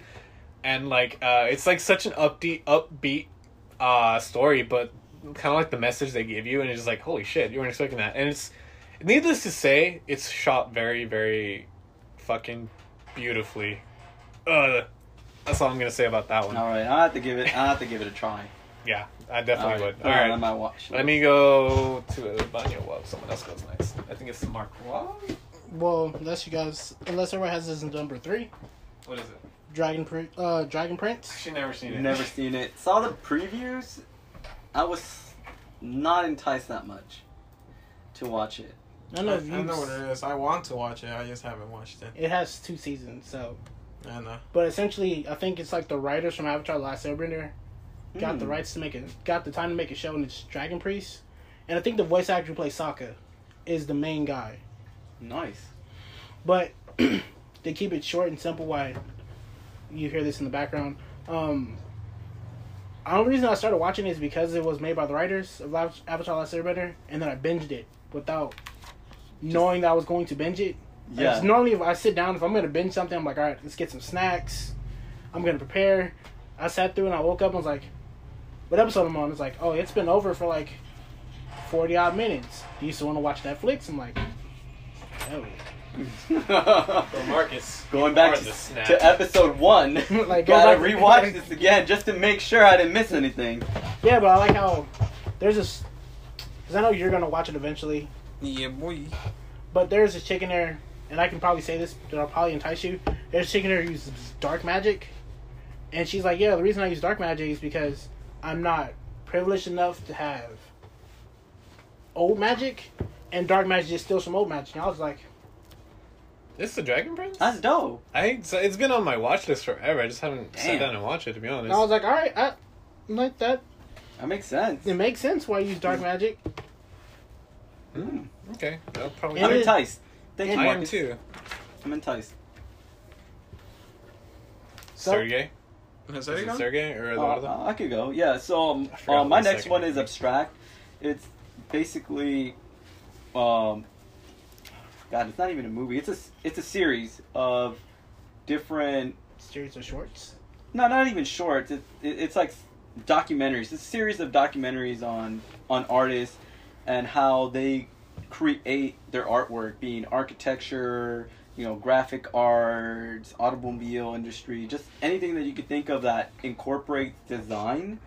and like uh, it's like such an upbeat upbeat uh, story, but kind of like the message they give you, and it's just like holy shit, you weren't expecting that. And it's needless to say, it's shot very very fucking beautifully. Ugh. That's all I'm gonna say about that All one. right, I have to give it. I have to give it a try. Yeah, I All definitely right, would. All right, on my watch. let me go to Vanya Wub. Someone else goes next. I think it's Mark Wub. well, unless you guys, unless everyone has this in number three, What is it? Dragon Prince, uh, Dragon Prince. She never seen it. Never seen it. Saw the previews. I was not enticed that much to watch it. I I, know I if you. know what it is. I want to watch it. I just haven't watched it. uh, It has two seasons, so. I know. But essentially, I think it's like the writers from Avatar: The Last Airbender got the Hmm. rights to make it, got the time to make a show, and it's Dragon Priest. And I think the voice actor who plays Sokka is the main guy. Nice. But they keep it short and simple. Why you hear this in the background? Um, the only reason I started watching it is because it was made by the writers of Av- Avatar: The Last Airbender, and then I binged it without knowing that I was going to binge it. Like, Yeah. it's normally, if I sit down, if I'm gonna binge something, I'm like, all right, let's get some snacks. I'm gonna prepare. I sat through and I woke up and was like, what episode am I on? It's like, oh, it's been over for like forty odd minutes. Do you still want to watch Netflix? I'm like, no. Marcus. Going back Or to, the snap. to episode one, Like, go gotta back- rewatch this again just to make sure I didn't miss anything. Yeah, but I like how there's this. Cause I know you're gonna watch it eventually, Yeah, boy. but there's this chick in there, and I can probably say this, that'll probably entice you. There's a chick in there who uses dark magic, and she's like, "Yeah, the reason I use dark magic is because I'm not privileged enough to have old magic, and dark magic is still some old magic." And I was like, This is the Dragon Prince. That's dope. I so it's been on my watch list forever. I just haven't sat Damn. down and watched it to be honest. and "I was like, all right, I I'm like that. That makes sense. It makes sense why you use dark magic." Hmm, okay, I'll probably. I'm it- enticed. Thank you, I am Marcus. too. I'm enticed. So- Sergey. Is that Is it it? Sergey or Uh, Eduardo? uh, I could go. Yeah. So um, I forgot uh, my what the next second one one is was. abstract. It's basically, um, God, it's not even a movie. It's a s- it's a series of different. Series of shorts. No, not even shorts. It, it, it's like documentaries. It's a series of documentaries on on artists and how they create their artwork, being architecture, you know, graphic arts, automobile industry, just anything that you could think of that incorporates design.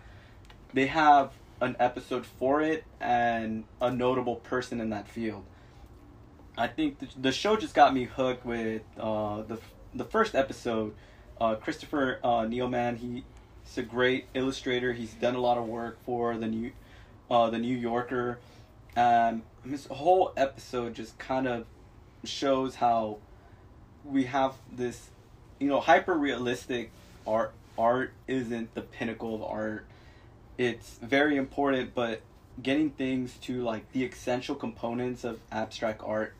They have an episode for it and a notable person in that field. I think the, the show just got me hooked with uh, the the first episode. Uh, Christopher uh, Nealman, he, he's a great illustrator. He's done a lot of work for the new uh, the New Yorker. Um, this whole episode just kind of shows how we have this, you know, hyper realistic art. Art isn't the pinnacle of art. It's very important, but getting things to like the essential components of abstract art,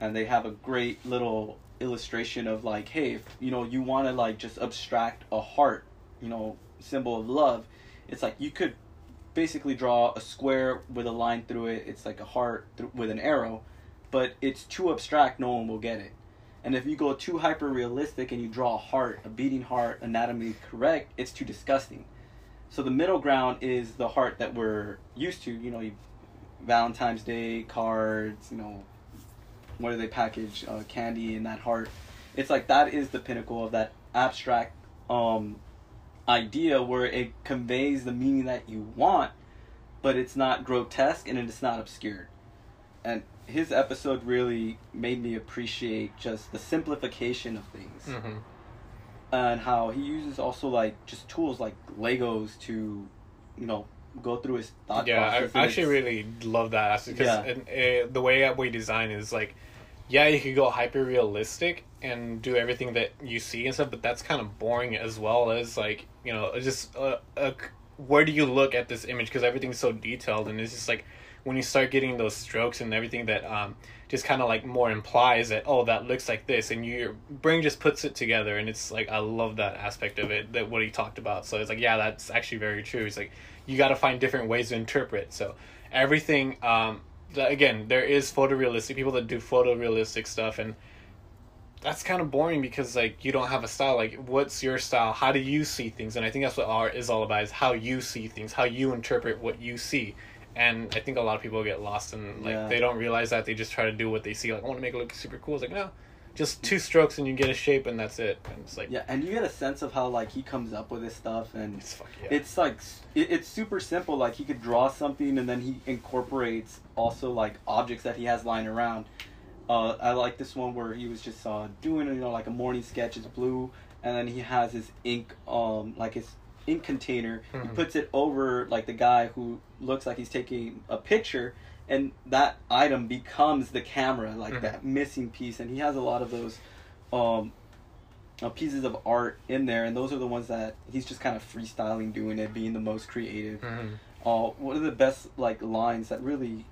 and they have a great little illustration of like, hey, if, you know, you want to like just abstract a heart, you know, symbol of love. It's like you could basically draw a square with a line through it. It's like a heart th- with an arrow, but it's too abstract. No one will get it. And if you go too hyper realistic and you draw a heart, a beating heart, anatomy correct, it's too disgusting. So the middle ground is the heart that we're used to. You know, you, Valentine's Day cards. You know, what do they package? Uh, candy in that heart. It's like that is the pinnacle of that abstract um, idea where it conveys the meaning that you want, but it's not grotesque and it's not obscured. And his episode really made me appreciate just the simplification of things hmm and how he uses also like just tools like Legos to, you know, go through his thought yeah, process. I and actually it's- really love that aspect because Yeah. the way that we design is like, yeah, you could go hyper realistic and do everything that you see and stuff, but that's kind of boring as well as like you know it's just uh, uh, where do you look at this image because everything's so detailed and it's just like when you start getting those strokes and everything that um just kind of like more implies that oh that looks like this and your brain just puts it together and it's like I love that aspect of it that what he talked about so it's like yeah that's actually very true it's like you got to find different ways to interpret. So everything, um, the- again, there is photorealistic people that do photorealistic stuff, and that's kind of boring because like you don't have a style. Like, what's your style? How do you see things? And I think that's what art is all about: is how you see things, how you interpret what you see. And I think a lot of people get lost and like Yeah. they don't realize that they just try to do what they see. Like, I want to make it look super cool. It's like no, just two strokes and you get a shape and that's it. And it's like Yeah, and you get a sense of how like he comes up with this stuff and it's fucking yeah. it's like s- it, it's super simple like he could draw something and then he incorporates also like objects that he has lying around uh, i like this one where he was just uh, doing you know like a morning sketch it's blue and then he has his ink um like his ink container he Mhm. puts it over like the guy who looks like he's taking a picture and that item becomes the camera like Mhm. that missing piece and he has a lot of those um uh, pieces of art in there, and those are the ones that he's just kind of freestyling, doing it, being the most creative. Mhm. Uh, one of the best like lines that really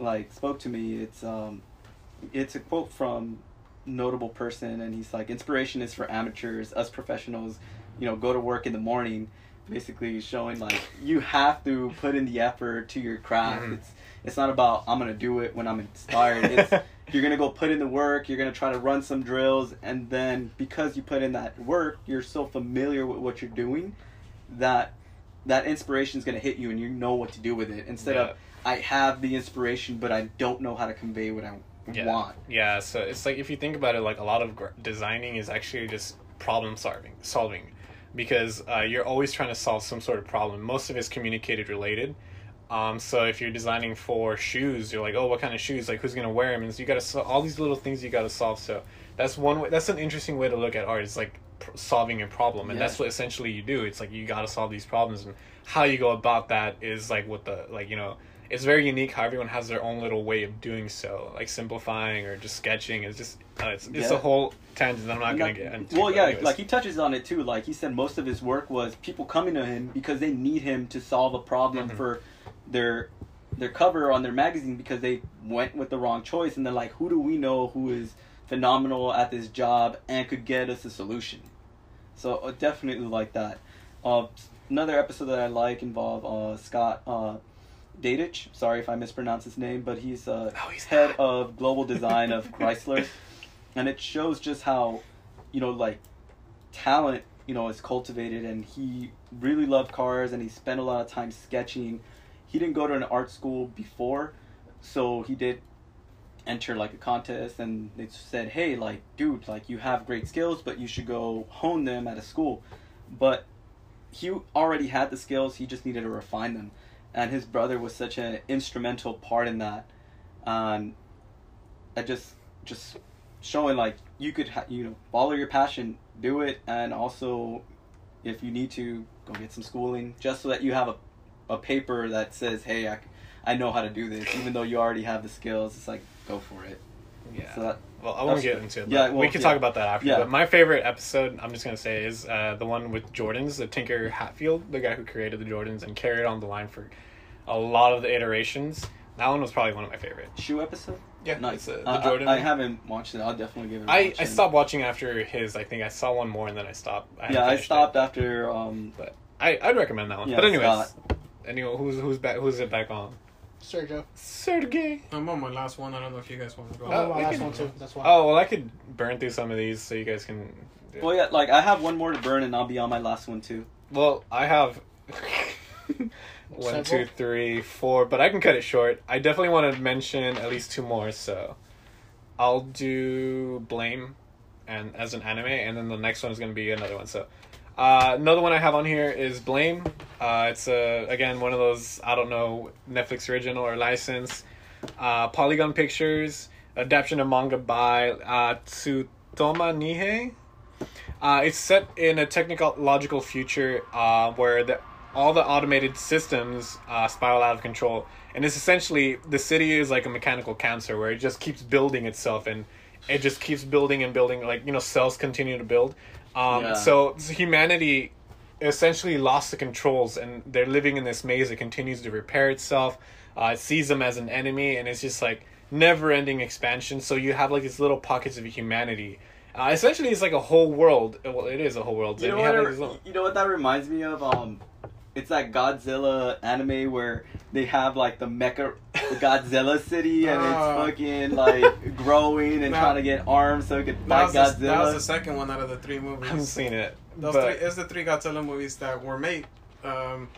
like spoke to me. It's um, it's a quote from notable person, and he's like, "Inspiration is for amateurs. Us professionals, you know, go to work in the morning." Basically, showing like you have to put in the effort to your craft. Mhm. It's it's not about I'm gonna do it when I'm inspired. It's you're gonna go put in the work you're gonna try to run some drills and then because you put in that work you're so familiar with what you're doing that that inspiration is gonna hit you and you know what to do with it instead Yeah. of i have the inspiration but i don't know how to convey what i Yeah. want Yeah, so it's like if you think about it, like a lot of gr- designing is actually just problem solving, solving, because uh, you're always trying to solve some sort of problem. Most of it's communicated related. Um, so if you're designing for shoes, you're like, oh, what kind of shoes? Like, who's gonna wear them? And so you gotta so- all these little things you gotta solve. So that's one way. That's an interesting way to look at art. It's like pr- solving a problem, and Yeah. that's what essentially you do. It's like you gotta solve these problems, and how you go about that is like what the like you know it's very unique how everyone has their own little way of doing so, like simplifying or just sketching. It's just uh, it's, it's Yeah. a whole tangent. I'm not And gonna that- get into. well but yeah anyways. like he touches on it too like he said most of his work was people coming to him because they need him to solve a problem Mhm. for their their cover on their magazine because they went with the wrong choice and they're like who do we know who is phenomenal at this job and could get us a solution so uh, definitely like that uh, another episode that i like involve uh, scott uh, Dadich, sorry if I mispronounce his name, but he's uh, No, he's head not. of global design of Chrysler, and it shows just how, you know, like talent, you know, is cultivated. And he really loved cars, and he spent a lot of time sketching. He didn't go to an art school before, so he did enter like a contest, and they said, "Hey, like, dude, like you have great skills, but you should go hone them at a school." But he already had the skills; he just needed to refine them and his brother was such an instrumental part in that and i just just showing like you could ha- you know follow your passion do it and also if you need to go get some schooling just so that you have a a paper that says, "Hey, I, I know how to do this," even though you already have the skills. It's like go for it. Yeah. So that, well, I won't that's get good. into it. Yeah, Yeah, we well, can yeah. talk about that after. Yeah. But my favorite episode, I'm just gonna say, is uh, the one with Jordans, the Tinker Hatfield, the guy who created the Jordans and carried on the line for a lot of the iterations. That one was probably one of my favorite. shoe episode. Yeah, it's, nice. uh, the I- I- Jordan. I, haven't watched it. I'll definitely give it. a I, watch I and- stopped watching after his. I think I saw one more and then I stopped. haven't Yeah, I finished it. stopped after. Um, I I'd recommend that one. Yeah, but anyways, Scott. anyway, who's who's back? Who's it back on? Sergio. Sergey. I'm on my last one. I don't know if you guys want to go. Oh, Uh, my we last can- one too. That's why. Oh well, I could burn through some of these so you guys can. well, yeah, like I have one more to burn, and I'll be on my last one too. Well, I have one, two, Several? three, four, but I can cut it short. I definitely want to mention at least two more, so I'll do blame, and as an anime, and then the next one is gonna be another one. So uh, another one I have on here is blame. Uh, it's uh again one of those I don't know Netflix original or license. Uh, Polygon Pictures adaptation of manga by uh, Tsutoma Nihei. Uh, it's set in a technological future uh, where the, all the automated systems uh, spiral out of control, and it's essentially the city is like a mechanical cancer where it just keeps building itself, and it just keeps building and building. Like you know, cells continue to build. Um, Yeah. So humanity essentially lost the controls, and they're living in this maze that continues to repair itself. Uh, it sees them as an enemy, and it's just like never-ending expansion. So you have like these little pockets of humanity. Uh, essentially, it's like a whole world. Well, it is a whole world. You know, And you what have, it- like, these little- you know what that reminds me of? Um, it's that Godzilla anime where they have like the mecha the Godzilla city and Ah. it's fucking like growing and Now- trying to get arms so it could That fight was, the, that was the Godzilla. second one out of the three I haven't movies. seen it. Those but- three, it's the three Godzilla movies that were made um,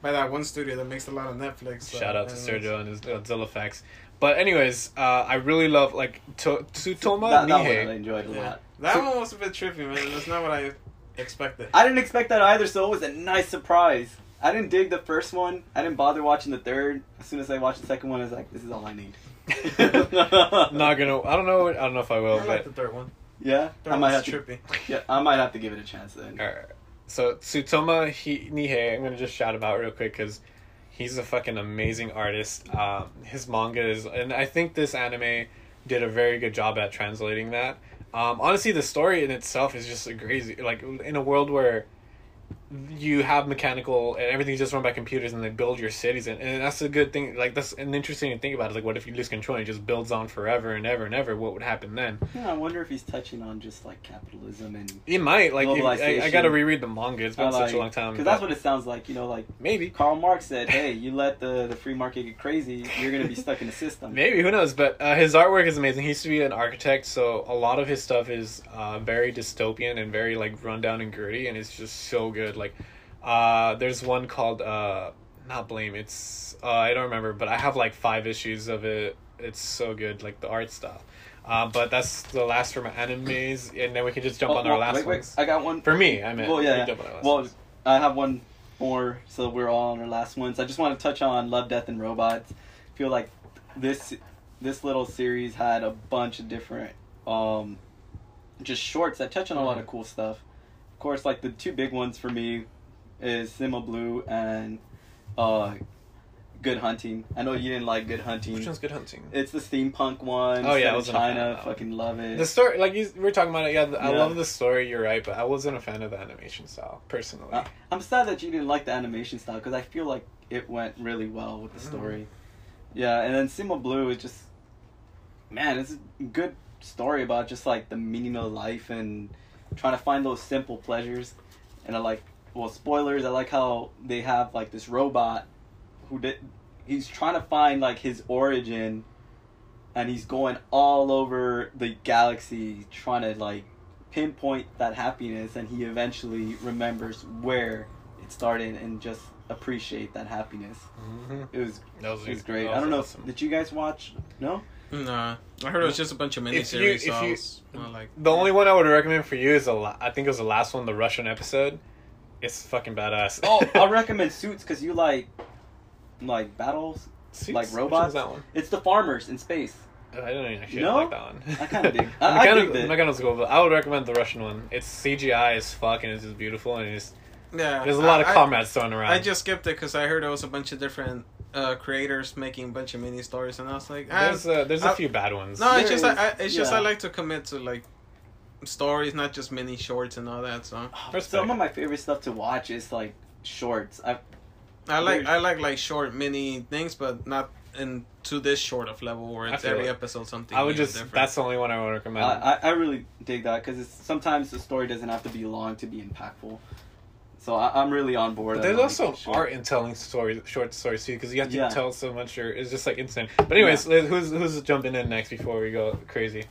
by that one studio that makes a lot of Netflix. uh, Shout out to animes. Sergio and his Godzilla facts. But anyways, uh, I really love like to- Tsutoma that, that one I Nihei. enjoyed a Yeah. lot. That So- one was a bit trippy, man. That's not what I expected. I didn't expect that either, so it was a nice surprise. I didn't dig the first one. I didn't bother watching the third. As soon as I watched the second one, I was like, "This is all I need." Not gonna. I don't know. I don't know if I will. I but like the third one. Yeah, Third I one might was have to. trippy. Yeah, I might have to give it a chance then. Alright. So Tsutoma he, Nihei, I'm gonna just shout him out real quick because he's a fucking amazing artist. Um, his manga is, and I think this anime did a very good job at translating that. Um, honestly, the story in itself is just a crazy. Like in a world where you have mechanical and everything's just run by computers, and they build your cities, and, and that's a good thing. Like that's an interesting thing about it. Like, what if you lose control and it just builds on forever and ever and ever? What would happen then? Yeah, I wonder if he's touching on just like capitalism and It might like if, I, I Globalization. gotta reread the manga. It's been I such like- a long time. Because that's but what it sounds like, you know, like maybe. Karl Marx said, hey, you let the, the free market get crazy, you're going to be stuck in the system. Maybe who knows? But uh, his artwork is amazing. He used to be an architect, so a lot of his stuff is uh, very dystopian and very like rundown and gritty, and it's just so good. Like, uh, there's one called uh, not blame. It's uh, I don't remember, but I have like five issues of it. It's so good, like the art stuff. Uh, but that's the last from animes, and then we can just jump Oh, on our well, last wait, wait, ones. I got one. For me, I meant. Well, we yeah, can yeah. jump on our last Well, ones. I have one more, so we're all on our last ones. I just want to touch on Love, Death, and Robots. I feel like this this little series had a bunch of different um, just shorts that touch on a lot Mm-hmm. of cool stuff. Of course, like the two big ones for me is Sima Blue and uh, Good Hunting. I know you didn't like Good Hunting. which one's good hunting? It's the steampunk one. Oh, yeah, set I in wasn't a fan of China. that one. Fucking love it. The story, like you, we were talking about it, yeah, the, I Yeah. love the story, you're right, but I wasn't a fan of the animation style, personally. Uh, I'm sad that you didn't like the animation style because I feel like it went really well with the story. Yeah, and then Sima Blue is just, man, it's a good story about just like the meaning of life and trying to find those simple pleasures. And I like, well, spoilers. I like how they have like this robot who did. He's trying to find like his origin, and he's going all over the galaxy trying to like pinpoint that happiness and he eventually remembers where it started and just appreciate that happiness. Mhm. It was That was, it was Mm-hmm. great. I don't know if did you guys watch no? Nah, I heard it was just a bunch of If you- miniseries. if so I you- was, uh, like, The only one I would recommend for you is the la- I think it was the last one, the Russian episode. It's fucking badass. Oh, I'll recommend Suits cuz you like like battles. Suits? like Which one's robots? that one? It's the farmers in space. I don't even actually No? like that one. I kinda dig- I- I I, kind dig of that. mechanical cool, but I would recommend the Russian one. It's CGI as fuck and it's just beautiful and it's Yeah, There's a lot I- of I- comrades thrown around. I just skipped it because I heard it was a bunch of different uh, creators making a bunch of mini stories, and I was like, ah, there's a, there's a I- few bad ones. no, it's There just I, I, it's is- just yeah. I like to commit to like stories, not just mini shorts and all that. So Respect. Some of my favorite stuff to watch is like shorts. I I like There's- I like like short mini things, but not in to this short of level where I it's feel every it. episode something. I would new and just different. that's the only one I would recommend. I, I- I really dig that because sometimes the story doesn't have to be long to be impactful. So I, I'm really on board. but on, there's like, also short- art in telling stories, short stories too, because you have to Yeah. tell so much. Or it's just like instant. But anyways, let- who's who's jumping in next before we go crazy?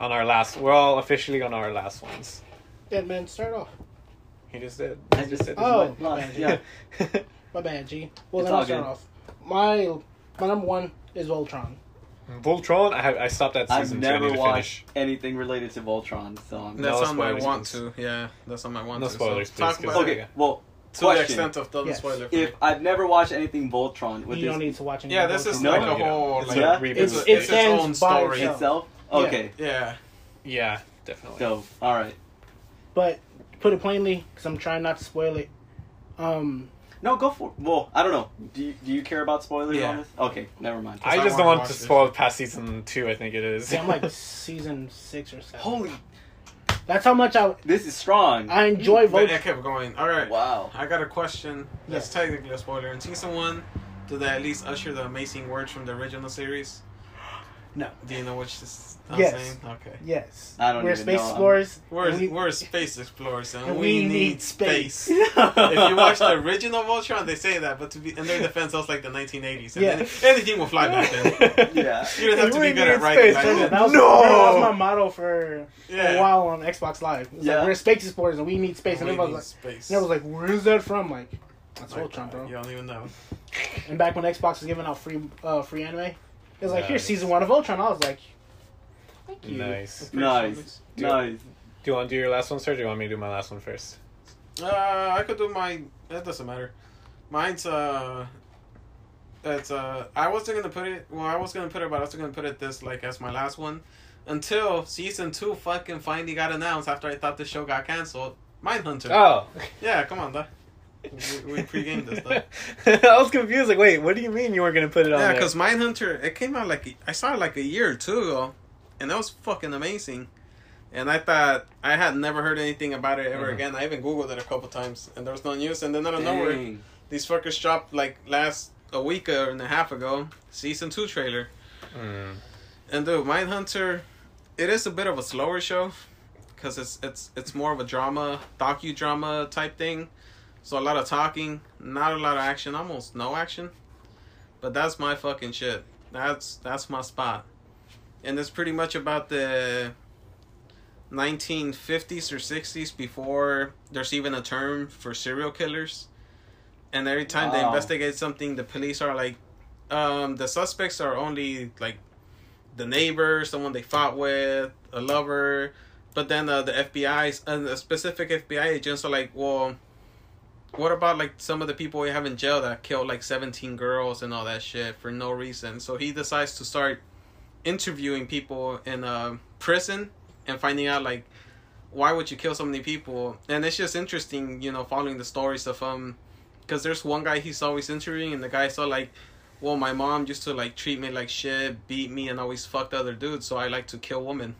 On our last, we're all officially on our last ones. Dead man, start off. He just did. I just did. Oh, Lost, yeah. yeah. My bad, G. Well, It's then I'll all start good. off. My my number one is Voltron. Voltron. I have, I stopped at I've season two. I never need to finish. watched anything related to Voltron, so I'm No. That's on my spoilers, want please. to. Yeah, that's on my want No to. spoilers, so please, talk 'cause- about it okay. Well, to the question. extent of the Yes. spoiler. free. if I've never watched anything Voltron with You don't this need to watch any. yeah, of this Voltron. is No, like you a don't. whole It's like a Yeah. reboot. it's, It's- it it's its stands own by story. itself. itself. Okay, Yeah, yeah, definitely. dope. All right. But put it plainly, because I'm trying not to spoil it. Um, No, go for. Well, I don't know. Do you, do you care about spoilers Yeah. on this? Okay, never mind. I I just don't want wanna to watch it. spoil past season two. I think it is. yeah, I'm like season six or seven. Holy, That's how much I this is strong. I enjoy but I Voltron. kept going. All right. wow. I got a question that's technically a spoiler. In season one, did they at least usher the amazing words from the original series? No. Do you know which this I'm Yes. saying? Okay. Yes, I don't we're even space know. explorers. We're, and we- we, are space explorers and, and we, need, space. if if you watch the original Voltron, they say that, but to be in their defense, that was like the 1980s. And Yeah. then anything will fly back then. Yeah. You didn't have to be good at writing back That then. was, No! that was my motto for a Yeah. while on Xbox Live. It was Yeah. like, we're space explorers and we need space. And We everyone need was space. like, and everyone was like, where's that from? Like, that's Like, Voltron, bro. You don't even know. And back when Xbox was giving out free uh, free anime, it was like, here's Nice. season one of Voltron. I was like, thank you. nice. Nice. Dude. Nice. Do you want to do your last one, sir? Or do you want me to do my last one first? Uh, I could do mine. It doesn't matter. Mine's uh, it's uh, I wasn't gonna put it. Well, I was gonna put it, but I was gonna put it this like as my last one, until season two fucking finally got announced after I thought the show got canceled. Mindhunter. Ah. Oh, Yeah, come on, though. We, we pre-gamed this stuff. I was confused. Like, wait, what do you mean you weren't gonna put it on? Yeah, there? because Mindhunter, it came out like a- I saw it like a year or two ago, and that was fucking amazing. And I thought I had never heard anything about it ever Mhm. again. I even googled it a couple times, and there was no news. And then out of nowhere, Dang. these fuckers dropped like last a week or and a half ago season two trailer Mm. and dude Mindhunter it is a bit of a slower show because it's it's it's more of a drama docudrama type thing so a lot of talking not a lot of action almost no action but that's my fucking shit that's that's my spot and it's pretty much about the 1950s or 60s before there's even a term for serial killers and every time they Wow. investigate something the police are like um the suspects are only like the neighbor someone they fought with a lover but then uh, the fbi and the specific fbi agents are like well what about like some of the people we have in jail that killed like 17 girls and all that shit for no reason so he decides to start interviewing people in uh, prison and finding out like why would you kill so many people and it's just interesting you know following the stories of um because there's one guy he's always interviewing and the guy's all like well my mom used to like treat me like shit beat me and always fucked other dudes so i like to kill women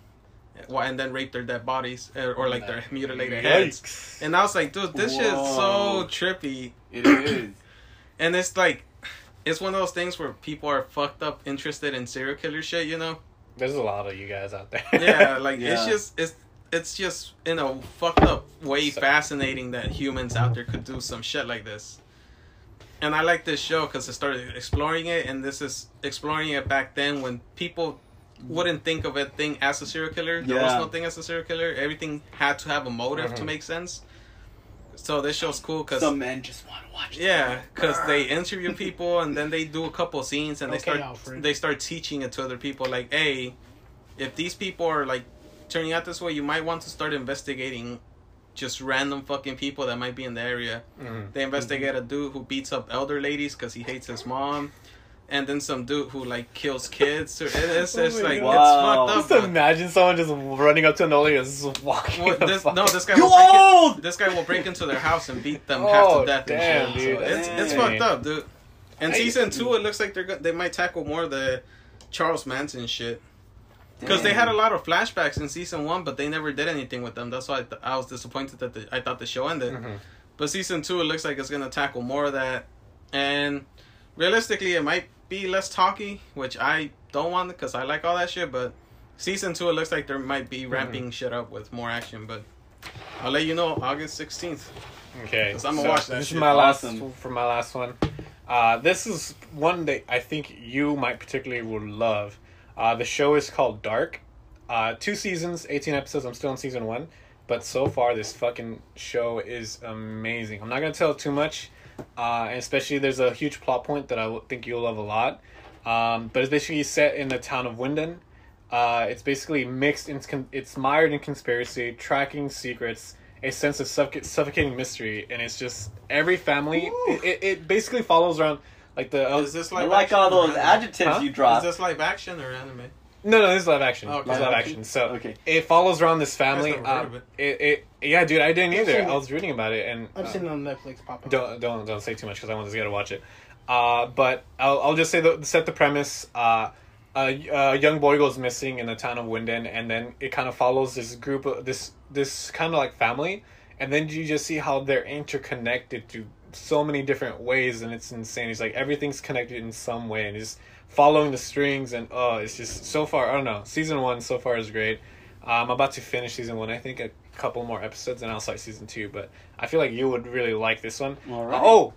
Why- and then rape their dead bodies er, or, or like their mutilated heads Yikes. and I was like, dude, this shit's so Whoa. trippy. It is. And it's like, it's one of those things where people are fucked up, interested in serial killer shit, you know? There's a lot of you guys out there. Yeah, like it's Yeah. just it's it's just in a fucked up way So- fascinating that humans out there could do some shit like this. And I like this show because it started exploring it, and this is exploring it back then when people wouldn't think of a thing as a serial killer. There was Yeah. Mm-hmm. no thing as a serial killer. Everything had to have a motive to Mhm. make sense. So this show's cool because Some men just want to watch. Yeah, because they interview people and then they do a couple scenes and they Okay, start Alfred. they start teaching it to other people. Like, hey, if these people are like turning out this way, you might want to start investigating just random fucking people that might be in the area. Mm. They investigate a dude who beats up elder ladies because he hates his mom. and then some dude who like kills kids. Or, it- it's Oh it's my like God. it's Just fucked up. bro. imagine someone just running up to an older and just walking. Well, the this, fuck- no, this guy You will break in- old! this guy will break into their house and beat them half Oh, to death. damn, and shit. dude. So it's it's Dang. fucked up, dude. And I- season two, it looks like they're go- they might tackle more of the Charles Manson shit because they had Damn. a lot of flashbacks in season one, but they never did anything with them. That's why I, th- I was disappointed that the, I thought the show ended. Mhm. But season two, it looks like it's gonna tackle more of that, and realistically, it might be less talky, which I don't want because I like all that shit. But season two, it looks like there might be ramping shit up with more action. But I'll let you know August sixteenth. Okay, 'Cause I'ma watch that this shit. is my last Awesome. for my last one. Uh, this is one that I think you might particularly will love. Uh, the show is called Dark. Uh, two seasons, eighteen episodes. I'm still in season one, but so far this fucking show is amazing. I'm not gonna tell too much, uh, and especially there's a huge plot point that I w- think you'll love a lot. Um, but it's basically set in the town of Wyndon. Uh, it's basically mixed in, con- it's mired in conspiracy, tracking secrets, a sense of suffo- suffocating mystery, and it's just every family. It, it, it basically follows around like the oh, Is this I live? like action all or those anime? adjectives Huh? you Is dropped. this live action or anime? no no this is live action Okay. this is live Live action. action? So Okay. it follows around this family. never heard Um, of it. it it yeah dude I didn't I've either. seen I it. was reading about it and I've uh, seen it on Netflix pop up. don't don't don't say too much because I want this guy to watch it. Uh, but I'll I'll just say the set the premise. Uh, a, a young boy goes missing in the town of Winden, and then it kind of follows this group of this this kind of like family, and then you just see how they're interconnected to so many different ways, and it's insane. It's like everything's connected in some way, and just following the strings, and oh, it's just so far. I don't know. Season one so far is great. Uh, I'm about to finish season one. I think a couple more episodes, and I'll start season two. But I feel like you would really like this one. All right. Oh,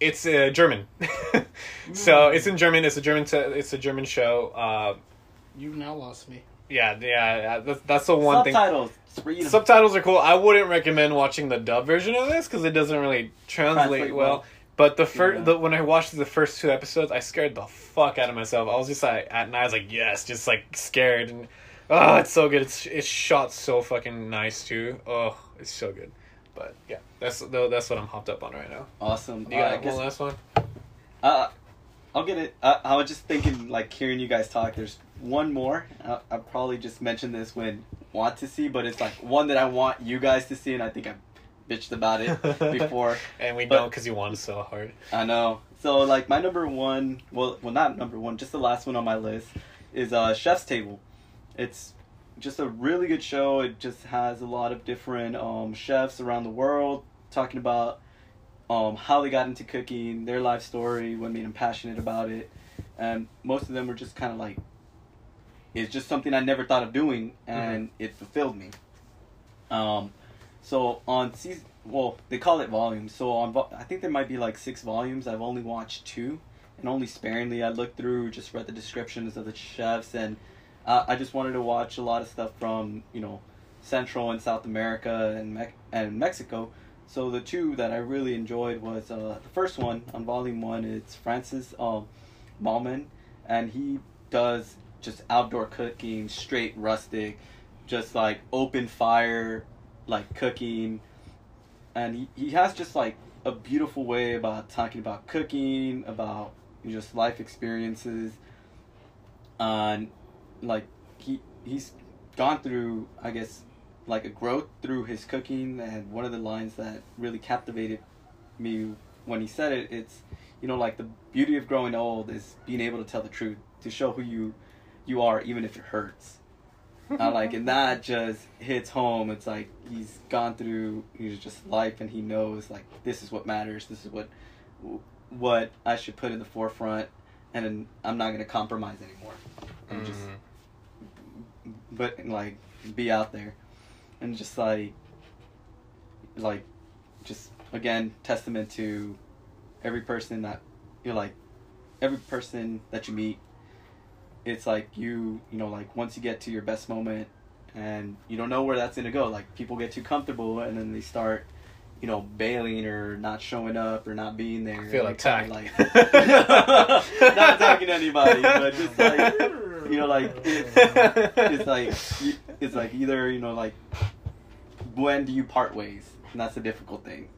it's uh, German. so Hmm. it's in German. It's a German. Te- it's a German show. Uh, You now lost me. yeah, yeah. That's, that's the one thing. Subtitles. Just read 'em. Subtitles are cool. I wouldn't recommend watching the dub version of this because it doesn't really translate, Translate well. well. But the first, Yeah. the, when I watched the first two episodes, I scared the fuck out of myself. I was just like, at night, I was like, yes, just like scared, and oh, it's so good. It's it's shot so fucking nice too. Oh, it's so good. But yeah, that's though that's what I'm hopped up on right now. awesome. You Uh, I got guess- one last one. Uh, I'll get it. Uh, I, I was just thinking, like hearing you guys talk. There's one more. I, I probably just mentioned this when want to see, but it's like one that I want you guys to see, and I think I bitched about it before. And we But- don't because you want to so hard. I know. So like my number one, well, well not number one, just the last one on my list is uh, Chef's Table. It's just a really good show. It just has a lot of different um, chefs around the world talking about um, how they got into cooking, their life story, what made them passionate about it, and most of them were just kind of like, it's just something I never thought of doing, and it fulfilled me. Um, so on season, well, they call it volumes. So on, vo- I think there might be like six volumes. I've only watched two, and only sparingly. I looked through, just read the descriptions of the chefs, and uh, I just wanted to watch a lot of stuff from you know Central and South America and Mex and Mexico. So the two that I really enjoyed was uh, the first one on volume one. It's Francis um, Malman, and he does just outdoor cooking, straight rustic, just like open fire, like cooking, and he, he has just like a beautiful way about talking about cooking, about just life experiences, and like he he's gone through I guess like a growth through his cooking and one of the lines that really captivated me when he said it it's you know like the beauty of growing old is being able to tell the truth to show who you you are even if it hurts I like and that just hits home it's like he's gone through he's just life and he knows like this is what matters this is what what I should put in the forefront and then I'm not gonna compromise anymore and just Mm. but like be out there and just like like just again testament to every person that you're like every person that you meet it's like you you know like once you get to your best moment and you don't know where that's gonna go like people get too comfortable and then they start you know bailing or not showing up or not being there I feel And kinda attacked. like not attacking anybody but just like you know like it's like you- it's like either you know like when do you part ways and that's a difficult thing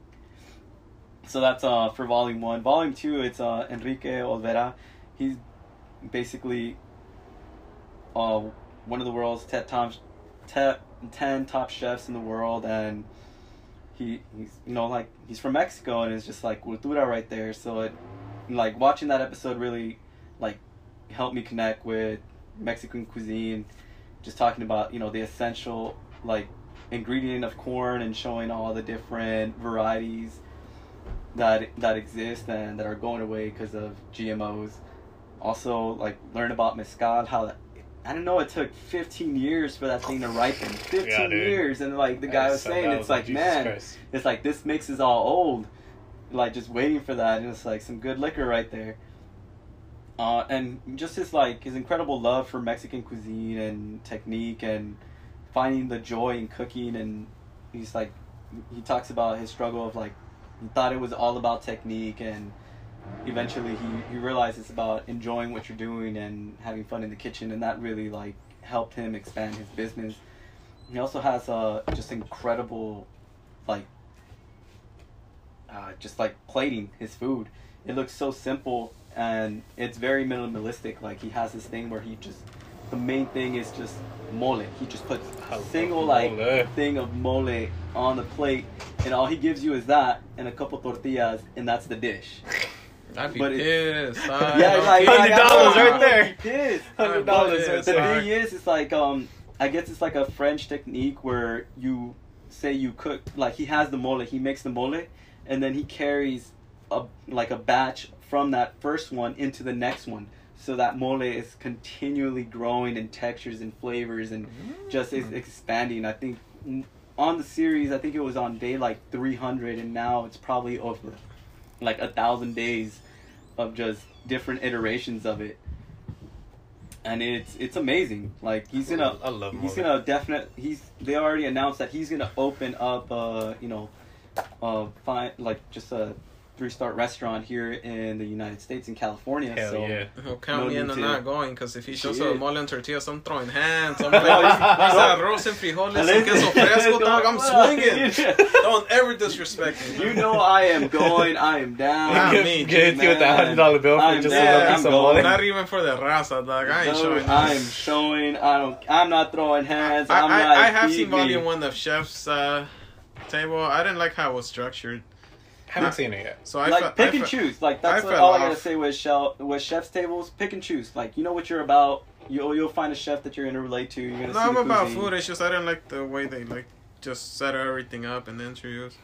so that's uh for volume one volume two it's uh enrique olvera he's basically uh, one of the world's ten, top, te- 10 top chefs in the world, and he he's you know like he's from Mexico, and it's just like cultura right there. So it like watching that episode really like helped me connect with Mexican cuisine, just talking about you know the essential like ingredient of corn and showing all the different varieties that that exist and that are going away because of GMOs. Also, like learn about mezcal, how that, I don't know. It took 15 years for that thing to ripen. 15 Yeah, dude. years, and like the guy was So saying, that it's like Jesus man, Christ. it's like this mix is all old. Like just waiting for that, and it's like some good liquor right there. Uh, and just his like his incredible love for Mexican cuisine and technique and finding the joy in cooking and he's like he talks about his struggle of like he thought it was all about technique and eventually he, he realized it's about enjoying what you're doing and having fun in the kitchen and that really like helped him expand his business he also has uh just incredible like uh, just like plating his food it looks so simple and it's very minimalistic like he has this thing where he just the main thing is just mole he just puts a single like Mole. thing of mole on the plate and all he gives you is that and a couple tortillas and that's the dish I'd be But pissed. I yeah, don't it's like $100 care. $100 right there. It is. $100 But right The there. thing is, it's like um, I guess it's like a French technique where you say you cook like he has the mole, he makes the mole, and then he carries a like a batch from that first one into the next one. So that mole is continually growing in textures and flavors and just Mm. is expanding. I think mm, on the series, I think it was on day like 300, and now it's probably over like a thousand days of just different iterations of it and it's it's amazing like he's gonna I love he's Morgan. gonna definite he's they already announced that he's gonna open up uh you know uh fine like just a three star restaurant here in the united states in california Hell so yeah. Well, count No me in need on to. not going, because if he shows Shit. a mole and tortillas, I'm throwing hands. I'm No, like, he's- there's no. arroz and frijoles and queso fresco, dog. I'm swinging. Don't ever disrespect me. you dog. know i am going i am Nah, Get- down me, get dude, hit with a man. hundred dollar bill for I'm just a mad, little I'm piece of going. wallet. Not even for the raza, dog. I ain't showing Those this. i'm showing i don't i'm not throwing hands I, am I, like, I have feed seen me. volume one of Chef's uh, table. I didn't like how it was structured, Haven't seen it yet. so I like fe- pick I and fe- choose. Like that's I what, fell all I gotta off. say with shell with chef's tables. Pick and choose. Like you know what you're about. You'll you'll find a chef that you're gonna relate to. You're gonna No, see I'm the about cuisine. food. It's just I didn't like the way they like just set everything up and the interviews.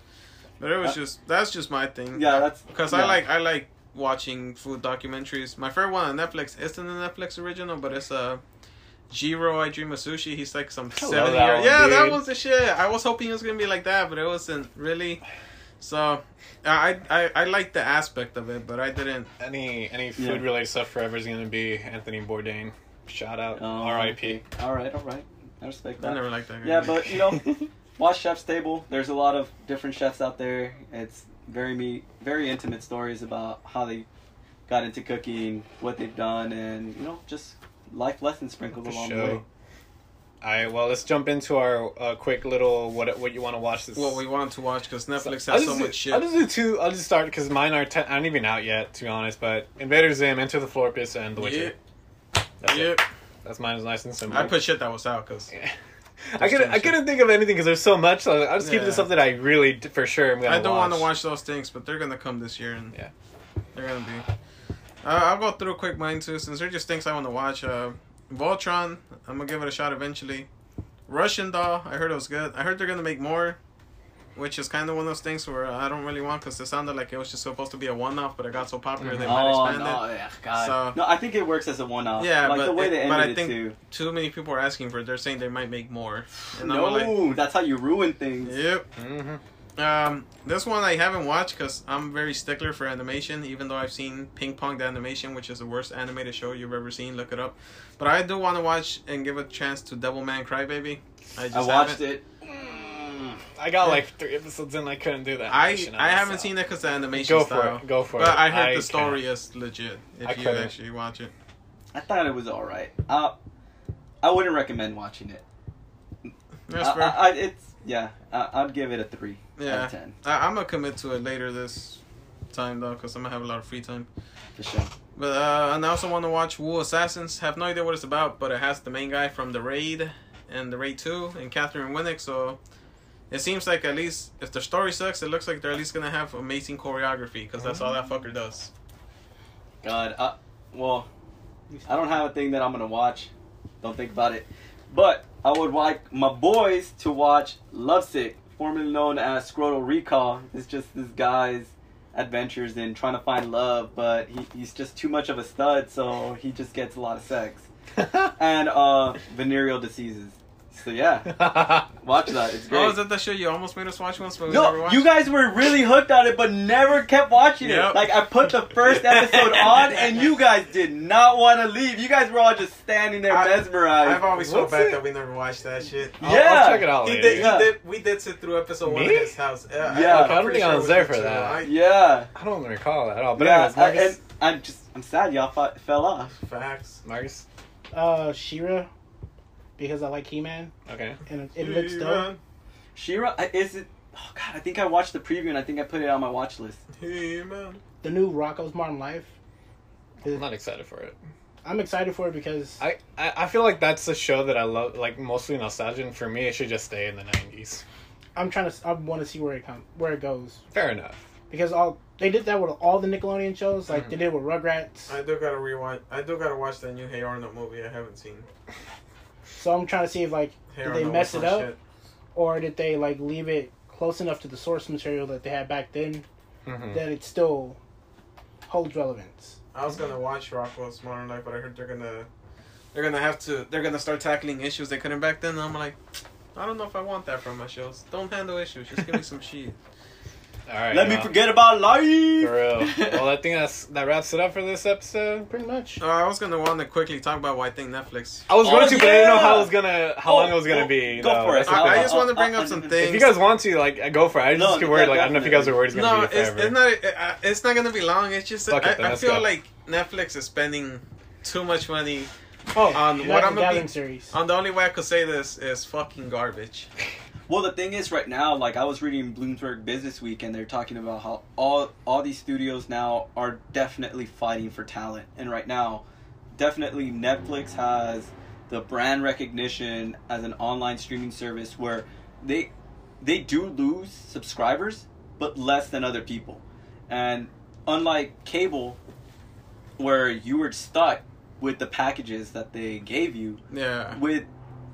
But it was Uh, just that's just my thing. Yeah, that's because I yeah. like I like watching food documentaries. My favorite one on Netflix isn't a Netflix original, but it's a. Jiro, I Dream of Sushi. He's like some love seven that year. one, yeah, that dude. was the shit. I was hoping it was gonna be like that, but it wasn't really. So, I I I like the aspect of it, but I didn't. Any any Yeah. food related stuff forever is gonna be Anthony Bourdain. Shout out. Um, R.I.P. All right, all right. I respect I that. never liked that. guy. Yeah, but you know, watch Chef's Table. There's a lot of different chefs out there. It's very me, very intimate stories about how they got into cooking, what they've done, and you know, just life lessons sprinkled For along sure. the way. All right, well, let's jump into our uh, quick little what what you want to watch this. what we want to watch because Netflix I'll has so just much do, shit. I'll just do two. I'll just start because mine are ten, aren't even out yet, to be honest. But Invader Zim, Enter the Florpus, and The Witcher. Yeah. That's Yeah, it. That's mine is nice and simple. I put shit that was out because Yeah. I Those couldn't. two I shit. couldn't think of anything because there's so much. So I'll just keep Yeah. this stuff that I really, d- for sure, am gonna. I don't want to watch those things, but they're gonna come this year and Yeah. they're gonna be. Uh, I'll go through quick mine too, since they're just things I want to watch. Uh, Voltron, I'm gonna give it a shot eventually. Russian Doll, I heard it was good. I heard they're gonna make more, which is kind of one of those things where I don't really want because it sounded like it was just supposed to be a one-off, but it got so popular they might Oh expand it. no, yeah, God. So- no, I think it works as a one-off. Yeah, like but the way it- they ended but I it think- too. Too many people are asking for it. They're saying they might make more, and no, I'm like, that's how you ruin things. yep. Mm-hmm. Um, this one I haven't watched because I'm very stickler for animation. Even though I've seen Ping Pong the animation, which is the worst animated show you've ever seen, look it up. But I do want to watch and give a chance to Devilman Crybaby. I just I watched haven't. it. I got like three episodes in. I couldn't do that. Mm. I animation, I was haven't out. seen it because the animation Go style. for it. Go for But it. I heard can't. the story is legit if I you couldn't. actually watch it. I thought it was all right. I, I wouldn't recommend watching it. That's I, fair. I, I, I, it's yeah. I, I'd give it a three out Yeah. of ten. am gonna commit to it later this time though, because I'm gonna have a lot of free time. for sure. But uh, and I also want to watch Wu Assassins. Have no idea what it's about, but it has the main guy from The Raid and The Raid Two and Catherine Winnick. So it seems like at least if the story sucks, it looks like they're at least gonna have amazing choreography because that's all that fucker does. God, uh, well, I don't have a thing that I'm gonna watch. Don't think about it. But I would like my boys to watch Lovesick, formerly known as Scrotal Recall. It's just this guy's adventures in trying to find love, but he, he's just too much of a stud, so he just gets a lot of sex and uh, venereal diseases. So yeah, watch that. It's great. Oh, is that the show you almost made us watch once, but we never No, watched? you guys were really hooked on it, but never kept watching Yep. it. Like I put the first episode on, and you guys did not want to leave. You guys were all just standing there I- mesmerized. I've always felt What's bad it? that we never watched that shit. I'll, Yeah. I'll check it out He later. did, he Yeah. did, we did sit through episode one Me? at his house. Yeah, Yeah. I'm Okay, I don't pretty think I sure it was there you for too. that. I- yeah, I don't recall that at all. But yeah. anyways, I, Marcus, and I'm just, I'm sad y'all fought, fell off. Facts. Marcus, Uh, Shira, because I like He Man okay. and it, it looks dope. Shira, I- is it? Oh god, I think I watched the preview, and I think I put it on my watch list. Hey, man. The new Rocko's Modern Life. I'm not excited for it. I'm excited for it because I, I, I feel like that's a show that I love, like mostly nostalgia. And for me, it should just stay in the '90s. I'm trying to. I want to see where it comes, where it goes. Fair enough. Because all they did that with all the Nickelodeon shows, like Mm-hmm. they did with Rugrats. I do gotta rewatch. I do gotta watch that new Hey Arnold movie I haven't seen. So I'm trying to see if like Hey Did Arnold they was mess it my up? shit. or did they like leave it close enough to the source material that they had back then Mm. Mhm. that it still holds relevance. I was gonna watch Rockwell's Modern Life, but I heard they're gonna. They're gonna have to. They're gonna start tackling issues they couldn't back then. And I'm like, I don't know if I want that from my shows. Don't handle issues. Just give me some shit. All right. Let me well, forget about life. For real. well, I think that's that wraps it up for this episode. Pretty much. Uh, I was gonna want to quickly talk about why I think Netflix. I was Oh, going to, but I didn't know yeah! how it was gonna, how Oh, long it was gonna oh, be. Go though. for it. I- I I'll- just wanna I'll- bring up I'll- some I'll- If things. you guys want to, like, go for it. I just No, get worried. yeah, Like, I don't know if you guys are worried it's gonna No, be it's, forever. it's not. uh, It's not gonna be long. It's just. Fuck it, then, I, I let's feel go. like Netflix is spending too much money. Oh, on Magic what I'm gonna Gathering be- series. And the only way I could say this is fucking garbage. Well, the thing is, right now, like I was reading Bloomberg Business Week, and they're talking about how all all these studios now are definitely fighting for talent, and right now, definitely Netflix has the brand recognition as an online streaming service where they they do lose subscribers, but less than other people, and unlike cable, where you were stuck with the packages that they gave you, Yeah. with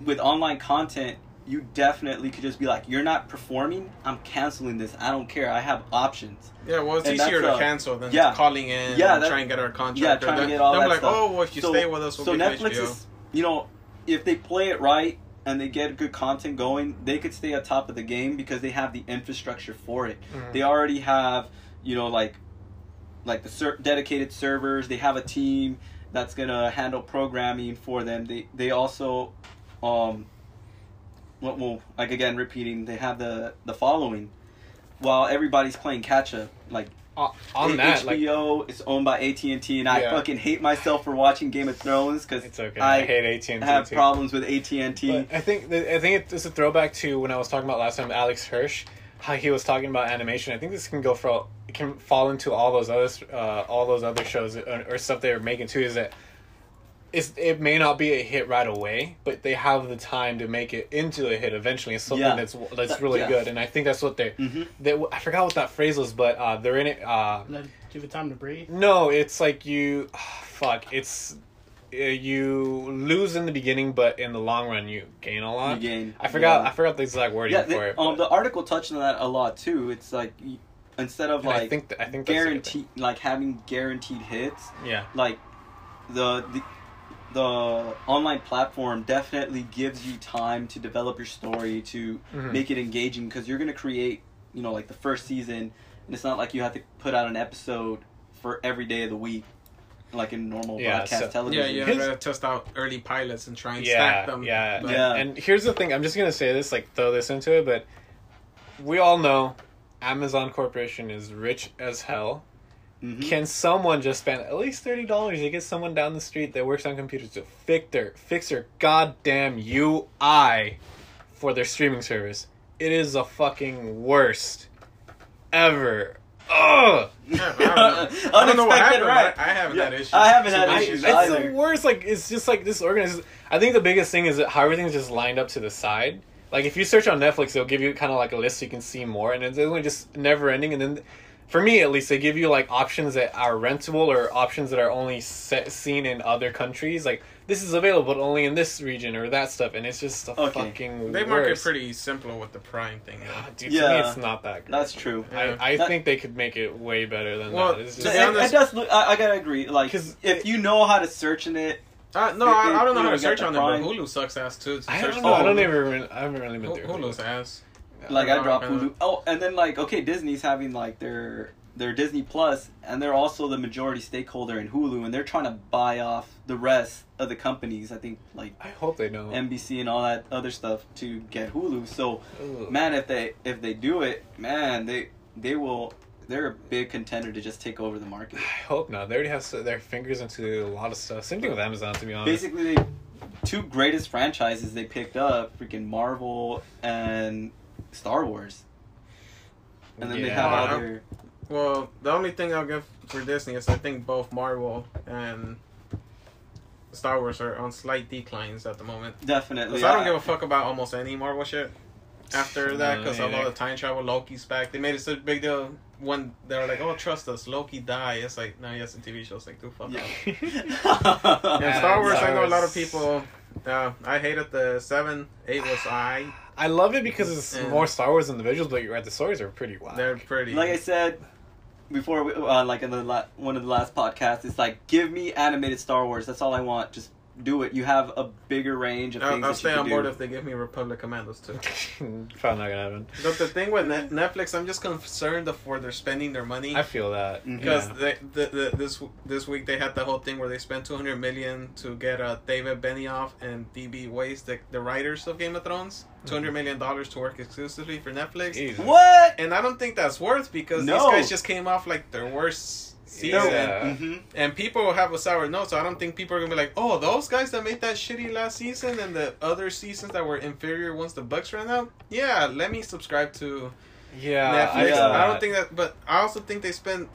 with online content you definitely could just be like you're not performing i'm canceling this i don't care i have options Yeah. Well, it's And easier to that's, uh, cancel than yeah. calling in. Yeah, And that- trying to get our yeah contract. or trying to that- get all they'll that be like, stuff oh, well, if you So- stay with us, we'll so get netflix HBO. is you know if they play it right and they get good content going they could stay on top of the game because they have the infrastructure for it Mhm. they already have you know like like the ser- dedicated servers they have a team that's gonna handle programming for them they they also um well, well like again repeating they have the the following while everybody's playing catch up like on on H- that. Like, HBO is owned by AT&T and I Yeah. fucking hate myself for watching Game of Thrones cuz it's okay. I, I hate AT and T. have problems with AT&T But uh, I think th- I think it's a throwback to when I was talking about last time Alex Hirsch, how he was talking about animation. I think this can go for all- it can fall into all those other uh, all those other shows or, or stuff they were making too. Is that it's, it may not be a hit right away, but they have the time to make it into a hit eventually. It's something Yeah. that's that's That- really yeah. good, and I think that's what they Mhm. they I forgot what that phrase was, but uh, they're in it. Uh, Let it- give it time to breathe. no, it's like you, fuck. It's uh, you lose in the beginning, but in the long run, you gain a lot. You gain, I forgot. yeah. I forgot the exact wording yeah, for they, it. but- um, the article touched on that a lot too. It's like y- instead of and like I think th- I think that's a good thing. guaranteed, like having guaranteed hits, Yeah. like the, the the online platform definitely gives you time to develop your story to Mm-hmm. Mhm. make it engaging because you're gonna create you know like the first season and it's not like you have to put out an episode for every day of the week like in normal Yeah, broadcast so- Yeah, television yeah. His- gotta test out early pilots and try and Yeah, stack them. yeah, But- Yeah. And here's the thing. I'm just gonna say this, like throw this into it, but we all know Amazon Corporation is rich as hell. Mhm. Can someone just spend at least thirty dollars to get someone down the street that works on computers to fix their fix their goddamn UI for their streaming service? It is the fucking worst ever. Ugh. Yeah, unexpected I don't know what happened. right. but I, I haven't Yeah. had issues. I haven't had Some I, issues it's either. the worst. Like it's just like this organized. I think the biggest thing is that how everything's just lined up to the side. Like if you search on Netflix, they'll give you kind of like a list so you can see more, and it's only just never ending. And then, for me at least, they give you like options that are rentable or options that are only set, seen in other countries. Like this is available but only in this region or that stuff, and it's just a Okay. fucking. They market worst. pretty simple with the Prime thing. though. Ah, Dude, to Yeah. me, it's not that. Great. That's true. I, I That- think they could make it way better than Well, that. It's to just- be it, honest- it does look, I, I gotta agree. Like, 'Cause if you know how to search in it, Uh, no, If- I, I if don't know you how to got search the on it, but Prime- Hulu sucks ass too. To I search don't know. I for. don't even. I haven't really been Hulu. through. Hulu's ass. like Yeah. I drop Yeah. Hulu. Oh, and then like okay, Disney's having like their their Disney Plus, and they're also the majority stakeholder in Hulu, and they're trying to buy off the rest of the companies. I think like I hope they Oh. don't. NBC and all that other stuff to get Hulu. So Oh. Ugh. man, if they if they do it, man, they they will. They're a big contender to just take over the market. I hope not. They already have so- their fingers into a lot of stuff. Same thing with Amazon, to be Uh. honest. Basically, they two greatest franchises they picked up: freaking Marvel and Star Wars. And then they Yeah. have Wow. all their Well, the only thing I'll give for Disney is I think both Marvel and Star Wars are on slight declines at the moment. definitely. Because I don't give a fuck about almost any Marvel shit after that. No, Because me of all neither. the time travel, Loki's back. They made it such a big deal when they were like, "Oh, trust us, Loki die." It's like, no, yes, a TV show. It's like, do fuck. Yeah. off. Yeah, And Star Wars, Star I know a lot Wars. of people. Uh, I hated the seven, eight was I. I love it because it's Yeah. more Star Wars than the visuals, but you're right, the stories are pretty wild. They're pretty. like I said before, we, uh, like in the la- one of the last podcasts, it's like give me animated Star Wars. That's all I want. Just do it. You have a bigger range of I'll, things. I'll that stay you can on board do. if they give me Republic Commandos too. Probably not gonna happen. But the thing with Net- Netflix, I'm just concerned of where they're spending their money. I feel that Mhm. Mm-hmm. Because Yeah. the, the, this this week they had the whole thing where they spent 200 million to get uh, David Benioff and DB Weiss, the, the writers of Game of Thrones, Mm-hmm. 200 million dollars to work exclusively for Netflix. Jesus. What? And I don't think that's worth because No. these guys just came off like their worst season, Yeah. hmm and people have a sour note. So I don't think people are gonna be like, "Oh, those guys that made that shitty last season and the other seasons that were inferior once the Bucks ran out." Yeah, let me subscribe to Yeah, Netflix. uh, feel I that. don't think that, but I also think they spend.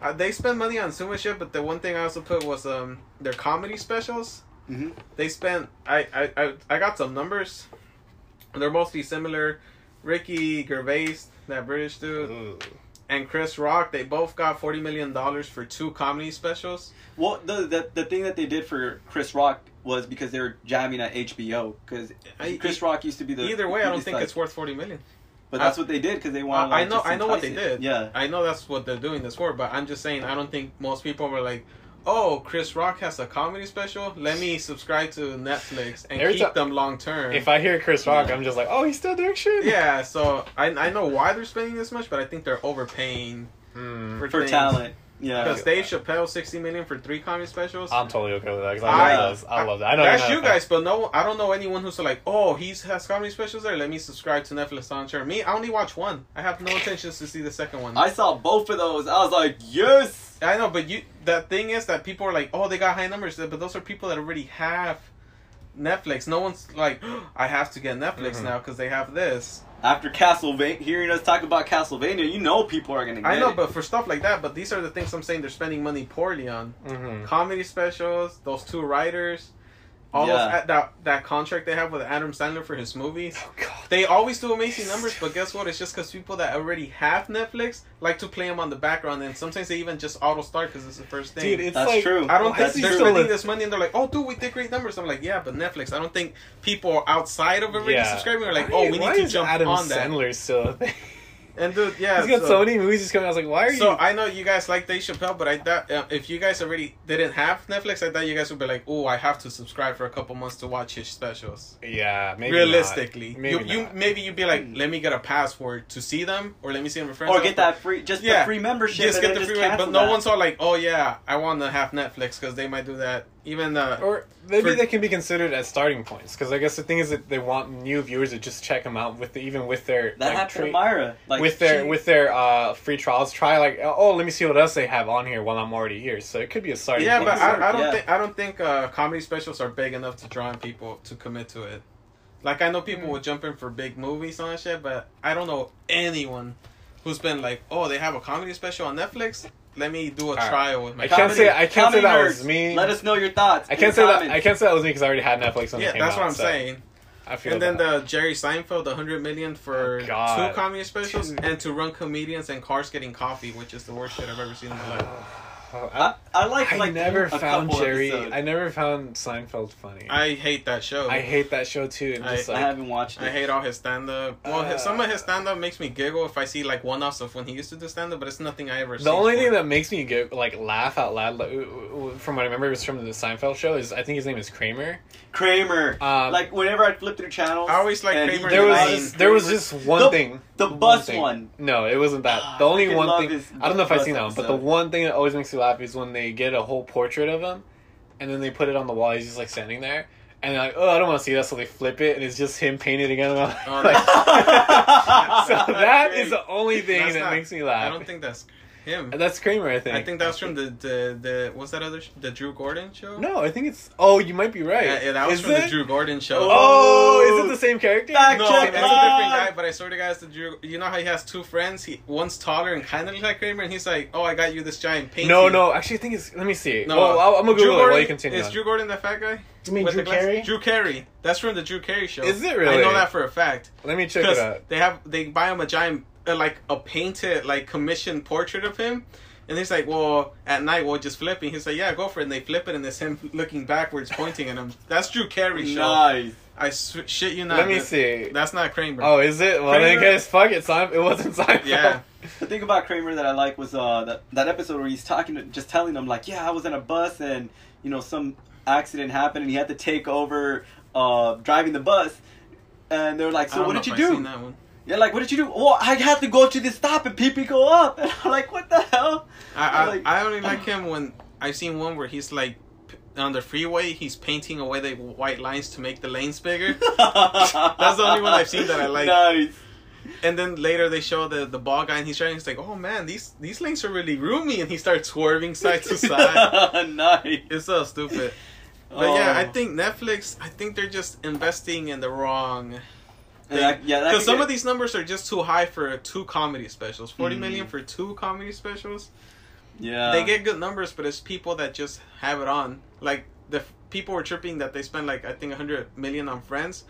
Uh, they spend money on so much shit, but the one thing I also put was um their comedy specials. Mhm. They spent I, I I I got some numbers. They're mostly similar. Ricky Gervais, that British dude, uh, Ugh. and Chris Rock, they both got forty million dollars for two comedy specials. Well, the, the the thing that they did for Chris Rock was because they were jamming at HBO because I- e Chris Rock used to be the. Either way, I don't think like- it's worth forty million. But that's what they did because they I, wanted. I Like, know just I know what they entice it. did. Yeah. I know that's what they're doing this for, but I'm just saying I don't think most people were like, Oh, Chris Rock has a comedy special, let me subscribe to Netflix and Every keep ti- them long term. If I hear Chris Rock, Yeah. I'm just like, oh, he's still doing shit. yeah, so I I know why they're spending this much, but I think they're overpaying Hmm. for, For things. talent. Yeah. Because Dave Chappelle sixty million for three comedy specials. I'm totally okay with that. 'cause I- I, love those. I love that. I know That's you're you not a fan. guys, but no, I don't know anyone who's like, oh, he's has comedy specials there. Let me subscribe to Netflix on share. Me, I only watch one. I have no intentions to see the second one. I saw both of those. I was like, yes. I know, but you. The thing is that people are like, oh, they got high numbers, but those are people that already have Netflix. No one's like, I have to get Netflix Mhm. now because they have this. After Castlevania, hearing us talk about Castlevania, you know people are gonna. Get I know, it. but for stuff like that, but these are the things I'm saying they're spending money poorly on. Mhm. Comedy specials, those two writers, all Yeah. those, that that contract they have with Adam Sandler for his movies. Oh, God. They always do amazing numbers, but guess what? It's just because people that already have Netflix like to play them on the background, and sometimes they even just auto start because it's the first thing. Dude, it's That's like, true. I don't why think is he they're still spending a- this money and they're like, oh, dude, we did great numbers. I'm like, yeah, but Netflix. I don't think people outside of already Yeah. subscribing are like, Why- oh, we why need to is jump Adam on that. Sandler still a thing? And dude, yeah, He's got so, so, many movies just coming. out. I was like, why are so you? I know you guys like Dave Chappelle, but I thought uh, if you guys already didn't have Netflix, I thought you guys would be like, oh, I have to subscribe for a couple months to watch his specials. yeah, maybe Realistically, not. Maybe you, you not. maybe you'd be like, Hmm. let me get a password to see them, or let me see them with friends, or get that free, just Yeah. the free membership. Just and get then the free, cancel but no that. one's all like, oh yeah, I want to have Netflix because they might do that. Even uh, Or maybe For- they can be considered as starting points because I guess the thing is that they want new viewers to just check them out with the, even with their That like, happened tra- to Myra. Like with their she- with their uh, free trials. Try like oh let me see what else they have on here while I'm already here. So it could be a starting. Yeah, point. but I, I don't Yeah. think I don't think uh, comedy specials are big enough to draw in people to commit to it. Like I know people would jump in for big movies and all that shit, but I don't know anyone who's been like, oh, they have a comedy special on Netflix. Let me do a right. trial with my. I can't comedy." say I can't say Comedy that nerds, was me. Let us know your thoughts. I in can't the say that comments. I can't say that was me because I already had Netflix when it Yeah, came that's what out, I'm so saying. I feel And then bad. the Jerry Seinfeld, the hundred million for Oh, two God. comedy specials, and to run comedians and cars getting coffee, which is the worst shit I've ever seen in my life. I, I, I like I like never a found couple Jerry. episodes. I never found Seinfeld funny. I, I hate that show. I, hate that show too. And I- just I like, haven't watched it. hate all his stand up. Well, Uh, his, some of his stand up makes me giggle if I see like one offs of when he used to do stand up, but it's nothing I ever. the only thing that makes me get like laugh out loud, like, w- w- w- from what I remember, was from the Seinfeld show. Is I think his name is Kramer. Kramer. Um, like whenever I flip through channels, I always like and Kramer there was Kramer. just, there was just one The- thing. the bus thing. one. No, it wasn't that. The Ah, I only freaking one love thing. his I don't know if I've bus seen that one, but the episode. one thing that always makes me laugh is when they get a whole portrait of him, and then they put it on the wall. He's just like standing there, and they're like, oh, I don't want to see that, so they flip it, and it's just him painted again. And I'm Oh, like, so so that is the only thing That's that not- makes me laugh. I don't think that's him. And that's Kramer, I think. I think that was from the the the what's that other sh- the Drew Gordon show? No, I think it's. Oh, you might be right. yeah, yeah, that was Is from the it? Drew Gordon show. Oh, is it the same character? Fact No, check it's a different guy, but I swear to God, it's the Drew. You know how he has two friends. He one's taller and kind of looks like Kramer, and he's like, "Oh, I got you this giant painting." No, no. Actually, I think it's. Let me see. No, well, I'll, I'm gonna Drew Google it Gordon- while you continue. Is on. Drew Gordon the fat guy? You mean With Drew the glasses? Carey? Drew Carey. That's from the Drew Carey show. Is it I really? know that for a fact Let me check it because out. they have they buy him a giant uh, like a painted like commissioned portrait of him. And he's like, well, at night we'll just flip it. He's like, yeah, go for it. And they flip it, and it's him looking backwards, pointing at him. That's Drew Carey show. Nice. I sw- shit you not. Let me that- see. That's not Kramer. Oh, is it? Well, then, Kramer- guys, fuck it. Seinf- it wasn't Seinfeld. Yeah. The thing about Kramer that I like was uh that, that episode where he's talking to just telling them like, yeah, I was in a bus and you know some accident happened and he had to take over uh driving the bus. And they're like, I so don't what know did you if I've Seen do? that one. You're like, what did you do? Well, I had to go to the stop and people go up. And I'm like, what the hell? I, I, Like- I only like him when I've seen one where he's like p- on the freeway, he's painting away the white lines to make the lanes bigger. That's the only one I've seen that I like. Nice. and then later they show the, the ball guy and he's trying, he's like, oh man, these, these lanes are really roomy. And he starts swerving side to side. nice. It's so stupid. But yeah, I Oh. think Netflix, I think they're just investing in the wrong. Yeah, yeah, that Because could some get- of these numbers are just too high for two comedy specials. Forty Mm. million for two comedy specials. yeah. they get good numbers, but it's people that just have it on. Like the f- people were tripping that they spend like I think 100 million on Friends,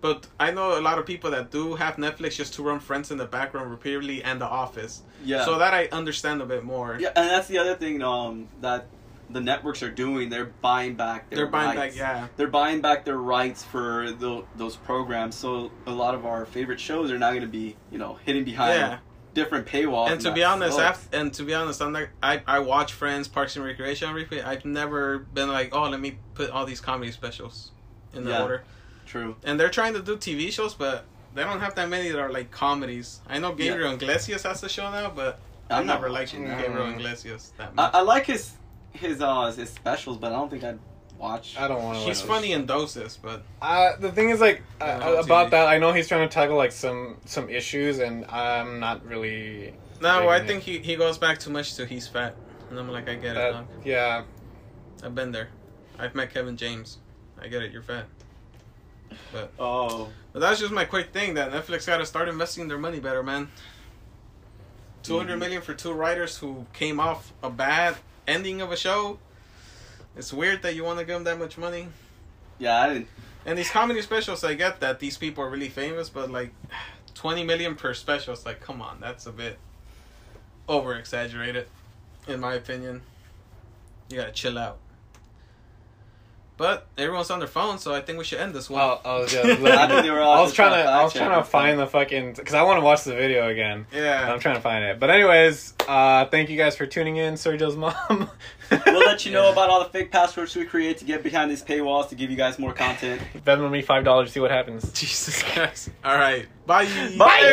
but I know a lot of people that do have Netflix just to run Friends in the background repeatedly and The Office. yeah. So that I understand a bit more. Yeah, and that's the other thing um, that the networks are doing. They're buying back their They're buying back, rights. yeah. They're buying back their rights for tho- those programs. So a lot of our favorite shows are now going to be, you know, hidden behind Yeah. different paywalls. and to that be honest, sucks. af and to be honest, I'm like I, I watch Friends, Parks and Recreation on repeat. I've never been like, oh, let me put all these comedy specials in the Yeah. order. true. And they're trying to do TV shows, but they don't have that many that are like comedies. I know Yeah. Gabriel Iglesias has a show now, but I'm, i not never liked watching. that. Gabriel Iglesias that I, much. I like his his uh his specials, but I don't think I'd watch. I don't want to. He's funny in doses, but Uh, the thing is, like uh, Yeah, on about TV. that, I know he's trying to tackle like some some issues, and I'm not really. no, I Big think he, he goes back too much to he's fat, and I'm like, I get it. That, dog. uh, yeah, I've been there. I've met Kevin James. I get it. You're fat. Oh, But that's just my quick thing that Netflix got to start investing their money better, man. Two hundred Mhm. million for two writers who came off a bad ending of a show. It's weird that you want to give them that much money. yeah, I didn't. And these comedy specials, I get that these people are really famous, but like twenty million per special, it's like, come on, that's a bit over exaggerated, in my opinion. You gotta chill out. But everyone's on their phone, so I think we should end this one. well, uh, I was, yeah, I think they were all I was just trying to, trying to I was fact check trying to and find the fucking because I want to watch the video again. yeah. I'm trying to find it, but anyways, uh, thank you guys for tuning in, Sergio's mom. We'll let you know about all the fake passwords we create to get behind these paywalls to give you guys more content. Venmo me five dollars, see what happens. Jesus Christ. All right. Bye. Bye.